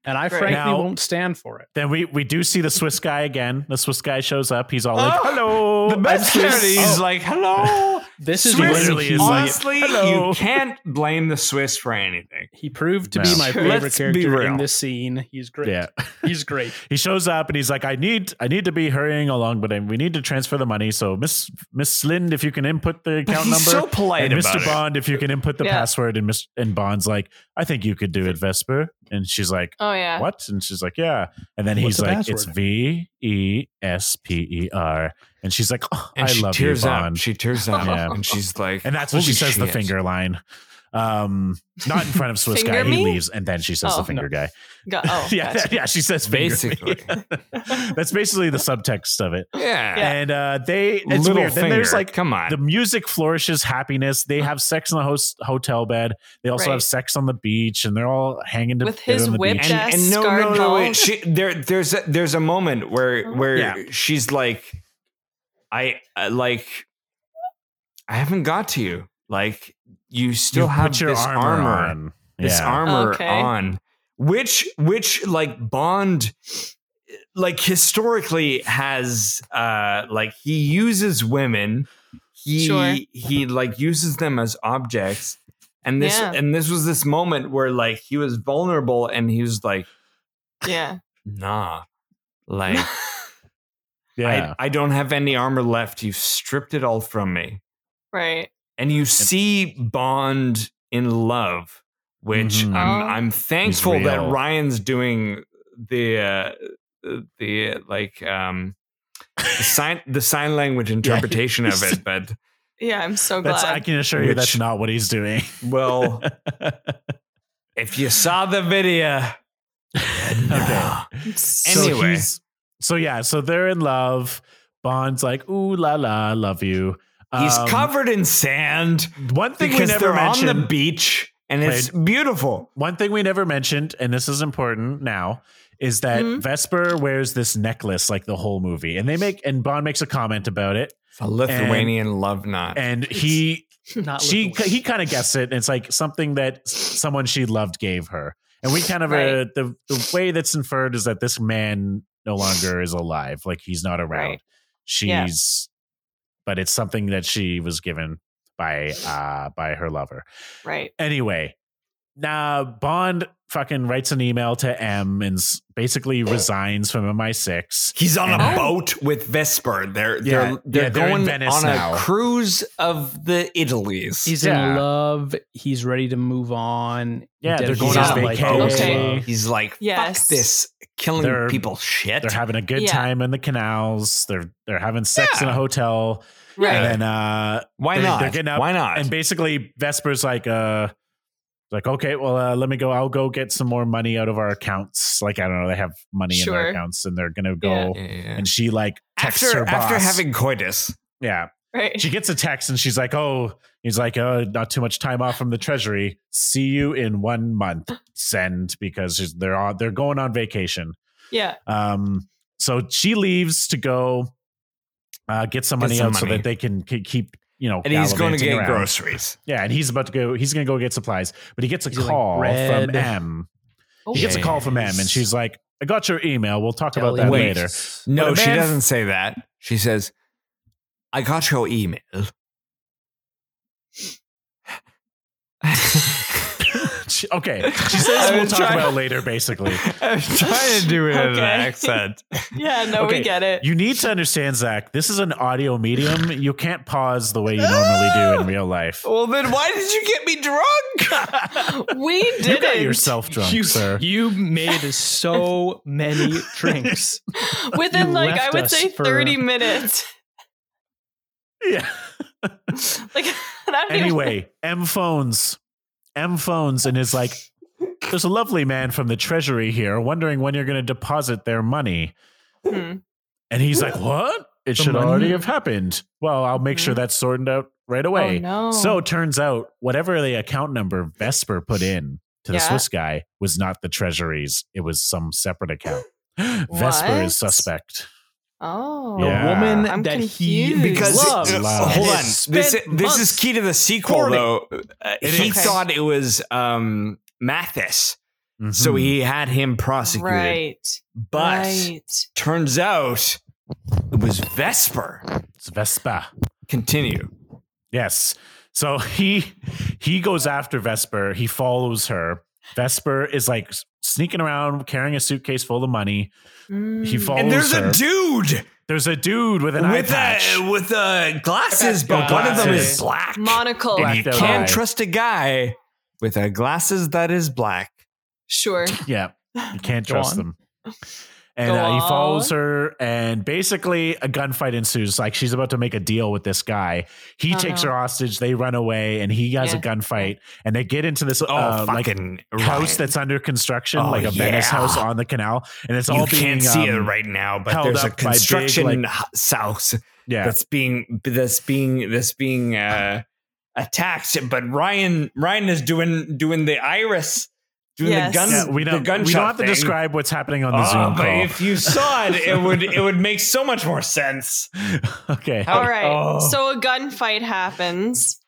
Speaker 4: And I
Speaker 3: Right.
Speaker 4: frankly
Speaker 2: Now-
Speaker 4: won't stand for it.
Speaker 2: Then we we do see the Swiss guy again. The Swiss guy shows up. He's all like,
Speaker 1: Oh,
Speaker 2: "Hello."
Speaker 1: The best
Speaker 2: I'm
Speaker 1: charity
Speaker 2: Swiss."
Speaker 1: is like, hello.
Speaker 4: This is
Speaker 1: Swiss,
Speaker 4: when
Speaker 2: literally
Speaker 4: he,
Speaker 2: is like-
Speaker 1: honestly,
Speaker 2: hello.
Speaker 1: you can't blame the Swiss for anything.
Speaker 4: he proved to
Speaker 2: No.
Speaker 4: be
Speaker 1: Sure.
Speaker 4: my favorite
Speaker 1: Let's be
Speaker 4: character
Speaker 1: real.
Speaker 4: in this scene. He's great.
Speaker 2: Yeah.
Speaker 4: [laughs] He's great.
Speaker 2: He shows up and he's like, "I need, I need to be hurrying along, but I, we need to transfer the money. So, Miss Miss Lind, if you can input the
Speaker 1: But
Speaker 2: account
Speaker 1: he's
Speaker 2: number,
Speaker 1: so polite
Speaker 2: and Mr.
Speaker 1: about it.
Speaker 2: Bond, if you can input the
Speaker 3: Yeah.
Speaker 2: password." And Miss and Bond's like, "I think you could do it, Vesper." And she's like,
Speaker 3: Oh yeah.
Speaker 2: "What?" And she's like, "Yeah." And then he's
Speaker 4: What's the
Speaker 2: like,
Speaker 4: password?
Speaker 2: "It's V E S P E R," and she's like, oh,
Speaker 1: And
Speaker 2: "I
Speaker 1: she
Speaker 2: love you,
Speaker 1: tears up.
Speaker 2: Bond."
Speaker 1: She tears up,
Speaker 2: Yeah.
Speaker 1: and [laughs] she's like,
Speaker 2: And that's when she
Speaker 1: "Holy
Speaker 2: says the
Speaker 1: shit."
Speaker 2: finger line. Um, not in front of Swiss guy.
Speaker 3: Finger me?
Speaker 2: He leaves, and then she says
Speaker 3: Oh,
Speaker 2: the finger
Speaker 4: no.
Speaker 2: guy.
Speaker 3: Go- oh,
Speaker 2: [laughs] yeah,
Speaker 3: gotcha.
Speaker 2: yeah. She says finger me.
Speaker 1: Basically.
Speaker 2: [laughs] that's basically the subtext of it.
Speaker 1: Yeah,
Speaker 2: And uh, they, it's
Speaker 1: Little
Speaker 2: weird. Then there's
Speaker 1: finger.
Speaker 2: like
Speaker 1: come on,
Speaker 2: the music flourishes happiness. They have sex in the host hotel bed. They also
Speaker 3: Right.
Speaker 2: have sex on the beach, and they're all hanging to
Speaker 3: With
Speaker 2: they're
Speaker 3: his
Speaker 2: on the
Speaker 3: whip
Speaker 2: beach.
Speaker 1: and,
Speaker 3: Jess
Speaker 1: and no,
Speaker 3: scarred
Speaker 1: no, no, wait.
Speaker 3: balls.
Speaker 1: She, there, there's a, there's a moment where where
Speaker 2: Yeah.
Speaker 1: she's like, I uh, like, I haven't got to you. Like you
Speaker 2: You
Speaker 1: still
Speaker 2: put
Speaker 1: have
Speaker 2: your
Speaker 1: this armor,
Speaker 2: on.
Speaker 1: this
Speaker 2: Yeah.
Speaker 1: armor
Speaker 3: Okay.
Speaker 1: on, which which like Bond, like historically has uh like he uses women, he
Speaker 3: Sure.
Speaker 1: he like uses them as objects. And this
Speaker 3: Yeah.
Speaker 1: and this was this moment where like he was vulnerable and he was like
Speaker 2: [laughs]
Speaker 3: yeah.
Speaker 1: nah like
Speaker 2: Yeah.
Speaker 1: I, I don't have any armor left you've stripped it all from me
Speaker 3: [laughs] Right.
Speaker 1: and you see bond in love which
Speaker 2: Mhm.
Speaker 1: i'm
Speaker 3: Oh.
Speaker 1: i'm thankful that
Speaker 2: real.
Speaker 1: ryan's doing the uh, the uh, like um the sign the sign
Speaker 2: [laughs]
Speaker 1: language interpretation of it but
Speaker 3: Yeah. I'm so glad.
Speaker 2: that's, I can assure you
Speaker 1: Which-
Speaker 2: that's not what he's doing. [laughs]
Speaker 1: well if you saw the video
Speaker 2: [laughs] Okay. So,
Speaker 1: Anyway.
Speaker 2: he's- so yeah, so they're in love. Bond's like, ooh la la, love you.
Speaker 1: he's
Speaker 2: Um,
Speaker 1: covered in sand
Speaker 2: One thing we
Speaker 1: because
Speaker 2: never
Speaker 1: they're
Speaker 2: mentioned.
Speaker 1: on the beach and it's beautiful
Speaker 2: one thing we never mentioned, and this is important now, is that
Speaker 3: Mhm.
Speaker 2: Vesper wears this necklace like the whole movie, and they make and Bond makes a comment about it,
Speaker 1: It's a Lithuanian love knot.
Speaker 2: and he
Speaker 4: Not
Speaker 2: she
Speaker 4: looking-
Speaker 2: he kind of gets it. And it's like something that s- someone she loved gave her, and we kind of uh,
Speaker 3: Right.
Speaker 2: the the way that's inferred is that this man no longer is alive, like he's not around.
Speaker 3: Right.
Speaker 2: She's, but it's something that she was given by uh by her lover.
Speaker 3: right.
Speaker 2: anyway, now Bond fucking writes an email to M and s- basically resigns from MI6.
Speaker 1: He's on
Speaker 2: and-
Speaker 1: a boat with Vesper. They're
Speaker 2: Yeah,
Speaker 1: they're
Speaker 2: yeah,
Speaker 1: they're
Speaker 2: they're in
Speaker 1: going
Speaker 2: Venice
Speaker 1: on a
Speaker 2: now.
Speaker 1: cruise of the Italy's.
Speaker 4: he's in
Speaker 2: Yeah.
Speaker 4: love. He's ready to move on.
Speaker 2: Yeah, they're
Speaker 4: He's
Speaker 2: going
Speaker 4: not
Speaker 1: on
Speaker 4: like,
Speaker 2: vacation.
Speaker 4: oh,
Speaker 3: Okay.
Speaker 4: love.
Speaker 1: He's like,
Speaker 3: Yes.
Speaker 1: fuck this killing
Speaker 2: They're-
Speaker 1: people shit.
Speaker 2: They're having a good
Speaker 3: Yeah.
Speaker 2: time in the canals. They're they're having sex
Speaker 1: Yeah.
Speaker 2: in a hotel.
Speaker 1: Yeah.
Speaker 2: And then uh
Speaker 1: Why
Speaker 2: they're-
Speaker 1: not?
Speaker 2: they're getting up
Speaker 1: Why not?
Speaker 2: and basically Vesper's like uh like okay, well, uh, let me go. I'll go get some more money out of our accounts. Like I don't know, they have money in their
Speaker 3: Sure.
Speaker 2: accounts, and they're gonna go.
Speaker 1: Yeah,
Speaker 3: Yeah.
Speaker 1: yeah, yeah.
Speaker 2: And she like texts
Speaker 1: after
Speaker 2: her boss.
Speaker 1: after having coitus,
Speaker 2: yeah,
Speaker 3: Right.
Speaker 2: she gets a text and she's like, "Oh, he's like, oh, not too much time off from the treasury. See you in one month. Send because she's- they're on they're going on vacation."
Speaker 3: yeah.
Speaker 2: Um, so she leaves to go uh, get some
Speaker 1: Get
Speaker 2: money
Speaker 1: some
Speaker 2: out so
Speaker 1: money.
Speaker 2: that they can ke- keep you know.
Speaker 1: and he's going to
Speaker 2: gallivanting
Speaker 1: get
Speaker 2: around.
Speaker 1: groceries.
Speaker 2: Yeah, and he's about to go. He's going to go get supplies, but he gets a
Speaker 4: He's like,
Speaker 2: call from
Speaker 4: "Bread."
Speaker 2: M.
Speaker 3: Oh,
Speaker 2: He gets a call from M, and
Speaker 4: Yes.
Speaker 2: she's like, "I got your email. We'll talk about
Speaker 4: Deli-
Speaker 2: that
Speaker 1: Wait.
Speaker 2: later."
Speaker 1: No,
Speaker 2: But a
Speaker 1: she
Speaker 2: man-
Speaker 1: doesn't say that. She says, "I got your email."
Speaker 2: She-
Speaker 1: [laughs]
Speaker 2: okay, she says
Speaker 1: I
Speaker 2: we'll
Speaker 1: was
Speaker 2: talk
Speaker 1: trying-
Speaker 2: about later. Basically,
Speaker 1: [laughs] I'm trying to do it in an
Speaker 3: Okay.
Speaker 1: accent.
Speaker 3: Yeah. No,
Speaker 2: Okay.
Speaker 3: we get it.
Speaker 2: You need to understand, Zach, this is an audio medium. You can't pause the way you normally do in real life.
Speaker 4: [laughs]
Speaker 1: Well, then why did you get me drunk?
Speaker 3: [laughs] we
Speaker 2: [laughs]
Speaker 3: did
Speaker 2: You got
Speaker 3: it
Speaker 2: yourself drunk,
Speaker 4: you,
Speaker 2: sir.
Speaker 4: [laughs] you made so many drinks.
Speaker 3: [laughs] within
Speaker 4: you
Speaker 3: like
Speaker 4: left
Speaker 3: I would
Speaker 4: us
Speaker 3: say
Speaker 4: for-
Speaker 3: thirty minutes.
Speaker 2: Yeah.
Speaker 3: [laughs] Like, [laughs] that
Speaker 2: anyway, M phones. M phones and is like, there's a lovely man from the treasury here wondering when you're going to deposit their money.
Speaker 3: [laughs] Hmm.
Speaker 2: Oh, And he's like, what? It should
Speaker 4: money?
Speaker 2: already have happened. Well, I'll make sure that's sorted out right away.
Speaker 3: Oh, no.
Speaker 2: So it turns out whatever the account number Vesper put in to the
Speaker 3: Yeah.
Speaker 2: Swiss guy was not the treasury's. It was some separate account. [gasps] Vesper
Speaker 3: What?
Speaker 2: is suspect.
Speaker 3: oh,
Speaker 2: The Yeah.
Speaker 4: woman
Speaker 3: I'm
Speaker 4: that
Speaker 3: confused.
Speaker 4: he
Speaker 1: because
Speaker 4: loves.
Speaker 1: uh,
Speaker 2: Love.
Speaker 1: hold
Speaker 4: And
Speaker 1: on
Speaker 4: has
Speaker 1: this
Speaker 4: spent
Speaker 1: this is
Speaker 4: months
Speaker 1: key to the sequel
Speaker 4: courting.
Speaker 1: though Uh,
Speaker 2: It
Speaker 1: he
Speaker 3: is.
Speaker 1: thought it was um mathis so
Speaker 2: Mhm.
Speaker 1: he had him prosecuted
Speaker 3: right,
Speaker 1: but
Speaker 3: right.
Speaker 1: turns out it was vesper
Speaker 2: It's Vespa.
Speaker 1: continue
Speaker 2: Yes. So [laughs] he he goes after Vesper. He follows her. Vesper is like sneaking around carrying a suitcase full of money. He
Speaker 3: Mm.
Speaker 2: follows
Speaker 1: and there's
Speaker 2: her.
Speaker 1: a dude
Speaker 2: there's a dude with Oh, an eye
Speaker 1: with
Speaker 2: patch.
Speaker 1: a with a glasses but one of them is
Speaker 2: Glasses.
Speaker 1: black
Speaker 3: Hmm. monocle.
Speaker 1: and you
Speaker 2: Blacked out
Speaker 1: can't
Speaker 2: eye.
Speaker 1: trust a guy with a glasses that is black
Speaker 3: Sure.
Speaker 2: yeah.
Speaker 3: [laughs]
Speaker 2: You can't
Speaker 4: Go
Speaker 2: trust
Speaker 4: on.
Speaker 2: them. And
Speaker 3: Go
Speaker 2: uh, he
Speaker 3: on.
Speaker 2: follows her, and basically a gunfight ensues. Like she's about to make a deal with this guy. He
Speaker 3: Oh,
Speaker 2: takes
Speaker 3: no.
Speaker 2: her hostage. They run away, and he has
Speaker 3: Yeah.
Speaker 2: a gunfight. And they get into this
Speaker 1: oh
Speaker 2: uh, like
Speaker 1: fucking
Speaker 2: house
Speaker 1: Ryan.
Speaker 2: that's under construction,
Speaker 1: Oh,
Speaker 2: like a Venice
Speaker 1: yeah.
Speaker 2: house on the canal, and it's all
Speaker 1: you
Speaker 2: being,
Speaker 1: can't see it
Speaker 2: um,
Speaker 1: right now, but
Speaker 2: held
Speaker 1: there's a
Speaker 2: up by big,
Speaker 1: construction
Speaker 2: like-
Speaker 1: h- house
Speaker 2: Yeah,
Speaker 1: that's being that's being that's being uh, attacked. But Ryan Ryan is doing doing the iris, doing
Speaker 3: Yes.
Speaker 1: the gun.
Speaker 2: yeah we
Speaker 1: the
Speaker 2: don't
Speaker 1: gunshot
Speaker 2: we don't have to
Speaker 1: thing.
Speaker 2: describe what's happening on the
Speaker 1: Oh,
Speaker 2: Zoom
Speaker 1: but
Speaker 2: call.
Speaker 1: if you saw it, [laughs] it would it would make so much more sense.
Speaker 2: [laughs] okay,
Speaker 1: How-
Speaker 3: All right.
Speaker 1: Oh.
Speaker 3: So a gunfight happens.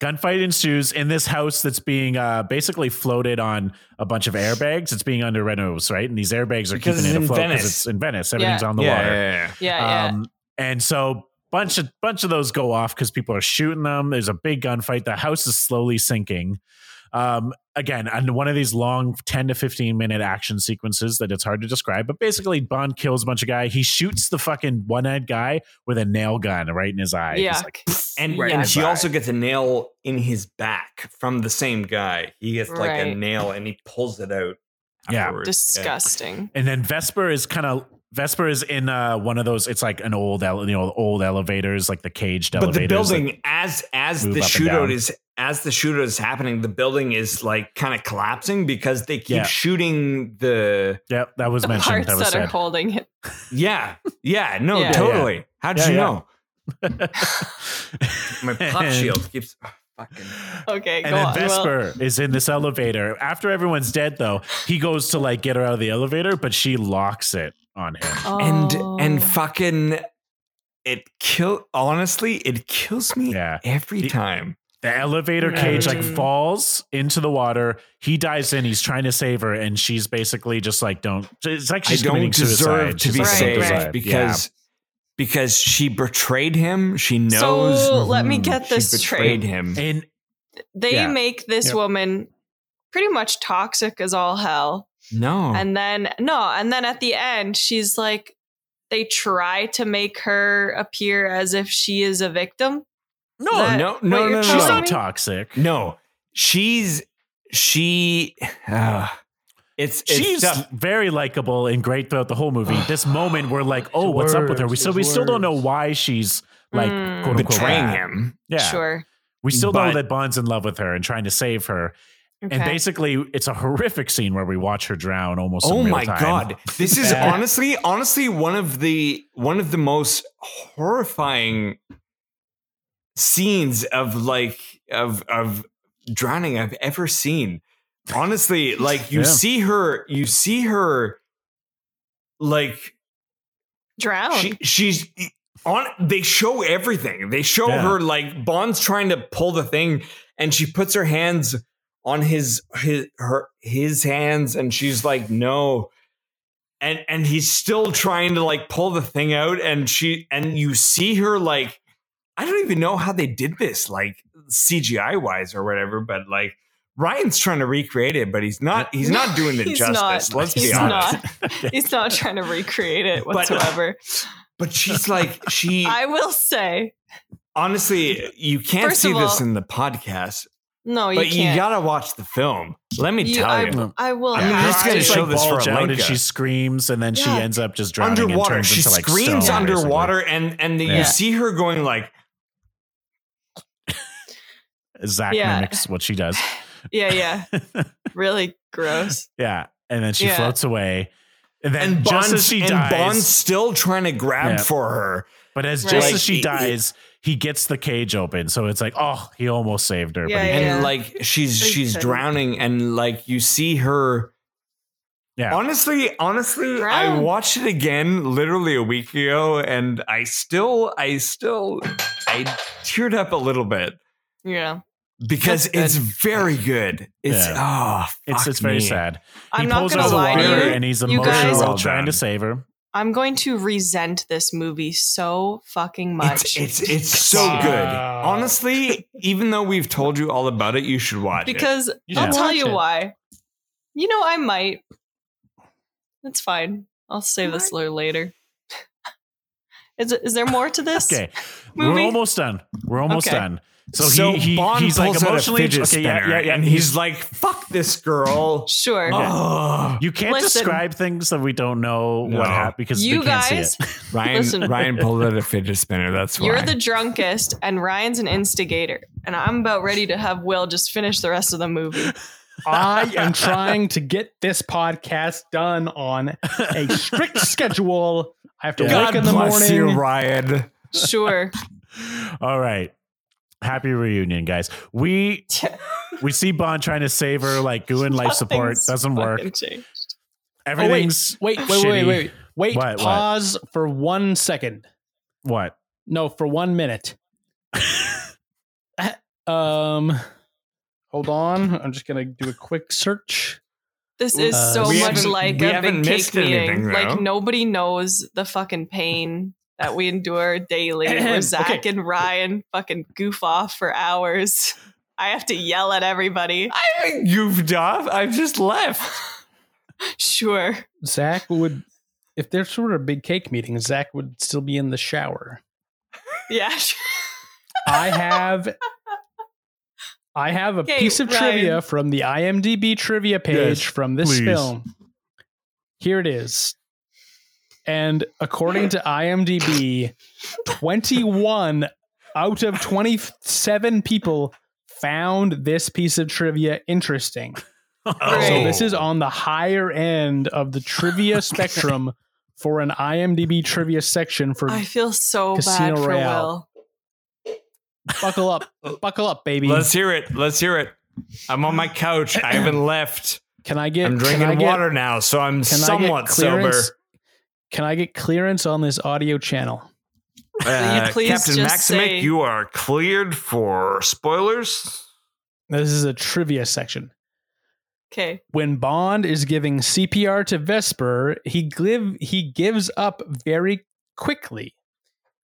Speaker 2: gunfight ensues in this house that's being uh, basically floated on a bunch of airbags. It's being under renos, right? And these airbags are
Speaker 1: Because
Speaker 2: keeping
Speaker 1: it's
Speaker 2: it
Speaker 1: in
Speaker 2: afloat
Speaker 1: Venice.
Speaker 2: it's in Venice. Everything's on the water.
Speaker 3: Yeah, yeah.
Speaker 2: Um, and so bunch of bunch of those go off because people are shooting them. There's a big gunfight. The house is slowly sinking. Um, again, and one of these long 10 to 15 minute action sequences that it's hard to describe, but basically Bond kills a bunch of guy. He shoots the fucking one-eyed guy with a nail gun right in his eye. He's
Speaker 3: Yuck.
Speaker 2: like,
Speaker 1: Oh, And,
Speaker 3: Right.
Speaker 1: and she also gets a nail in his back from the same guy. He gets like a
Speaker 3: Right.
Speaker 1: nail and he pulls it out.
Speaker 2: Yeah.
Speaker 1: Afterwards.
Speaker 3: Disgusting.
Speaker 2: and then Vesper is kind of Vesper is in uh, one of those. It's like an old, ele- you know, old elevators, like the caged
Speaker 1: but
Speaker 2: elevators.
Speaker 1: the building as as
Speaker 2: move
Speaker 1: the
Speaker 2: up and
Speaker 1: shootout
Speaker 2: down.
Speaker 1: is as the shootout is happening the building is like kind of collapsing because they keep
Speaker 2: Yeah.
Speaker 1: shooting the
Speaker 2: yep, that was
Speaker 3: The
Speaker 2: mentioned.
Speaker 3: parts
Speaker 2: That was
Speaker 3: that are
Speaker 2: said.
Speaker 3: holding it.
Speaker 1: yeah yeah no
Speaker 3: Yeah.
Speaker 1: totally how did
Speaker 2: Yeah,
Speaker 1: you
Speaker 2: yeah.
Speaker 1: know
Speaker 3: [laughs]
Speaker 2: [laughs]
Speaker 1: my pop
Speaker 2: And-
Speaker 1: shield keeps oh, fucking
Speaker 3: Okay,
Speaker 2: And
Speaker 3: go
Speaker 2: then
Speaker 3: on. Well,
Speaker 2: Vesper is in this elevator. After everyone's dead, though, he goes to like get her out of the elevator, but she locks it on
Speaker 3: [laughs]
Speaker 2: him.
Speaker 3: oh.
Speaker 1: and and fucking it kill honestly it kills me
Speaker 2: Yeah.
Speaker 1: every
Speaker 2: The-
Speaker 1: time
Speaker 2: The elevator cage like
Speaker 3: Mm.
Speaker 2: falls into the water. He dives in. He's trying to save her, and she's basically just like, "Don't." It's like she's
Speaker 1: I don't
Speaker 2: committing
Speaker 1: deserve to
Speaker 2: suicide. She's
Speaker 1: be
Speaker 2: like, "Don't
Speaker 1: saved
Speaker 2: deserve."
Speaker 1: because because she betrayed him she knows
Speaker 3: So let me get
Speaker 1: Mm, she
Speaker 3: this
Speaker 1: betrayed
Speaker 3: straight.
Speaker 1: him
Speaker 2: Yeah. and
Speaker 3: They
Speaker 2: Yeah.
Speaker 3: make this
Speaker 2: Yep.
Speaker 3: woman pretty much toxic as all hell.
Speaker 1: no
Speaker 3: And then no, and then at the end she's like they try to make her appear as if she is a victim.
Speaker 1: no
Speaker 3: that
Speaker 1: no
Speaker 3: what
Speaker 1: no
Speaker 3: you're
Speaker 1: no
Speaker 2: she's
Speaker 1: no
Speaker 3: telling
Speaker 2: not
Speaker 3: me?
Speaker 2: toxic.
Speaker 1: No, she's she. Uh, it's, it's
Speaker 2: She's
Speaker 1: tough.
Speaker 2: very likable and great throughout the whole
Speaker 3: [sighs]
Speaker 2: movie. This moment, we're like, "Oh, what's up with her?" We
Speaker 4: Words,
Speaker 2: still we still don't know
Speaker 4: words.
Speaker 2: why she's like
Speaker 3: Mm.
Speaker 2: quote unquote
Speaker 1: betraying
Speaker 2: bad.
Speaker 1: him.
Speaker 2: Yeah,
Speaker 3: Sure.
Speaker 2: We still know
Speaker 1: But-
Speaker 2: that Bond's in love with her and trying to save her.
Speaker 3: Okay.
Speaker 2: And basically, it's a horrific scene where we watch her drown almost.
Speaker 1: Oh
Speaker 2: in real
Speaker 1: my
Speaker 2: time.
Speaker 1: god, this is
Speaker 4: Bad.
Speaker 1: honestly, honestly one of the one of the most horrifying scenes of like of of drowning I've ever seen. Honestly, like you
Speaker 2: Yeah.
Speaker 1: see her, you see her, like
Speaker 3: Drowned.
Speaker 1: she, she's on they show everything they show
Speaker 2: Yeah.
Speaker 1: her like bond's trying to pull the thing and she puts her hands on his his her his hands and she's like no and and he's still trying to like pull the thing out and she and you see her like i don't even know how they did this like cgi wise or whatever but like ryan's trying to recreate it but he's not he's not doing it
Speaker 3: He's
Speaker 1: justice
Speaker 3: not.
Speaker 1: let's be
Speaker 3: He's
Speaker 1: honest
Speaker 2: [laughs]
Speaker 3: not. [laughs] He's not trying to recreate it
Speaker 1: But-
Speaker 3: whatsoever.
Speaker 1: but she's like she
Speaker 3: [laughs] I will say,
Speaker 1: Honestly, you can't
Speaker 3: First
Speaker 1: see
Speaker 3: of
Speaker 1: this
Speaker 3: all-
Speaker 1: in the podcast,
Speaker 3: no, you
Speaker 1: but you,
Speaker 3: can't.
Speaker 1: gotta watch the film. Let me
Speaker 3: You-
Speaker 1: tell
Speaker 3: I,
Speaker 1: you.
Speaker 3: I will.
Speaker 1: I'm
Speaker 3: have
Speaker 1: just gonna
Speaker 3: to.
Speaker 2: She's,
Speaker 1: show
Speaker 2: like,
Speaker 1: this for
Speaker 2: bulge out and
Speaker 1: Alenka.
Speaker 2: she screams, and then she
Speaker 3: Yeah.
Speaker 2: ends up just drowning and
Speaker 1: Underwater.
Speaker 2: turns
Speaker 1: She
Speaker 2: into, like,
Speaker 1: screams
Speaker 2: stone, basically.
Speaker 1: underwater and and
Speaker 2: Yeah.
Speaker 1: you see her going like
Speaker 2: Zach
Speaker 3: Yeah.
Speaker 2: mimics what she does.
Speaker 3: Yeah, yeah. really gross.
Speaker 2: yeah. And then she
Speaker 3: Yeah.
Speaker 2: floats away. And then
Speaker 1: and
Speaker 2: just
Speaker 1: Bond's,
Speaker 2: as she
Speaker 1: and
Speaker 2: dies,
Speaker 1: Bond's still trying to grab
Speaker 2: Yeah.
Speaker 1: for her.
Speaker 2: but as
Speaker 3: Right.
Speaker 2: just
Speaker 1: Like,
Speaker 2: as she
Speaker 1: it-
Speaker 2: dies, he gets the cage open. So it's like, oh, he almost saved her.
Speaker 3: Yeah,
Speaker 2: but he,
Speaker 3: yeah.
Speaker 1: And like she's
Speaker 3: Like
Speaker 1: she's
Speaker 3: so.
Speaker 1: drowning, and like you see her.
Speaker 2: Yeah.
Speaker 1: Honestly, honestly, I
Speaker 3: Drown.
Speaker 1: watched it again literally a week ago, and I still, I still, I teared up a little bit
Speaker 3: Yeah.
Speaker 1: because it's
Speaker 4: That's-
Speaker 1: very good. It's oh,
Speaker 2: it's
Speaker 1: fuck
Speaker 2: it's very
Speaker 1: me.
Speaker 2: sad.
Speaker 3: I'm
Speaker 2: he
Speaker 3: not
Speaker 2: pulls her out
Speaker 3: gonna
Speaker 2: of the
Speaker 3: lie
Speaker 2: water
Speaker 3: to you.
Speaker 2: and he's
Speaker 3: you guys-
Speaker 2: emotional
Speaker 1: Well
Speaker 2: trying to
Speaker 1: done.
Speaker 2: save her.
Speaker 3: I'm going to resent this movie so
Speaker 1: It's
Speaker 3: fucking much.
Speaker 1: it's, it's so
Speaker 4: Wow.
Speaker 1: good. Honestly, even though we've told you all about it, you should watch it.
Speaker 3: because
Speaker 4: You
Speaker 3: I'll
Speaker 4: should
Speaker 3: tell
Speaker 4: watch
Speaker 3: you
Speaker 4: it.
Speaker 3: why. You know, I might. That's fine. I'll save this for later. [laughs] is, is there more to this?
Speaker 2: Okay. We're
Speaker 3: Movie?
Speaker 2: almost done. We're almost
Speaker 3: Okay.
Speaker 2: done. So, he, he he's like
Speaker 1: pulls out a
Speaker 2: emotionally
Speaker 1: fidget
Speaker 2: okay, yeah,
Speaker 1: spinner,
Speaker 2: yeah, yeah.
Speaker 1: and he's like, "Fuck this girl."
Speaker 3: Sure.
Speaker 1: Oh,
Speaker 2: you can't
Speaker 3: Listen.
Speaker 2: describe things that we don't know
Speaker 1: No.
Speaker 2: what happened because
Speaker 3: You
Speaker 2: we can't
Speaker 3: guys-
Speaker 2: see it.
Speaker 1: Ryan
Speaker 3: Listen.
Speaker 1: Ryan pulled out a fidget spinner. That's
Speaker 3: You're
Speaker 1: why.
Speaker 3: the drunkest, and Ryan's an instigator. And I'm about ready to have Will just finish the rest of the movie.
Speaker 4: I am trying to get this podcast done on a strict schedule. I have to
Speaker 1: God
Speaker 4: wake in the
Speaker 1: bless
Speaker 4: morning.
Speaker 1: you,
Speaker 3: [laughs]
Speaker 1: Ryan.
Speaker 3: Sure.
Speaker 2: All right. Happy reunion, guys. We we see Bond trying to save her, like doing life support.
Speaker 3: Nothing's
Speaker 2: Doesn't work.
Speaker 3: fucking changed.
Speaker 4: Oh, wait,
Speaker 2: Everything's
Speaker 4: wait, wait, wait,
Speaker 2: shitty.
Speaker 4: wait, wait, wait.
Speaker 2: What, what?
Speaker 4: pause for one second.
Speaker 2: what?
Speaker 4: No, for one minute. um, hold on. I'm just gonna do a quick search.
Speaker 3: This is
Speaker 4: Uh,
Speaker 3: so
Speaker 4: we
Speaker 3: much
Speaker 1: haven't-
Speaker 3: like
Speaker 1: we
Speaker 3: a
Speaker 1: haven't
Speaker 3: big cake
Speaker 1: missed
Speaker 3: meeting.
Speaker 1: anything, though.
Speaker 3: like nobody knows the fucking pain that we endure daily.
Speaker 4: Okay.
Speaker 3: where Zach and Ryan fucking goof off for hours. I have to yell at everybody.
Speaker 1: I haven't goofed off. I've just left.
Speaker 3: Sure.
Speaker 4: Zach would, if there were a big cake meeting, Zach would still be in the shower.
Speaker 3: Yeah.
Speaker 4: I have I have a
Speaker 3: Okay,
Speaker 4: piece of
Speaker 3: Ryan.
Speaker 4: trivia from the IMDb trivia page
Speaker 2: Yes,
Speaker 4: from this
Speaker 2: please.
Speaker 4: film. Here it is. And according to IMDb, 21 out of 27 people found this piece of trivia interesting. So
Speaker 3: Great.
Speaker 4: this
Speaker 1: Oh.
Speaker 4: is on the higher end of the trivia spectrum for an IMDb trivia section for
Speaker 3: I feel so
Speaker 4: Casino
Speaker 3: bad for
Speaker 4: Royale.
Speaker 3: Will.
Speaker 4: buckle
Speaker 1: [laughs]
Speaker 4: up, buckle up, baby.
Speaker 1: Let's hear it. Let's hear it. I'm on my couch. I haven't left.
Speaker 4: Can I get
Speaker 1: I'm
Speaker 4: can I
Speaker 1: drinking
Speaker 4: get-
Speaker 1: water now, so I'm
Speaker 4: Can I get
Speaker 1: somewhat sober.
Speaker 4: clearance? Can I get clearance on this audio channel?
Speaker 3: Will [laughs] you please
Speaker 1: Uh, Captain
Speaker 3: just
Speaker 1: Maximic,
Speaker 3: say-
Speaker 1: you are cleared for spoilers.
Speaker 4: This is a trivia section.
Speaker 3: Okay.
Speaker 4: When Bond is giving CPR to Vesper, he give, he gives up very quickly.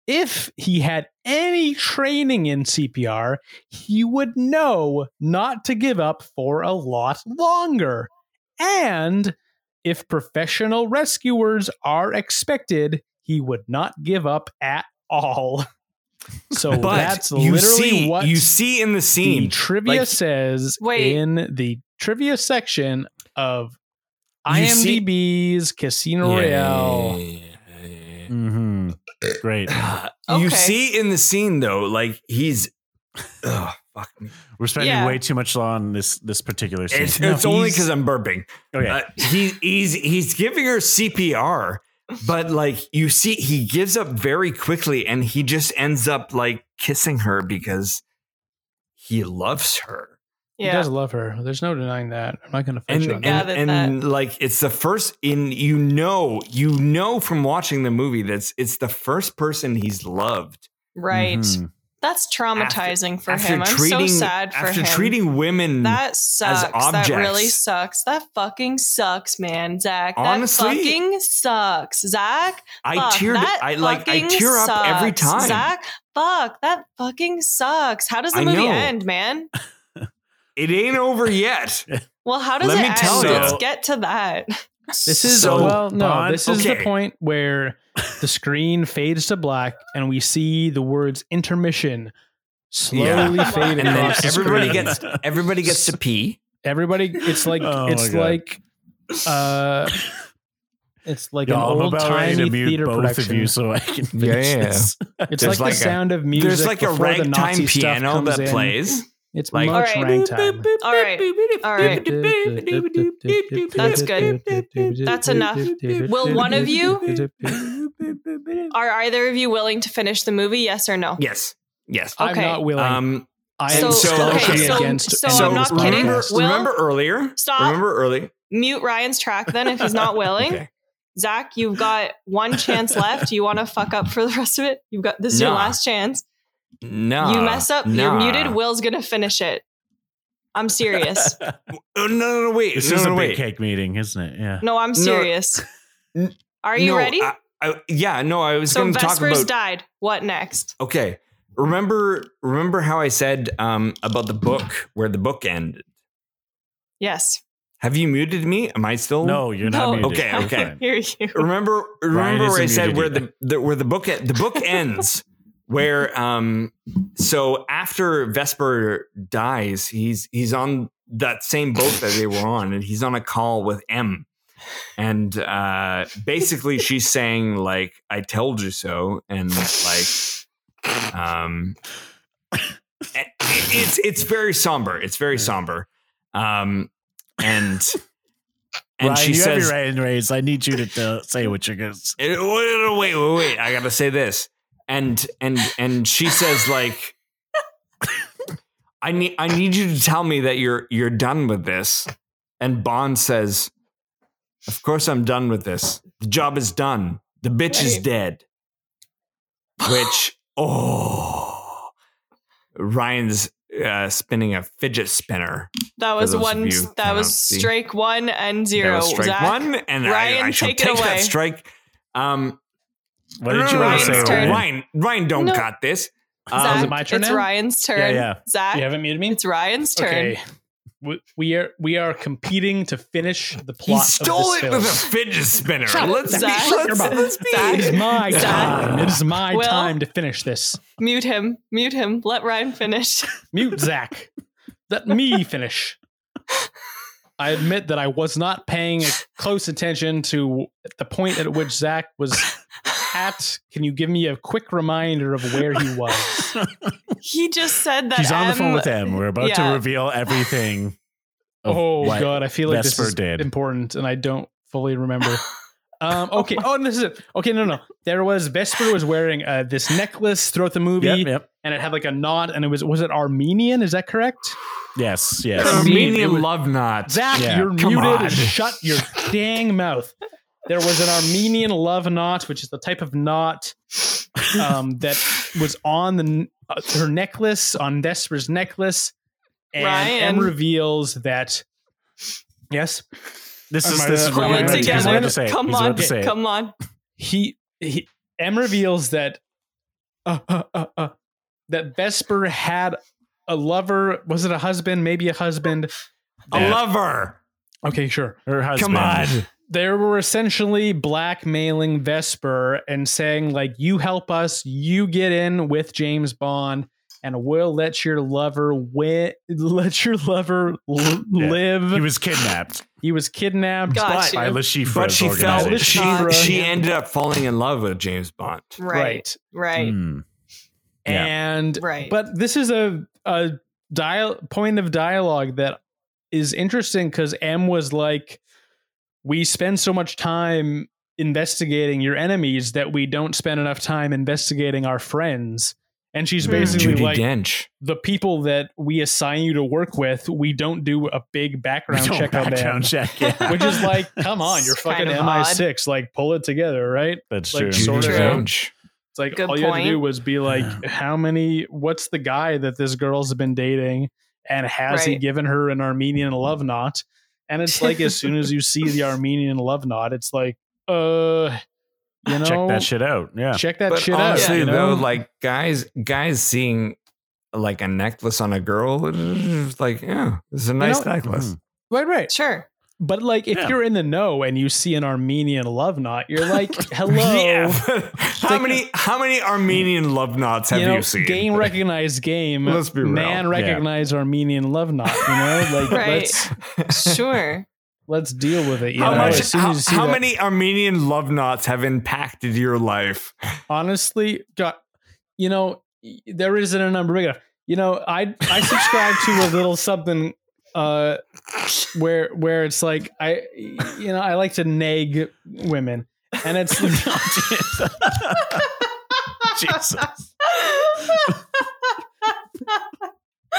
Speaker 4: If he had any training in CPR, he would know not to give up for a lot longer. And if professional rescuers are expected, he would not give up at all. [laughs] So
Speaker 1: But
Speaker 4: that's
Speaker 1: you
Speaker 4: literally
Speaker 1: see,
Speaker 4: what
Speaker 1: you see in the
Speaker 4: the
Speaker 1: scene.
Speaker 4: trivia
Speaker 1: Like-
Speaker 4: says
Speaker 3: Wait.
Speaker 4: in the trivia section of
Speaker 1: You see-
Speaker 4: IMDb's Casino Royale.
Speaker 2: [laughs] Mm-hmm. Great.
Speaker 1: You
Speaker 3: Okay.
Speaker 1: see in the scene though, like he's. Ugh, fuck me.
Speaker 2: We're spending
Speaker 3: Yeah.
Speaker 2: way too much law on this this particular scene. oh,
Speaker 1: It's,
Speaker 4: No,
Speaker 1: it's only
Speaker 4: he's-
Speaker 1: because I'm burping.
Speaker 2: okay.
Speaker 1: Uh, he, he's he's giving her CPR, but like you see, he gives up very quickly, and he just ends up like kissing her because he loves her.
Speaker 4: He
Speaker 3: Yeah.
Speaker 4: does love her. There's no denying that. I'm not going to fight
Speaker 1: and
Speaker 4: you
Speaker 1: and,
Speaker 4: on that.
Speaker 3: Yeah, that-
Speaker 1: and like it's the first in you know you know from watching the movie that's it's the first person he's loved
Speaker 3: Right.
Speaker 2: Mhm.
Speaker 3: That's traumatizing for
Speaker 1: after
Speaker 3: him. I'm
Speaker 1: treating
Speaker 3: so sad for
Speaker 1: after
Speaker 3: him.
Speaker 1: treating women
Speaker 3: that sucks. That really
Speaker 1: objects.
Speaker 3: sucks. That fucking sucks, man. Zach.
Speaker 1: Honestly-
Speaker 3: that fucking sucks. Zach.
Speaker 1: I
Speaker 3: Fuck,
Speaker 1: teared
Speaker 3: that
Speaker 1: I like I
Speaker 3: fucking
Speaker 1: tear up every
Speaker 3: sucks,
Speaker 1: time
Speaker 3: Zach, fuck, that fucking sucks. How does the
Speaker 1: I
Speaker 3: movie
Speaker 1: know.
Speaker 3: end, man?
Speaker 1: it ain't over yet
Speaker 3: Well, how does
Speaker 1: Let
Speaker 3: it
Speaker 1: me
Speaker 3: end?
Speaker 1: tell
Speaker 2: ya.
Speaker 3: Let's get to that. [laughs]
Speaker 4: This is
Speaker 1: so
Speaker 4: well, no,
Speaker 2: Bond-
Speaker 4: this [laughs] is
Speaker 1: okay.
Speaker 4: the point where the screen fades to black and we see the words intermission slowly
Speaker 3: Yeah.
Speaker 4: fade
Speaker 1: and then
Speaker 4: across the
Speaker 1: everybody
Speaker 4: screen.
Speaker 1: gets everybody gets to pee
Speaker 4: everybody it's like
Speaker 2: Oh my
Speaker 4: it's
Speaker 2: God.
Speaker 4: like uh
Speaker 2: [laughs]
Speaker 4: it's like
Speaker 2: Y'all,
Speaker 4: an
Speaker 2: I'm
Speaker 4: old
Speaker 2: about ready to
Speaker 4: timey
Speaker 2: mute
Speaker 4: theater
Speaker 2: both
Speaker 4: production.
Speaker 2: of you so I can
Speaker 1: Yeah,
Speaker 2: finish
Speaker 1: yeah, yeah.
Speaker 2: this.
Speaker 4: It's
Speaker 1: There's
Speaker 4: like,
Speaker 1: like a-
Speaker 4: the sound of music.
Speaker 1: there's like a
Speaker 4: before the
Speaker 1: ragtime
Speaker 4: Nazi stuff
Speaker 1: piano
Speaker 4: comes
Speaker 1: that
Speaker 4: in.
Speaker 1: plays
Speaker 4: It's
Speaker 1: Like-
Speaker 4: much
Speaker 3: All right.
Speaker 4: rang time.
Speaker 3: All right. All right. That's good. That's enough. Will one of you- Are either of you willing to finish the movie? Yes or no?
Speaker 1: Yes. Yes.
Speaker 4: I'm
Speaker 3: Okay.
Speaker 4: not willing.
Speaker 1: Um,
Speaker 4: I
Speaker 1: So-
Speaker 4: am
Speaker 1: so- okay,
Speaker 4: staunchly
Speaker 1: so-
Speaker 4: against.
Speaker 3: so
Speaker 4: ending
Speaker 1: so
Speaker 3: I'm
Speaker 4: this
Speaker 3: not kidding.
Speaker 1: remember,
Speaker 4: podcast.
Speaker 3: Will-
Speaker 1: remember earlier.
Speaker 3: Stop.
Speaker 1: Remember early.
Speaker 3: Mute Ryan's track then if he's
Speaker 1: [laughs]
Speaker 3: not willing.
Speaker 1: Okay.
Speaker 3: Zach, you've got one chance left. You want to fuck up for the rest of it? You've got this is your
Speaker 1: Nah.
Speaker 3: last chance.
Speaker 1: No.
Speaker 3: you mess up, you're
Speaker 1: nah.
Speaker 3: muted. Will's gonna finish it.
Speaker 1: [laughs]
Speaker 3: I'm serious.
Speaker 1: Oh, no, no, no, wait.
Speaker 2: This
Speaker 1: no,
Speaker 2: is
Speaker 1: no,
Speaker 2: a big
Speaker 1: wait.
Speaker 2: cake meeting, isn't it? Yeah.
Speaker 3: No, I'm serious.
Speaker 1: N-
Speaker 3: Are you
Speaker 1: No,
Speaker 3: ready?
Speaker 1: I- I- yeah, no, I was
Speaker 3: so
Speaker 1: going to talk
Speaker 3: Vespers
Speaker 1: about.
Speaker 3: died. What next?
Speaker 1: okay, remember, remember how I said um, about the book where the book ended.
Speaker 3: Yes.
Speaker 1: Have you muted me? Am I still
Speaker 2: No, you're not
Speaker 3: No.
Speaker 2: muted.
Speaker 1: Okay,
Speaker 2: You're
Speaker 1: okay.
Speaker 3: [laughs]
Speaker 2: fine.
Speaker 3: Hear you.
Speaker 1: [laughs] Remember, remember
Speaker 2: isn't
Speaker 1: where I said
Speaker 2: muted
Speaker 1: where
Speaker 2: either.
Speaker 1: the, the where the book e- the
Speaker 2: [laughs]
Speaker 1: book ends. Where um, so after Vesper dies, he's he's on that same boat that they were on, and he's on a call with M. And uh, basically, she's saying like, "I told you so," and like, um, it- it's it's very somber. It's very somber. Um, and and
Speaker 2: Ryan,
Speaker 1: she
Speaker 2: you have
Speaker 1: says,
Speaker 2: your hand raised. I need you to tell, say what you're going to say.
Speaker 1: it- wait, wait, wait, wait. I gotta say this. And and and she says like, I need I need you to tell me that you're you're done with this. And Bond says, Of course I'm done with this. The job is done. The bitch is
Speaker 3: Right.
Speaker 1: dead. Which
Speaker 3: [laughs]
Speaker 1: oh, Ryan's uh, spinning a fidget spinner.
Speaker 3: That was
Speaker 1: those of
Speaker 3: one.
Speaker 1: you who
Speaker 3: That
Speaker 1: cannot
Speaker 3: was
Speaker 1: see.
Speaker 3: strike one and
Speaker 1: That
Speaker 3: zero.
Speaker 1: was strike
Speaker 3: Zach,
Speaker 1: one, and I-
Speaker 3: Ryan,
Speaker 1: I, shall
Speaker 3: take
Speaker 1: take,
Speaker 3: it away.
Speaker 1: that strike. Um,
Speaker 2: What did you
Speaker 3: no,
Speaker 2: want
Speaker 3: no,
Speaker 2: to say?
Speaker 3: no, no.
Speaker 2: Ryan?
Speaker 1: Ryan, Ryan, don't
Speaker 3: No.
Speaker 1: cut this. Um,
Speaker 3: Zach,
Speaker 4: is it my turn
Speaker 3: It's
Speaker 4: now?
Speaker 3: Ryan's turn.
Speaker 2: Yeah, yeah.
Speaker 3: Zach,
Speaker 4: You haven't muted me.
Speaker 3: it's Ryan's turn.
Speaker 4: Okay. We, we are we are competing to finish the
Speaker 1: he
Speaker 4: plot.
Speaker 1: stole
Speaker 4: of
Speaker 1: it with
Speaker 4: this film.
Speaker 1: a fidget spinner.
Speaker 4: Shut up,
Speaker 1: Let's, be,
Speaker 3: Zach.
Speaker 1: let's, let's be.
Speaker 3: Zach.
Speaker 4: It is my
Speaker 3: Zach.
Speaker 4: time. It is my
Speaker 3: Will.
Speaker 4: time to finish this.
Speaker 3: Mute him. Mute him. Let Ryan finish.
Speaker 4: Mute Zach. Let me finish. I admit that I was not paying close attention to the point at which Zach was at. Can you give me a quick reminder of where he was?
Speaker 3: He just said that.
Speaker 2: She's on the phone
Speaker 3: M-
Speaker 2: with them. We're about
Speaker 3: yeah.
Speaker 2: to reveal
Speaker 4: [laughs]
Speaker 2: everything. of
Speaker 4: Oh
Speaker 2: what-
Speaker 4: god, I feel like
Speaker 2: Vesper
Speaker 4: this is
Speaker 2: did.
Speaker 4: important, and I don't fully remember. Um, okay. Oh, and this is it. Okay, no, no. There was Vesper was wearing uh, this necklace throughout the movie,
Speaker 2: Yep, yep.
Speaker 4: and it had like a knot, and it was was it Armenian? Is that correct?
Speaker 2: Yes, yes.
Speaker 1: Armenian love knot.
Speaker 4: Zach,
Speaker 2: Yeah,
Speaker 4: you're
Speaker 1: come
Speaker 4: muted.
Speaker 1: on.
Speaker 4: Shut your dang mouth. There was an Armenian love knot, which is the type of knot um, that was on the uh, her necklace, on Vesper's necklace, and
Speaker 3: Ryan.
Speaker 4: M reveals that. Yes,
Speaker 2: This
Speaker 4: Am
Speaker 2: is
Speaker 4: I
Speaker 2: this
Speaker 4: the-
Speaker 2: is what
Speaker 4: Am I
Speaker 2: we're
Speaker 3: Once
Speaker 2: about
Speaker 4: Ryan's the-
Speaker 2: to he's about
Speaker 3: again,
Speaker 2: to say. it.
Speaker 3: come
Speaker 2: He's
Speaker 3: on,
Speaker 2: about to say it.
Speaker 3: come on.
Speaker 4: he, he M reveals that uh, uh, uh, uh, that Vesper had a lover. Was it a husband? Maybe a husband.
Speaker 1: A
Speaker 2: Yeah.
Speaker 1: lover.
Speaker 4: Okay, sure.
Speaker 2: Her husband.
Speaker 1: Come on.
Speaker 4: They were essentially blackmailing Vesper and saying like, "You help us. You get in with James Bond." And we'll let your lover win. [laughs] Let your lover l-
Speaker 2: Yeah.
Speaker 4: live.
Speaker 2: He was
Speaker 3: [laughs]
Speaker 2: kidnapped
Speaker 4: He was kidnapped.
Speaker 3: Got
Speaker 2: by
Speaker 3: you.
Speaker 2: Lashifra's
Speaker 1: But she fell.
Speaker 2: organization.
Speaker 1: She,
Speaker 3: Organization.
Speaker 1: she ended up falling in love with James Bond.
Speaker 3: Right. Right.
Speaker 2: Hmm. Yeah.
Speaker 4: and
Speaker 3: Right.
Speaker 4: but this is a a dial point of dialogue that is interesting because M was like, we spend so much time investigating your enemies that we don't spend enough time investigating our friends. And she's
Speaker 3: Hmm.
Speaker 4: basically
Speaker 1: Judy
Speaker 4: like
Speaker 1: Dench.
Speaker 4: the people that we assign you to work with. We don't do a big background
Speaker 2: Don't
Speaker 4: check on
Speaker 2: background
Speaker 4: them,
Speaker 2: check.
Speaker 3: [laughs]
Speaker 2: Yeah,
Speaker 4: which is like, come on, you're
Speaker 3: It's
Speaker 4: fucking
Speaker 3: kind of
Speaker 4: MI6. Like, pull it together, right?
Speaker 2: that's
Speaker 4: like,
Speaker 2: true.
Speaker 4: Judy
Speaker 1: Judy
Speaker 4: Sort of.
Speaker 1: Dench.
Speaker 4: It's like
Speaker 3: Good
Speaker 4: all you had to
Speaker 3: point.
Speaker 4: do was be
Speaker 1: [sighs]
Speaker 4: like, how many? What's the guy that this girl's been dating, and has he
Speaker 3: Right.
Speaker 4: given her an Armenian love knot? And it's like as soon as you see the Armenian love knot, it's like, uh, you know,
Speaker 2: Check that shit out. Yeah.
Speaker 4: check that
Speaker 1: But
Speaker 4: shit
Speaker 1: honestly,
Speaker 4: out. You know?
Speaker 1: though, like guys, guys seeing like a necklace on a girl, it's like yeah, it's a nice
Speaker 4: know-
Speaker 2: Hmm.
Speaker 1: necklace.
Speaker 4: right, right.
Speaker 3: Sure.
Speaker 4: But like, if
Speaker 2: Yeah.
Speaker 4: you're in the know and you see an Armenian love knot, you're like,
Speaker 1: [laughs]
Speaker 4: hello.
Speaker 1: Yeah. but how
Speaker 4: like-
Speaker 1: many how many Armenian love knots have
Speaker 4: you
Speaker 1: you,
Speaker 4: know,
Speaker 1: seen?
Speaker 4: game recognized game.
Speaker 1: Let's be real.
Speaker 4: man
Speaker 2: Yeah.
Speaker 4: recognized Armenian love knot. You know, like
Speaker 3: Right.
Speaker 2: [laughs]
Speaker 4: let's
Speaker 3: Sure. [laughs]
Speaker 4: let's deal with it. You
Speaker 1: how
Speaker 4: know,
Speaker 1: much?
Speaker 4: as soon
Speaker 1: how
Speaker 4: as you see
Speaker 1: how
Speaker 4: that-
Speaker 1: many Armenian love knots have impacted your life?
Speaker 4: honestly, God, you know, y- there isn't a number big enough. You know, I I subscribe to a
Speaker 1: [laughs]
Speaker 4: little something uh where where it's like I you know, I like to nag women. And it's
Speaker 1: [laughs]
Speaker 3: [laughs]
Speaker 4: [laughs]
Speaker 2: Jesus.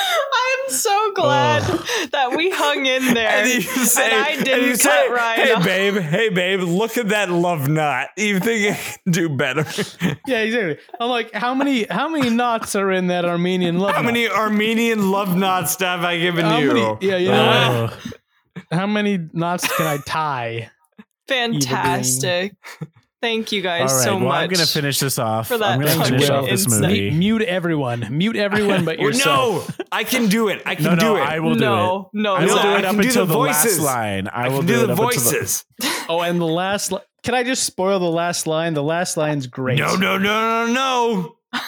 Speaker 3: I'm so glad that we hung
Speaker 2: [laughs]
Speaker 3: in there.
Speaker 1: And you say,
Speaker 3: and I didn't
Speaker 1: and you
Speaker 3: cut
Speaker 1: say,
Speaker 3: Ryan
Speaker 1: hey
Speaker 3: off."
Speaker 1: babe, hey babe, look at that love knot. [laughs] You think I can do better?
Speaker 4: yeah, exactly. I'm like, how many how many knots are in that Armenian love?
Speaker 1: How
Speaker 4: knot?
Speaker 1: many Armenian love knots have I given
Speaker 4: How
Speaker 1: you?
Speaker 4: many- yeah, you know
Speaker 1: Uh,
Speaker 4: what? How many knots can I tie?
Speaker 1: [laughs]
Speaker 3: Fantastic. Thank you guys so
Speaker 2: well,
Speaker 3: much.
Speaker 2: I'm gonna finish this off.
Speaker 3: for that
Speaker 2: I'm gonna
Speaker 4: fucking
Speaker 2: finish off
Speaker 4: will.
Speaker 2: this
Speaker 3: Insane.
Speaker 2: movie.
Speaker 4: Mute everyone. Mute everyone
Speaker 1: [laughs]
Speaker 4: but yourself.
Speaker 1: No, I can do it. I can
Speaker 2: no, no,
Speaker 1: do it.
Speaker 2: I will
Speaker 3: no, no,
Speaker 1: No,
Speaker 2: do it. I will do
Speaker 1: I
Speaker 2: it
Speaker 1: can
Speaker 2: up
Speaker 1: do
Speaker 2: until
Speaker 1: the
Speaker 2: the last
Speaker 1: voices.
Speaker 2: line. I
Speaker 1: I
Speaker 2: will
Speaker 1: can do,
Speaker 2: it
Speaker 1: the
Speaker 2: up until
Speaker 1: voices.
Speaker 4: Oh, and the last li- can I just spoil the last line? The last line's great.
Speaker 1: No, no, no, no, no.
Speaker 2: [laughs] Oh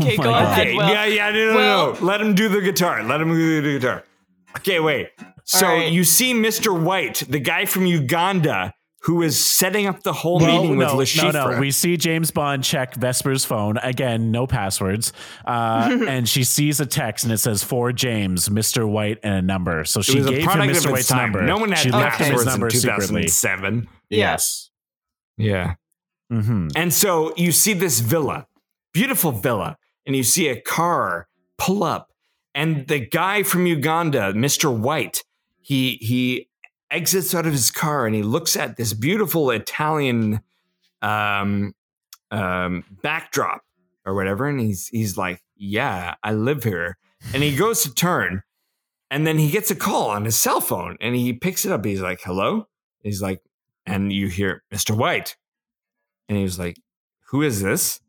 Speaker 3: Okay,
Speaker 2: my
Speaker 3: go
Speaker 2: God.
Speaker 3: ahead.
Speaker 1: Okay,
Speaker 3: Will.
Speaker 1: yeah, yeah, no, no,
Speaker 3: Will.
Speaker 1: no. Let him do the guitar. Let him do the guitar. Okay, wait. So
Speaker 3: right.
Speaker 1: you see Mr. White, the guy from Uganda, who is setting up the whole
Speaker 2: Well,
Speaker 1: meeting
Speaker 2: no,
Speaker 1: with
Speaker 2: no,
Speaker 1: Lashifra.
Speaker 2: no. We see James Bond check Vesper's phone again, no passwords, uh,
Speaker 1: [laughs]
Speaker 2: and she sees a text and it says for James, Mister White, and a number. So
Speaker 1: it
Speaker 2: she
Speaker 1: was a
Speaker 2: gave him
Speaker 1: product
Speaker 2: Mister
Speaker 1: of its
Speaker 2: White's
Speaker 1: time.
Speaker 2: number.
Speaker 1: No one had
Speaker 2: she left him his
Speaker 1: passwords
Speaker 2: number
Speaker 1: in
Speaker 2: secretly.
Speaker 1: 2007.
Speaker 3: Yeah.
Speaker 2: Yes.
Speaker 1: Yeah.
Speaker 2: Mm-hmm.
Speaker 1: And so you see this villa, beautiful villa, and you see a car pull up, and the guy from Uganda, Mr. White, he he exits out of his car and he looks at this beautiful Italian um, um, backdrop or whatever, and he's he's like, "Yeah, I live here," and he goes to turn, and then he gets a call on his cell phone, and he picks it up. He's like, "Hello," he's like, and you hear Mr. White. And he was like, Who is this?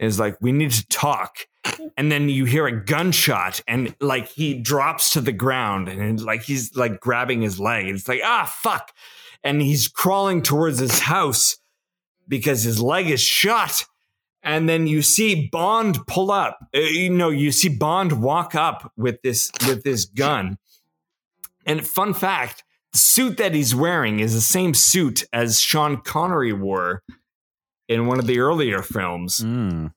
Speaker 1: And he's like, We need to talk. And then you hear a gunshot and like he drops to the ground and like he's like grabbing his leg. It's like, ah, fuck. And he's crawling towards his house because his leg is shot. And then you see Bond pull up. Uh, you know, you see Bond walk up with this with this gun. And fun fact, the suit that he's wearing is the same suit as Sean Connery wore in one of the earlier films.
Speaker 2: Mm.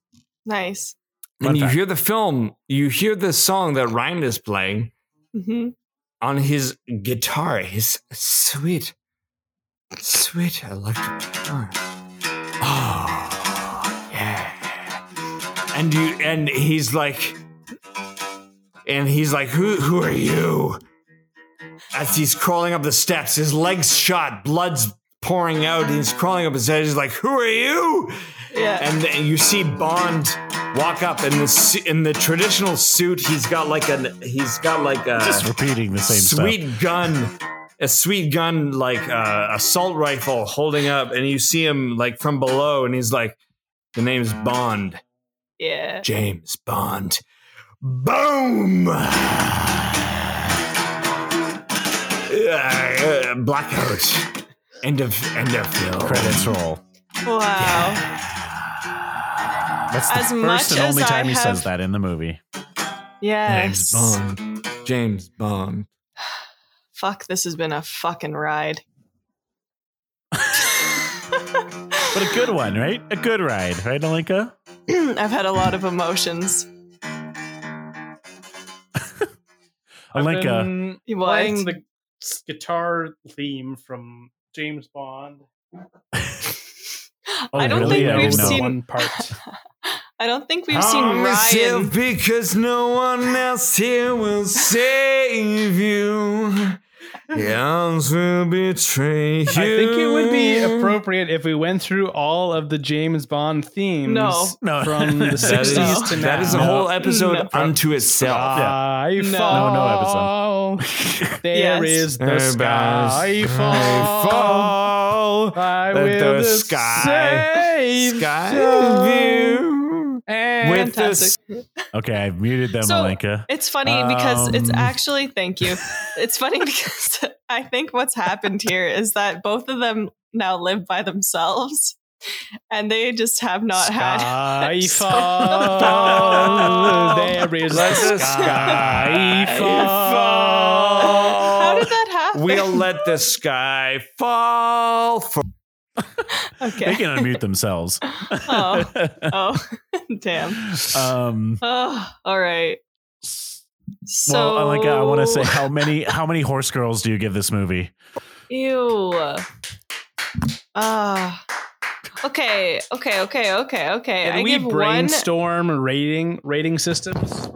Speaker 3: nice.
Speaker 2: Fun
Speaker 1: And you
Speaker 2: fact.
Speaker 1: hear the film, you hear the song that Ryan is playing
Speaker 3: hmm
Speaker 1: on his guitar, his sweet, sweet electric guitar. Oh, yeah. And you, and he's like, and he's like, who, who are you? As he's crawling up the steps, his legs shot, blood's pouring out, and he's crawling up his head. He's like, who are you?
Speaker 3: Yeah.
Speaker 1: and then you see Bond walk up in the su- in the traditional suit. He's got like an he's got like a
Speaker 2: Just repeating the same
Speaker 1: Uh, sweet gun, a sweet gun like uh, assault rifle holding up, and you see him like from below, and he's like, "The name's Bond,
Speaker 3: yeah.
Speaker 1: James Bond." Boom! Yeah, uh, blackout. End of end of film.
Speaker 2: stuff. Credits roll.
Speaker 3: Wow.
Speaker 2: [laughs] That's the
Speaker 3: As much
Speaker 2: first and
Speaker 3: as
Speaker 2: only
Speaker 3: I
Speaker 2: time he
Speaker 3: have-
Speaker 2: says that in the movie.
Speaker 1: James
Speaker 3: Yes.
Speaker 1: Bond. James Bond.
Speaker 3: Fuck, this has been a fucking ride. [clears throat]
Speaker 2: But a good one, right? A good ride, right, Alinka?
Speaker 3: I've had a lot of emotions.
Speaker 2: Alinka.
Speaker 3: What?
Speaker 4: playing the s- guitar theme from James Bond.
Speaker 2: Oh,
Speaker 3: I don't
Speaker 2: really?
Speaker 3: think
Speaker 2: I
Speaker 3: we've
Speaker 2: didn't know.
Speaker 3: seen
Speaker 4: one [laughs] part.
Speaker 3: I don't think we've
Speaker 1: Harm
Speaker 3: seen
Speaker 1: yourself
Speaker 3: Ryan.
Speaker 1: because no one else here will save you. The arms will betray you.
Speaker 4: I think it would be appropriate if we went through all of the James Bond themes.
Speaker 3: No.
Speaker 2: No. [laughs]
Speaker 4: From the
Speaker 1: That is,
Speaker 4: 60s to now.
Speaker 1: that is a
Speaker 2: No.
Speaker 1: whole episode
Speaker 3: No.
Speaker 1: unto itself.
Speaker 4: I
Speaker 3: No.
Speaker 4: fall.
Speaker 2: No, no
Speaker 4: episode. [laughs] There
Speaker 3: Yes.
Speaker 4: is the
Speaker 1: Everybody's-
Speaker 4: sky.
Speaker 1: I
Speaker 4: fall.
Speaker 1: fall.
Speaker 4: I
Speaker 1: Let
Speaker 4: will
Speaker 1: the
Speaker 4: the
Speaker 1: sky-
Speaker 4: save some.
Speaker 1: Sky view.
Speaker 4: And
Speaker 1: With
Speaker 3: Fantastic.
Speaker 1: this
Speaker 2: Okay, I've muted them,
Speaker 3: So-
Speaker 2: Alinka.
Speaker 3: It's funny because it's
Speaker 2: Um.
Speaker 3: actually
Speaker 2: [laughs]
Speaker 3: thank you. It's funny because [laughs] I think what's happened here is that both of them now live by themselves and they just have not had
Speaker 4: sky
Speaker 3: So- [laughs]
Speaker 4: fall. there is
Speaker 1: Let
Speaker 4: the
Speaker 1: the
Speaker 4: sky,
Speaker 1: sky
Speaker 3: [laughs]
Speaker 4: fall.
Speaker 3: How did that happen?
Speaker 1: We'll let the sky fall. For
Speaker 2: They
Speaker 3: [laughs] okay.
Speaker 2: can unmute themselves. [laughs]
Speaker 3: Oh. [laughs] Oh, damn.
Speaker 2: um,
Speaker 3: Oh, all right. So
Speaker 2: well, Alenka, I want to say how many how many horse girls do you give this movie?
Speaker 3: Ew. Ah. okay. Okay. Okay. Okay. Okay.
Speaker 4: Can
Speaker 3: I
Speaker 4: we
Speaker 3: give one.
Speaker 4: brainstorm rating rating
Speaker 3: [laughs]
Speaker 4: systems?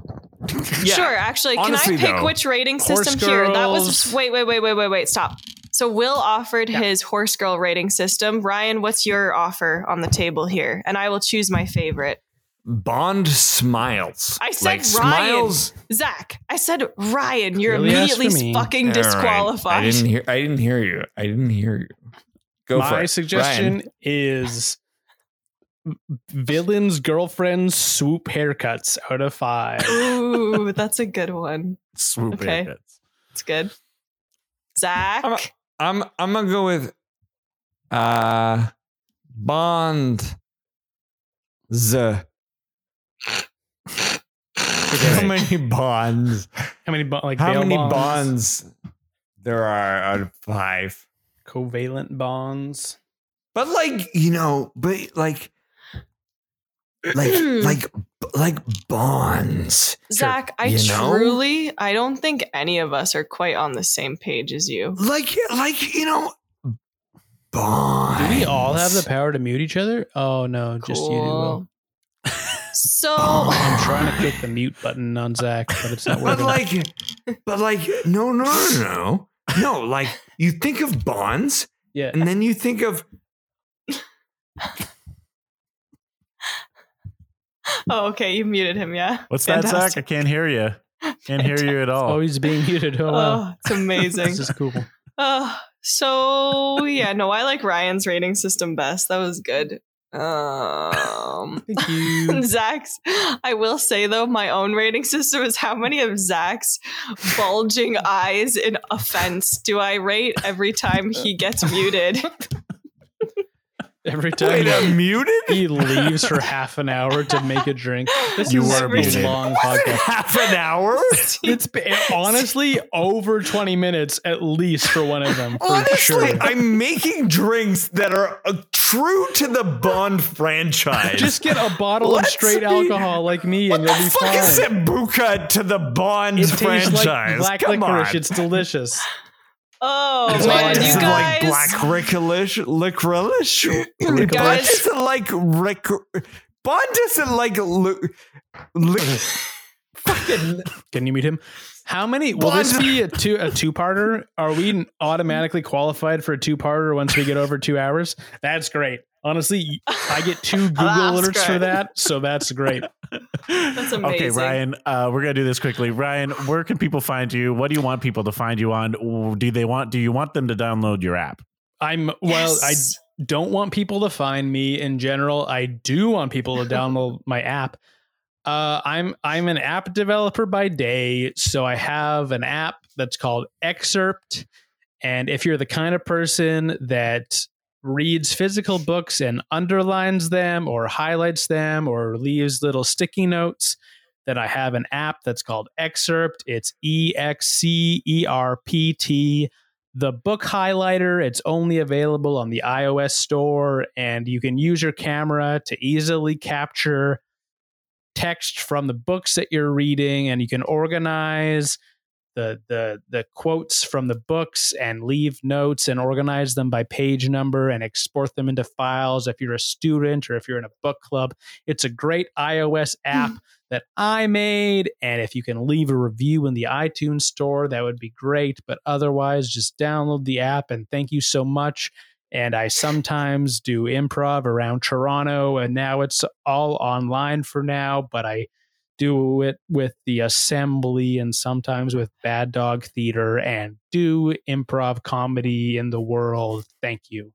Speaker 1: Yeah.
Speaker 3: Sure. Actually,
Speaker 1: Honestly,
Speaker 3: can I pick
Speaker 1: though,
Speaker 3: which rating
Speaker 4: Horse
Speaker 3: system here? That was
Speaker 4: Girls-
Speaker 3: wait, wait, wait, wait, wait, wait. Stop. So Will offered his horse girl rating system. Ryan, what's your offer on the table here? And I will choose my favorite.
Speaker 1: Bond smiles.
Speaker 3: I said
Speaker 1: like,
Speaker 3: Ryan.
Speaker 1: smiles.
Speaker 3: Zach, I said Ryan. You're
Speaker 4: Clearly asked for
Speaker 3: immediately
Speaker 4: me.
Speaker 3: fucking
Speaker 1: All right.
Speaker 3: disqualified.
Speaker 1: I didn't hear. I didn't hear you. I didn't hear you. Go for it.
Speaker 4: My
Speaker 1: Ryan.
Speaker 4: suggestion is villains girlfriends swoop haircuts out
Speaker 3: [laughs]
Speaker 4: of five.
Speaker 3: Ooh, that's a good one.
Speaker 2: Swoop
Speaker 3: Okay.
Speaker 2: haircuts.
Speaker 3: It's good. Zach,
Speaker 1: I'm a- I'm I'm gonna go with uh Bond the How many bonds?
Speaker 4: How many bo- like
Speaker 1: How
Speaker 4: bail
Speaker 1: many bonds?
Speaker 4: bonds,
Speaker 1: there are out of five?
Speaker 4: covalent bonds?
Speaker 1: But like, you know, but like like like like bonds.
Speaker 3: Zach, I
Speaker 1: You know?
Speaker 3: truly, I don't think any of us are quite on the same page as you.
Speaker 1: Like like you know bonds.
Speaker 4: Do we all have the power to mute each other? Oh no, just you do. Will.
Speaker 1: [laughs]
Speaker 3: Cool.
Speaker 1: Oh
Speaker 3: so,
Speaker 4: I'm trying to click the mute button on Zach, but it's not
Speaker 1: [laughs] but
Speaker 4: working.
Speaker 1: like but like no no no no no like you think of bonds
Speaker 4: yeah,
Speaker 1: and then you think of
Speaker 3: oh, okay, you muted him, yeah.
Speaker 2: What's that, Zach? I
Speaker 3: Fantastic.
Speaker 2: can't hear you. Can't hear you at all.
Speaker 4: always being muted. Oh wow,
Speaker 3: Oh, it's amazing.
Speaker 4: [laughs] this is cool.
Speaker 3: Uh, so yeah, no, I like Ryan's rating system best. That was good. Um,
Speaker 4: Thank
Speaker 3: [laughs]
Speaker 4: you.
Speaker 3: Zach's. I will say though, my own rating system is how many of Zach's bulging eyes in offense do I rate every time he gets
Speaker 4: [laughs]
Speaker 3: muted?
Speaker 4: [laughs] Every
Speaker 1: wait
Speaker 4: time
Speaker 1: I'm muted
Speaker 4: he leaves for half an hour to make a drink, this
Speaker 2: You
Speaker 4: is
Speaker 2: were
Speaker 4: a
Speaker 2: muted.
Speaker 4: long podcast.
Speaker 1: half an hour
Speaker 4: It's been, honestly over 20 minutes at least for one of them. For
Speaker 1: honestly
Speaker 4: sure.
Speaker 1: I'm making drinks that are uh, true to the Bond franchise
Speaker 4: Just get a bottle of
Speaker 1: Let's
Speaker 4: straight
Speaker 1: be-
Speaker 4: alcohol like me and you'll be
Speaker 1: the fuck
Speaker 4: fine.
Speaker 1: is Sambuca to the Bond
Speaker 4: It tastes like
Speaker 1: franchise
Speaker 4: black
Speaker 1: come
Speaker 4: licorice.
Speaker 1: on
Speaker 4: It's delicious.
Speaker 3: Oh
Speaker 4: It's
Speaker 3: man,
Speaker 4: like-
Speaker 3: you
Speaker 1: is it like
Speaker 3: guys.
Speaker 1: black licorice? Licorice? Bond
Speaker 3: Guys.
Speaker 1: doesn't like ric- Bond doesn't like li- li-
Speaker 4: Can you meet him? How many will this
Speaker 1: Bond-
Speaker 3: [laughs]
Speaker 4: be a two a two parter? Are we automatically qualified for a two parter once we get over two hours? That's great. Honestly, I
Speaker 3: [laughs]
Speaker 4: get two Google
Speaker 3: That's
Speaker 4: alerts for
Speaker 3: great.
Speaker 4: that, so that's great.
Speaker 2: [laughs]
Speaker 3: That's
Speaker 2: Okay,
Speaker 3: amazing.
Speaker 2: Ryan, uh, we're gonna do this quickly. Ryan, where can people find you? What do you want people to find you on? Do they want? Do you want them to download your app?
Speaker 4: I'm well. I
Speaker 3: Yes.
Speaker 4: don't want people to find me in general. I do want people to download my app. Uh, I'm I'm an app developer by day, so I have an app that's called Excerpt. And if you're the kind of person that reads physical books and underlines them or highlights them or leaves little sticky notes, then I have an app that's called Excerpt. It's E X C E R P T the book highlighter it's only available on the ios store and you can use your camera to easily capture text from the books that you're reading and you can organize the the the quotes from the books and leave notes and organize them by page number and export them into files if you're a student or if you're in a book club it's a great ios app that i made and if you can leave a review in the itunes store that would be great but otherwise just download the app and thank you so much and I sometimes do improv around Toronto, and now it's all online for now. But I do it with the assembly and sometimes with Bad Dog Theater, and do improv comedy in the world. Thank you.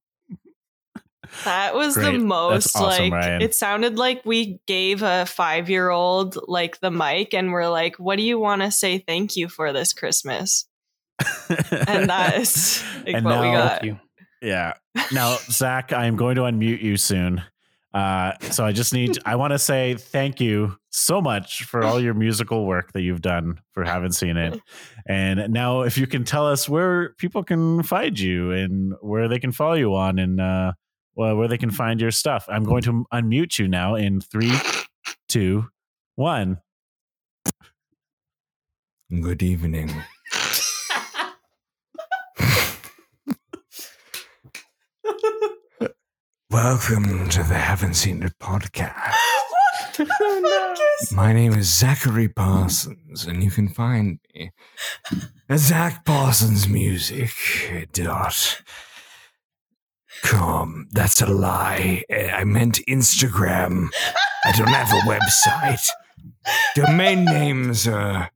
Speaker 3: That was the
Speaker 2: Great.
Speaker 3: most
Speaker 2: That's awesome,
Speaker 3: like
Speaker 2: Ryan.
Speaker 3: it sounded like we gave a five year old like the mic and we're like, what do you want to say thank you for this Christmas?
Speaker 2: [laughs]
Speaker 3: And that is like,
Speaker 2: And
Speaker 3: what we
Speaker 2: now-
Speaker 3: got.
Speaker 4: Thank you.
Speaker 2: Yeah. Now, Zach, I am going to unmute you soon. Uh, so I just need, I want to say thank you so much for all your musical work that you've done for Haven't Seen It. And now, if you can tell us where people can find you and where they can follow you on and uh, well, where they can find your stuff, I'm going to [laughs] unmute you now in three, two, one.
Speaker 1: Good evening. Welcome to the Haven't Seen It podcast. My name is Zachary Parsons, and you can find me at zachparsonsmusic.com. That's a lie. Eh, I meant Instagram. I don't have a website. Domain names are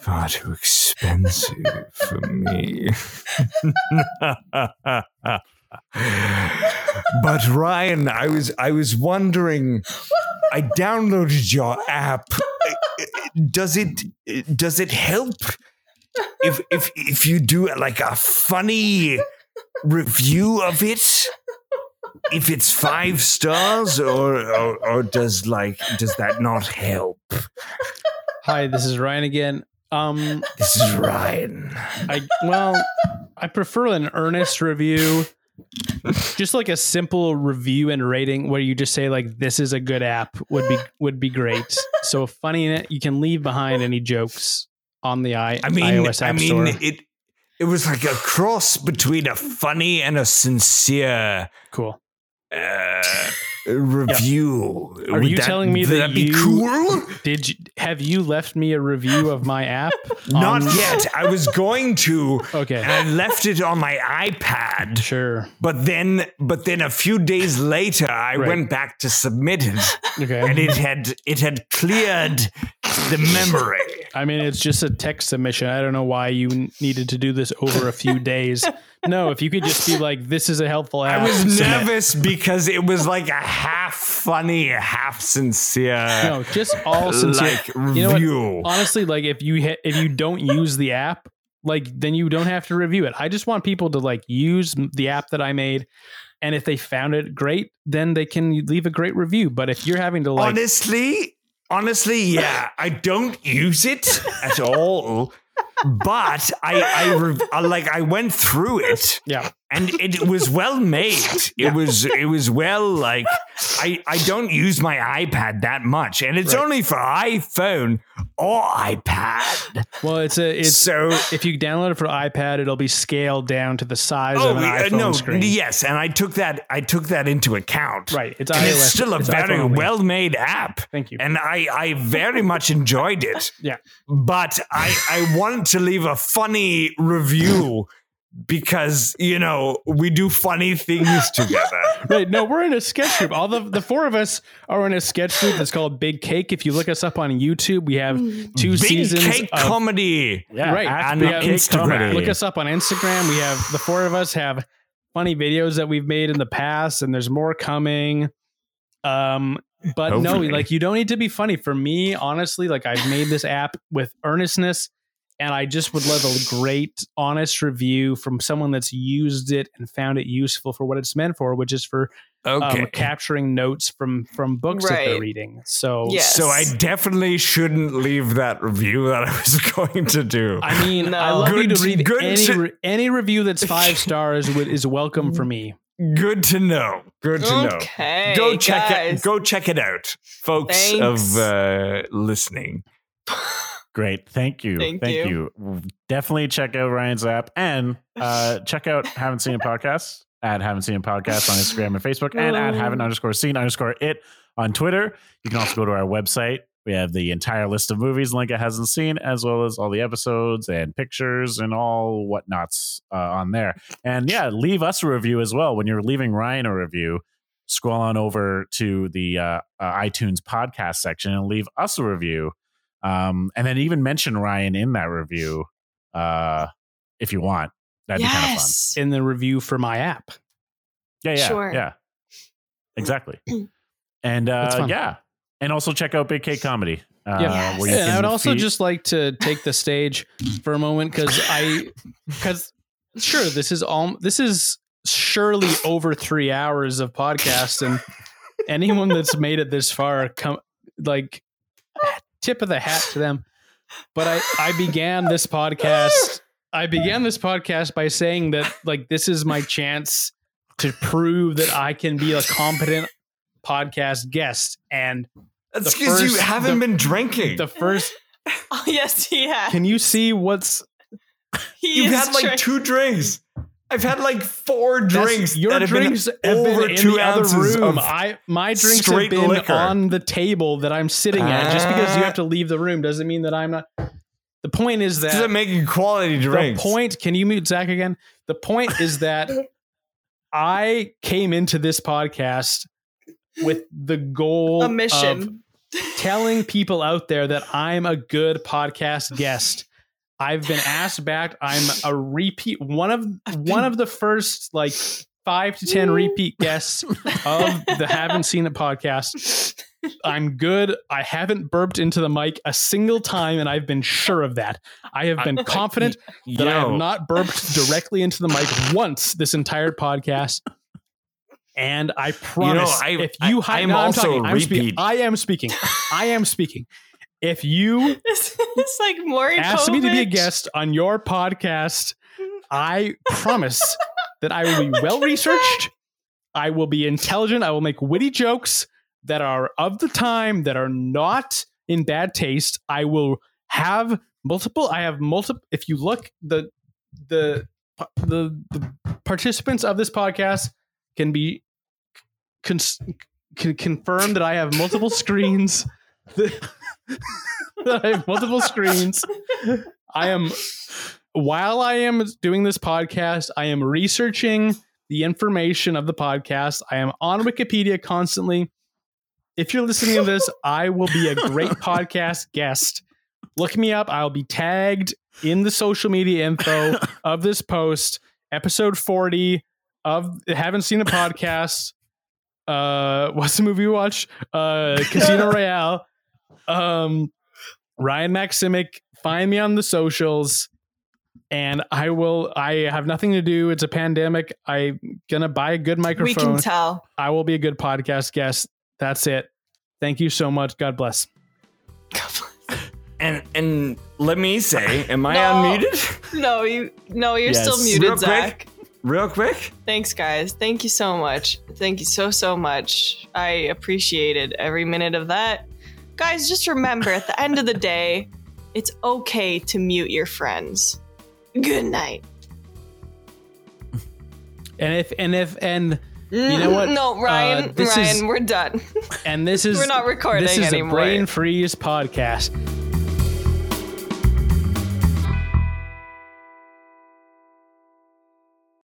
Speaker 1: far too expensive for me. but Ryan, I was I was wondering. I downloaded your app. Does it does it help if if if you do like a funny review of it? If it's five stars, or or, or does like does that not help?
Speaker 4: Hi, this is Ryan again. Um,
Speaker 1: This is Ryan.
Speaker 4: I well, I prefer an earnest review. just like a simple review and rating where you just say like this is a good app would be would be great. So funny in it, you can leave behind any jokes on the i
Speaker 1: I mean,
Speaker 4: iOS
Speaker 1: I
Speaker 4: app
Speaker 1: mean,
Speaker 4: store.
Speaker 1: it it was like a cross between a funny and a sincere
Speaker 4: cool.
Speaker 1: uh, review.
Speaker 4: Are
Speaker 1: Would
Speaker 4: you
Speaker 1: that-
Speaker 4: telling me
Speaker 1: would
Speaker 4: that
Speaker 1: that be
Speaker 4: you-
Speaker 1: cool?
Speaker 4: Did you, have you left me a review of my app?
Speaker 1: [laughs] Not
Speaker 4: on-
Speaker 1: yet. I was going to. And
Speaker 4: Okay.
Speaker 1: I left it on my iPad,
Speaker 4: Sure.
Speaker 1: but then, but then a few days later, I
Speaker 4: Right.
Speaker 1: went back to submit it, and
Speaker 4: Okay.
Speaker 1: it had it had cleared the memory.
Speaker 4: I mean, it's just a text submission. I don't know why you n- needed to do this over a few days. No, if you could just be like, this is a helpful app.
Speaker 1: I was
Speaker 4: submit.
Speaker 1: nervous because it was like a half funny, half sincere. [laughs]
Speaker 4: No, just all sincere.
Speaker 1: like
Speaker 4: You know
Speaker 1: review.
Speaker 4: what? honestly like if you hit, if you don't use the app like then you don't have to review it i just want people to like use m- the app that i made and if they found it great then they can leave a great review but if you're having to like
Speaker 1: honestly, honestly, yeah,
Speaker 4: [laughs]
Speaker 1: I don't use it at all. But I, I, rev- I, like, I went through it,
Speaker 4: yeah
Speaker 1: and it was well made. It was, it was well like. I, I don't use my iPad that much, and it's
Speaker 4: Right.
Speaker 1: only for iPhone or iPad.
Speaker 4: well it's a it's
Speaker 1: so
Speaker 4: if you download it for ipad it'll be scaled down to the size of an
Speaker 1: uh,
Speaker 4: iphone screen
Speaker 1: yes, and I took that I took that into account.
Speaker 4: right it's
Speaker 1: And
Speaker 4: iOS.
Speaker 1: it's still a
Speaker 4: It's iPhone
Speaker 1: very
Speaker 4: only.
Speaker 1: well made app.
Speaker 4: thank you
Speaker 1: And I, I very much enjoyed it.
Speaker 4: [laughs] Yeah.
Speaker 1: But I, I want to leave a funny review because, you know, we do funny
Speaker 4: [laughs]
Speaker 1: things together.
Speaker 4: Right. No, we're in a sketch group. All the, the four of us are in a sketch group that's called Big Cake. If you look us up on YouTube, we have [laughs] two
Speaker 1: Big
Speaker 4: seasons
Speaker 1: cake
Speaker 4: of
Speaker 1: comedy.
Speaker 2: Yeah,
Speaker 4: Right.
Speaker 2: at
Speaker 1: And
Speaker 2: Big
Speaker 4: on
Speaker 2: Cake
Speaker 1: Instagram.
Speaker 2: Comedy.
Speaker 4: Look us up on Instagram. We have the four of us have funny videos that we've made in the past, and there's more coming. Um, but
Speaker 1: Hopefully.
Speaker 4: no, like you don't need to be funny. For me, honestly, like I've made this app with earnestness, and I just would love a great, honest review from someone that's used it and found it useful for what it's meant for, which is for
Speaker 1: Okay.
Speaker 4: um, capturing notes from from books that they're
Speaker 3: Right.
Speaker 4: reading. So
Speaker 3: Yeah.
Speaker 1: So I
Speaker 3: Yes.
Speaker 1: definitely shouldn't leave that review that I was [laughs] going to do.
Speaker 4: I mean,
Speaker 3: No.
Speaker 4: I love you
Speaker 1: Good-
Speaker 4: to read
Speaker 1: good
Speaker 4: any
Speaker 1: to-
Speaker 4: re- any review that's
Speaker 1: [laughs]
Speaker 4: five stars would, is welcome for me.
Speaker 1: Good to know. Good to know.
Speaker 3: Okay,
Speaker 1: go check
Speaker 3: guys.
Speaker 1: it go check it out folks
Speaker 3: Thanks.
Speaker 1: of uh, listening
Speaker 2: Great. Thank you.
Speaker 3: Thank
Speaker 2: Thank, you. Definitely check out Ryan's app and
Speaker 3: [laughs]
Speaker 2: uh, check out Haven't Seen a Podcast at Haven't Seen a Podcast on Instagram and Facebook and at
Speaker 3: Oh.
Speaker 2: Haven't underscore seen underscore it on Twitter. You can also go to our website. We have the entire list of movies Linka hasn't seen, as well as all the episodes and pictures and all whatnots uh, on there. And yeah, leave us a review as well. When you're leaving Ryan a review, scroll on over to the uh, uh, iTunes podcast section and leave us a review. Um, and then even mention Ryan in that review uh, if you want. That'd be kind of fun.
Speaker 3: yes.
Speaker 4: in the review for my app.
Speaker 2: Yeah, yeah,
Speaker 3: Sure.
Speaker 2: yeah.
Speaker 3: [clears throat]
Speaker 2: Exactly. And
Speaker 4: That's
Speaker 2: uh,
Speaker 4: fun.
Speaker 2: yeah, and also check out Big Cake Comedy. Uh,
Speaker 4: Yeah.
Speaker 2: where you
Speaker 4: And I
Speaker 2: can
Speaker 4: would also
Speaker 2: feed-
Speaker 4: just like to take the stage for a moment because I, because sure, this is all, this is surely over three hours of podcast. And anyone that's made it this far, come like tip of the hat to them. But I, I began this podcast. I began this podcast by saying that like this is my chance to prove that I can be a competent podcast guest and
Speaker 1: That's
Speaker 4: The
Speaker 1: because you
Speaker 4: first-
Speaker 1: haven't
Speaker 4: the-
Speaker 1: been drinking.
Speaker 4: the first
Speaker 3: Oh [laughs] yes, he has.
Speaker 4: Can you see what's
Speaker 3: He
Speaker 1: You've
Speaker 3: is
Speaker 1: had like
Speaker 3: tra-
Speaker 1: two drinks. I've had like four
Speaker 4: That's-
Speaker 1: drinks.
Speaker 4: Your
Speaker 1: that have been
Speaker 4: drinks have been
Speaker 1: over
Speaker 4: in
Speaker 1: two
Speaker 4: the other
Speaker 1: ounces
Speaker 4: room.
Speaker 1: of-
Speaker 4: I my drinks have
Speaker 1: straight
Speaker 4: been
Speaker 1: liquor.
Speaker 4: on the table that I'm sitting at. Just because you
Speaker 1: Ah.
Speaker 4: have to leave the room doesn't mean that I'm not. The point is
Speaker 1: This isn't
Speaker 4: that
Speaker 1: making quality
Speaker 4: the
Speaker 1: drinks.
Speaker 4: point. Can you mute Zach again? The point is
Speaker 3: [laughs]
Speaker 4: that I came into this podcast with the goal
Speaker 3: a [laughs]
Speaker 4: of
Speaker 3: mission.
Speaker 4: telling people out there that I'm a good podcast guest. I've been asked back. I'm a repeat one of one of the first like five to ten repeat guests of the Haven't Seen It podcast. I'm good. I haven't burped into the mic a single time, and I've been sure of that. I have been confident that I
Speaker 1: Yo.
Speaker 4: have
Speaker 1: [laughs]
Speaker 4: not burped directly into the mic once this entire podcast. And I promise,
Speaker 1: I-
Speaker 4: if you
Speaker 1: I-
Speaker 4: hi-
Speaker 1: I'm
Speaker 4: no,
Speaker 1: also
Speaker 4: talking,
Speaker 1: a
Speaker 4: I'm speaking-
Speaker 1: repeat.
Speaker 4: I am speaking. I am speaking. If you
Speaker 3: [laughs] This is like Maury
Speaker 4: ask me to be a
Speaker 3: Povich.
Speaker 4: guest on your podcast, I promise that I will be well researched. I will be intelligent. I will make witty jokes that are of the time, that are not in bad taste. I will have multiple. I have multiple. If you look, the the the, the participants of this podcast can be cons- can confirm that I have multiple screens. [laughs] that I have multiple screens. I am while I am doing this podcast, I am researching the information of the podcast. I am on Wikipedia constantly. If you're listening
Speaker 3: [laughs]
Speaker 4: to this, I will be a great podcast guest. Look me up. I'll be tagged in the social media info of this post, episode 40 of haven't seen the podcast. Uh what's the movie we watch? Uh
Speaker 3: [laughs]
Speaker 4: Casino Royale. Um Ryan Maximic, find me on the socials and I will I have nothing to do. It's a pandemic. I'm gonna buy a good
Speaker 3: We can
Speaker 4: microphone.
Speaker 3: tell.
Speaker 4: I will be a good podcast guest. That's it. Thank you so much. God bless.
Speaker 1: and and let me say, am I
Speaker 3: No.
Speaker 1: unmuted?
Speaker 3: No, you. No, you're
Speaker 2: Yes.
Speaker 3: still muted,
Speaker 1: Real quick.
Speaker 3: Zach.
Speaker 1: Real quick.
Speaker 3: Thanks, guys. Thank you so much. Thank you so, so much. I appreciated every minute of that. Guys, just remember at the end of the day, it's okay to mute your friends. Good night.
Speaker 4: And if and if and
Speaker 3: You
Speaker 4: know what?
Speaker 3: Mm-hmm. No, Ryan,
Speaker 4: Uh, this
Speaker 3: Ryan,
Speaker 4: is-
Speaker 3: we're done.
Speaker 4: and this is
Speaker 3: We're not recording
Speaker 4: this is
Speaker 3: anymore.
Speaker 4: a brain freeze podcast.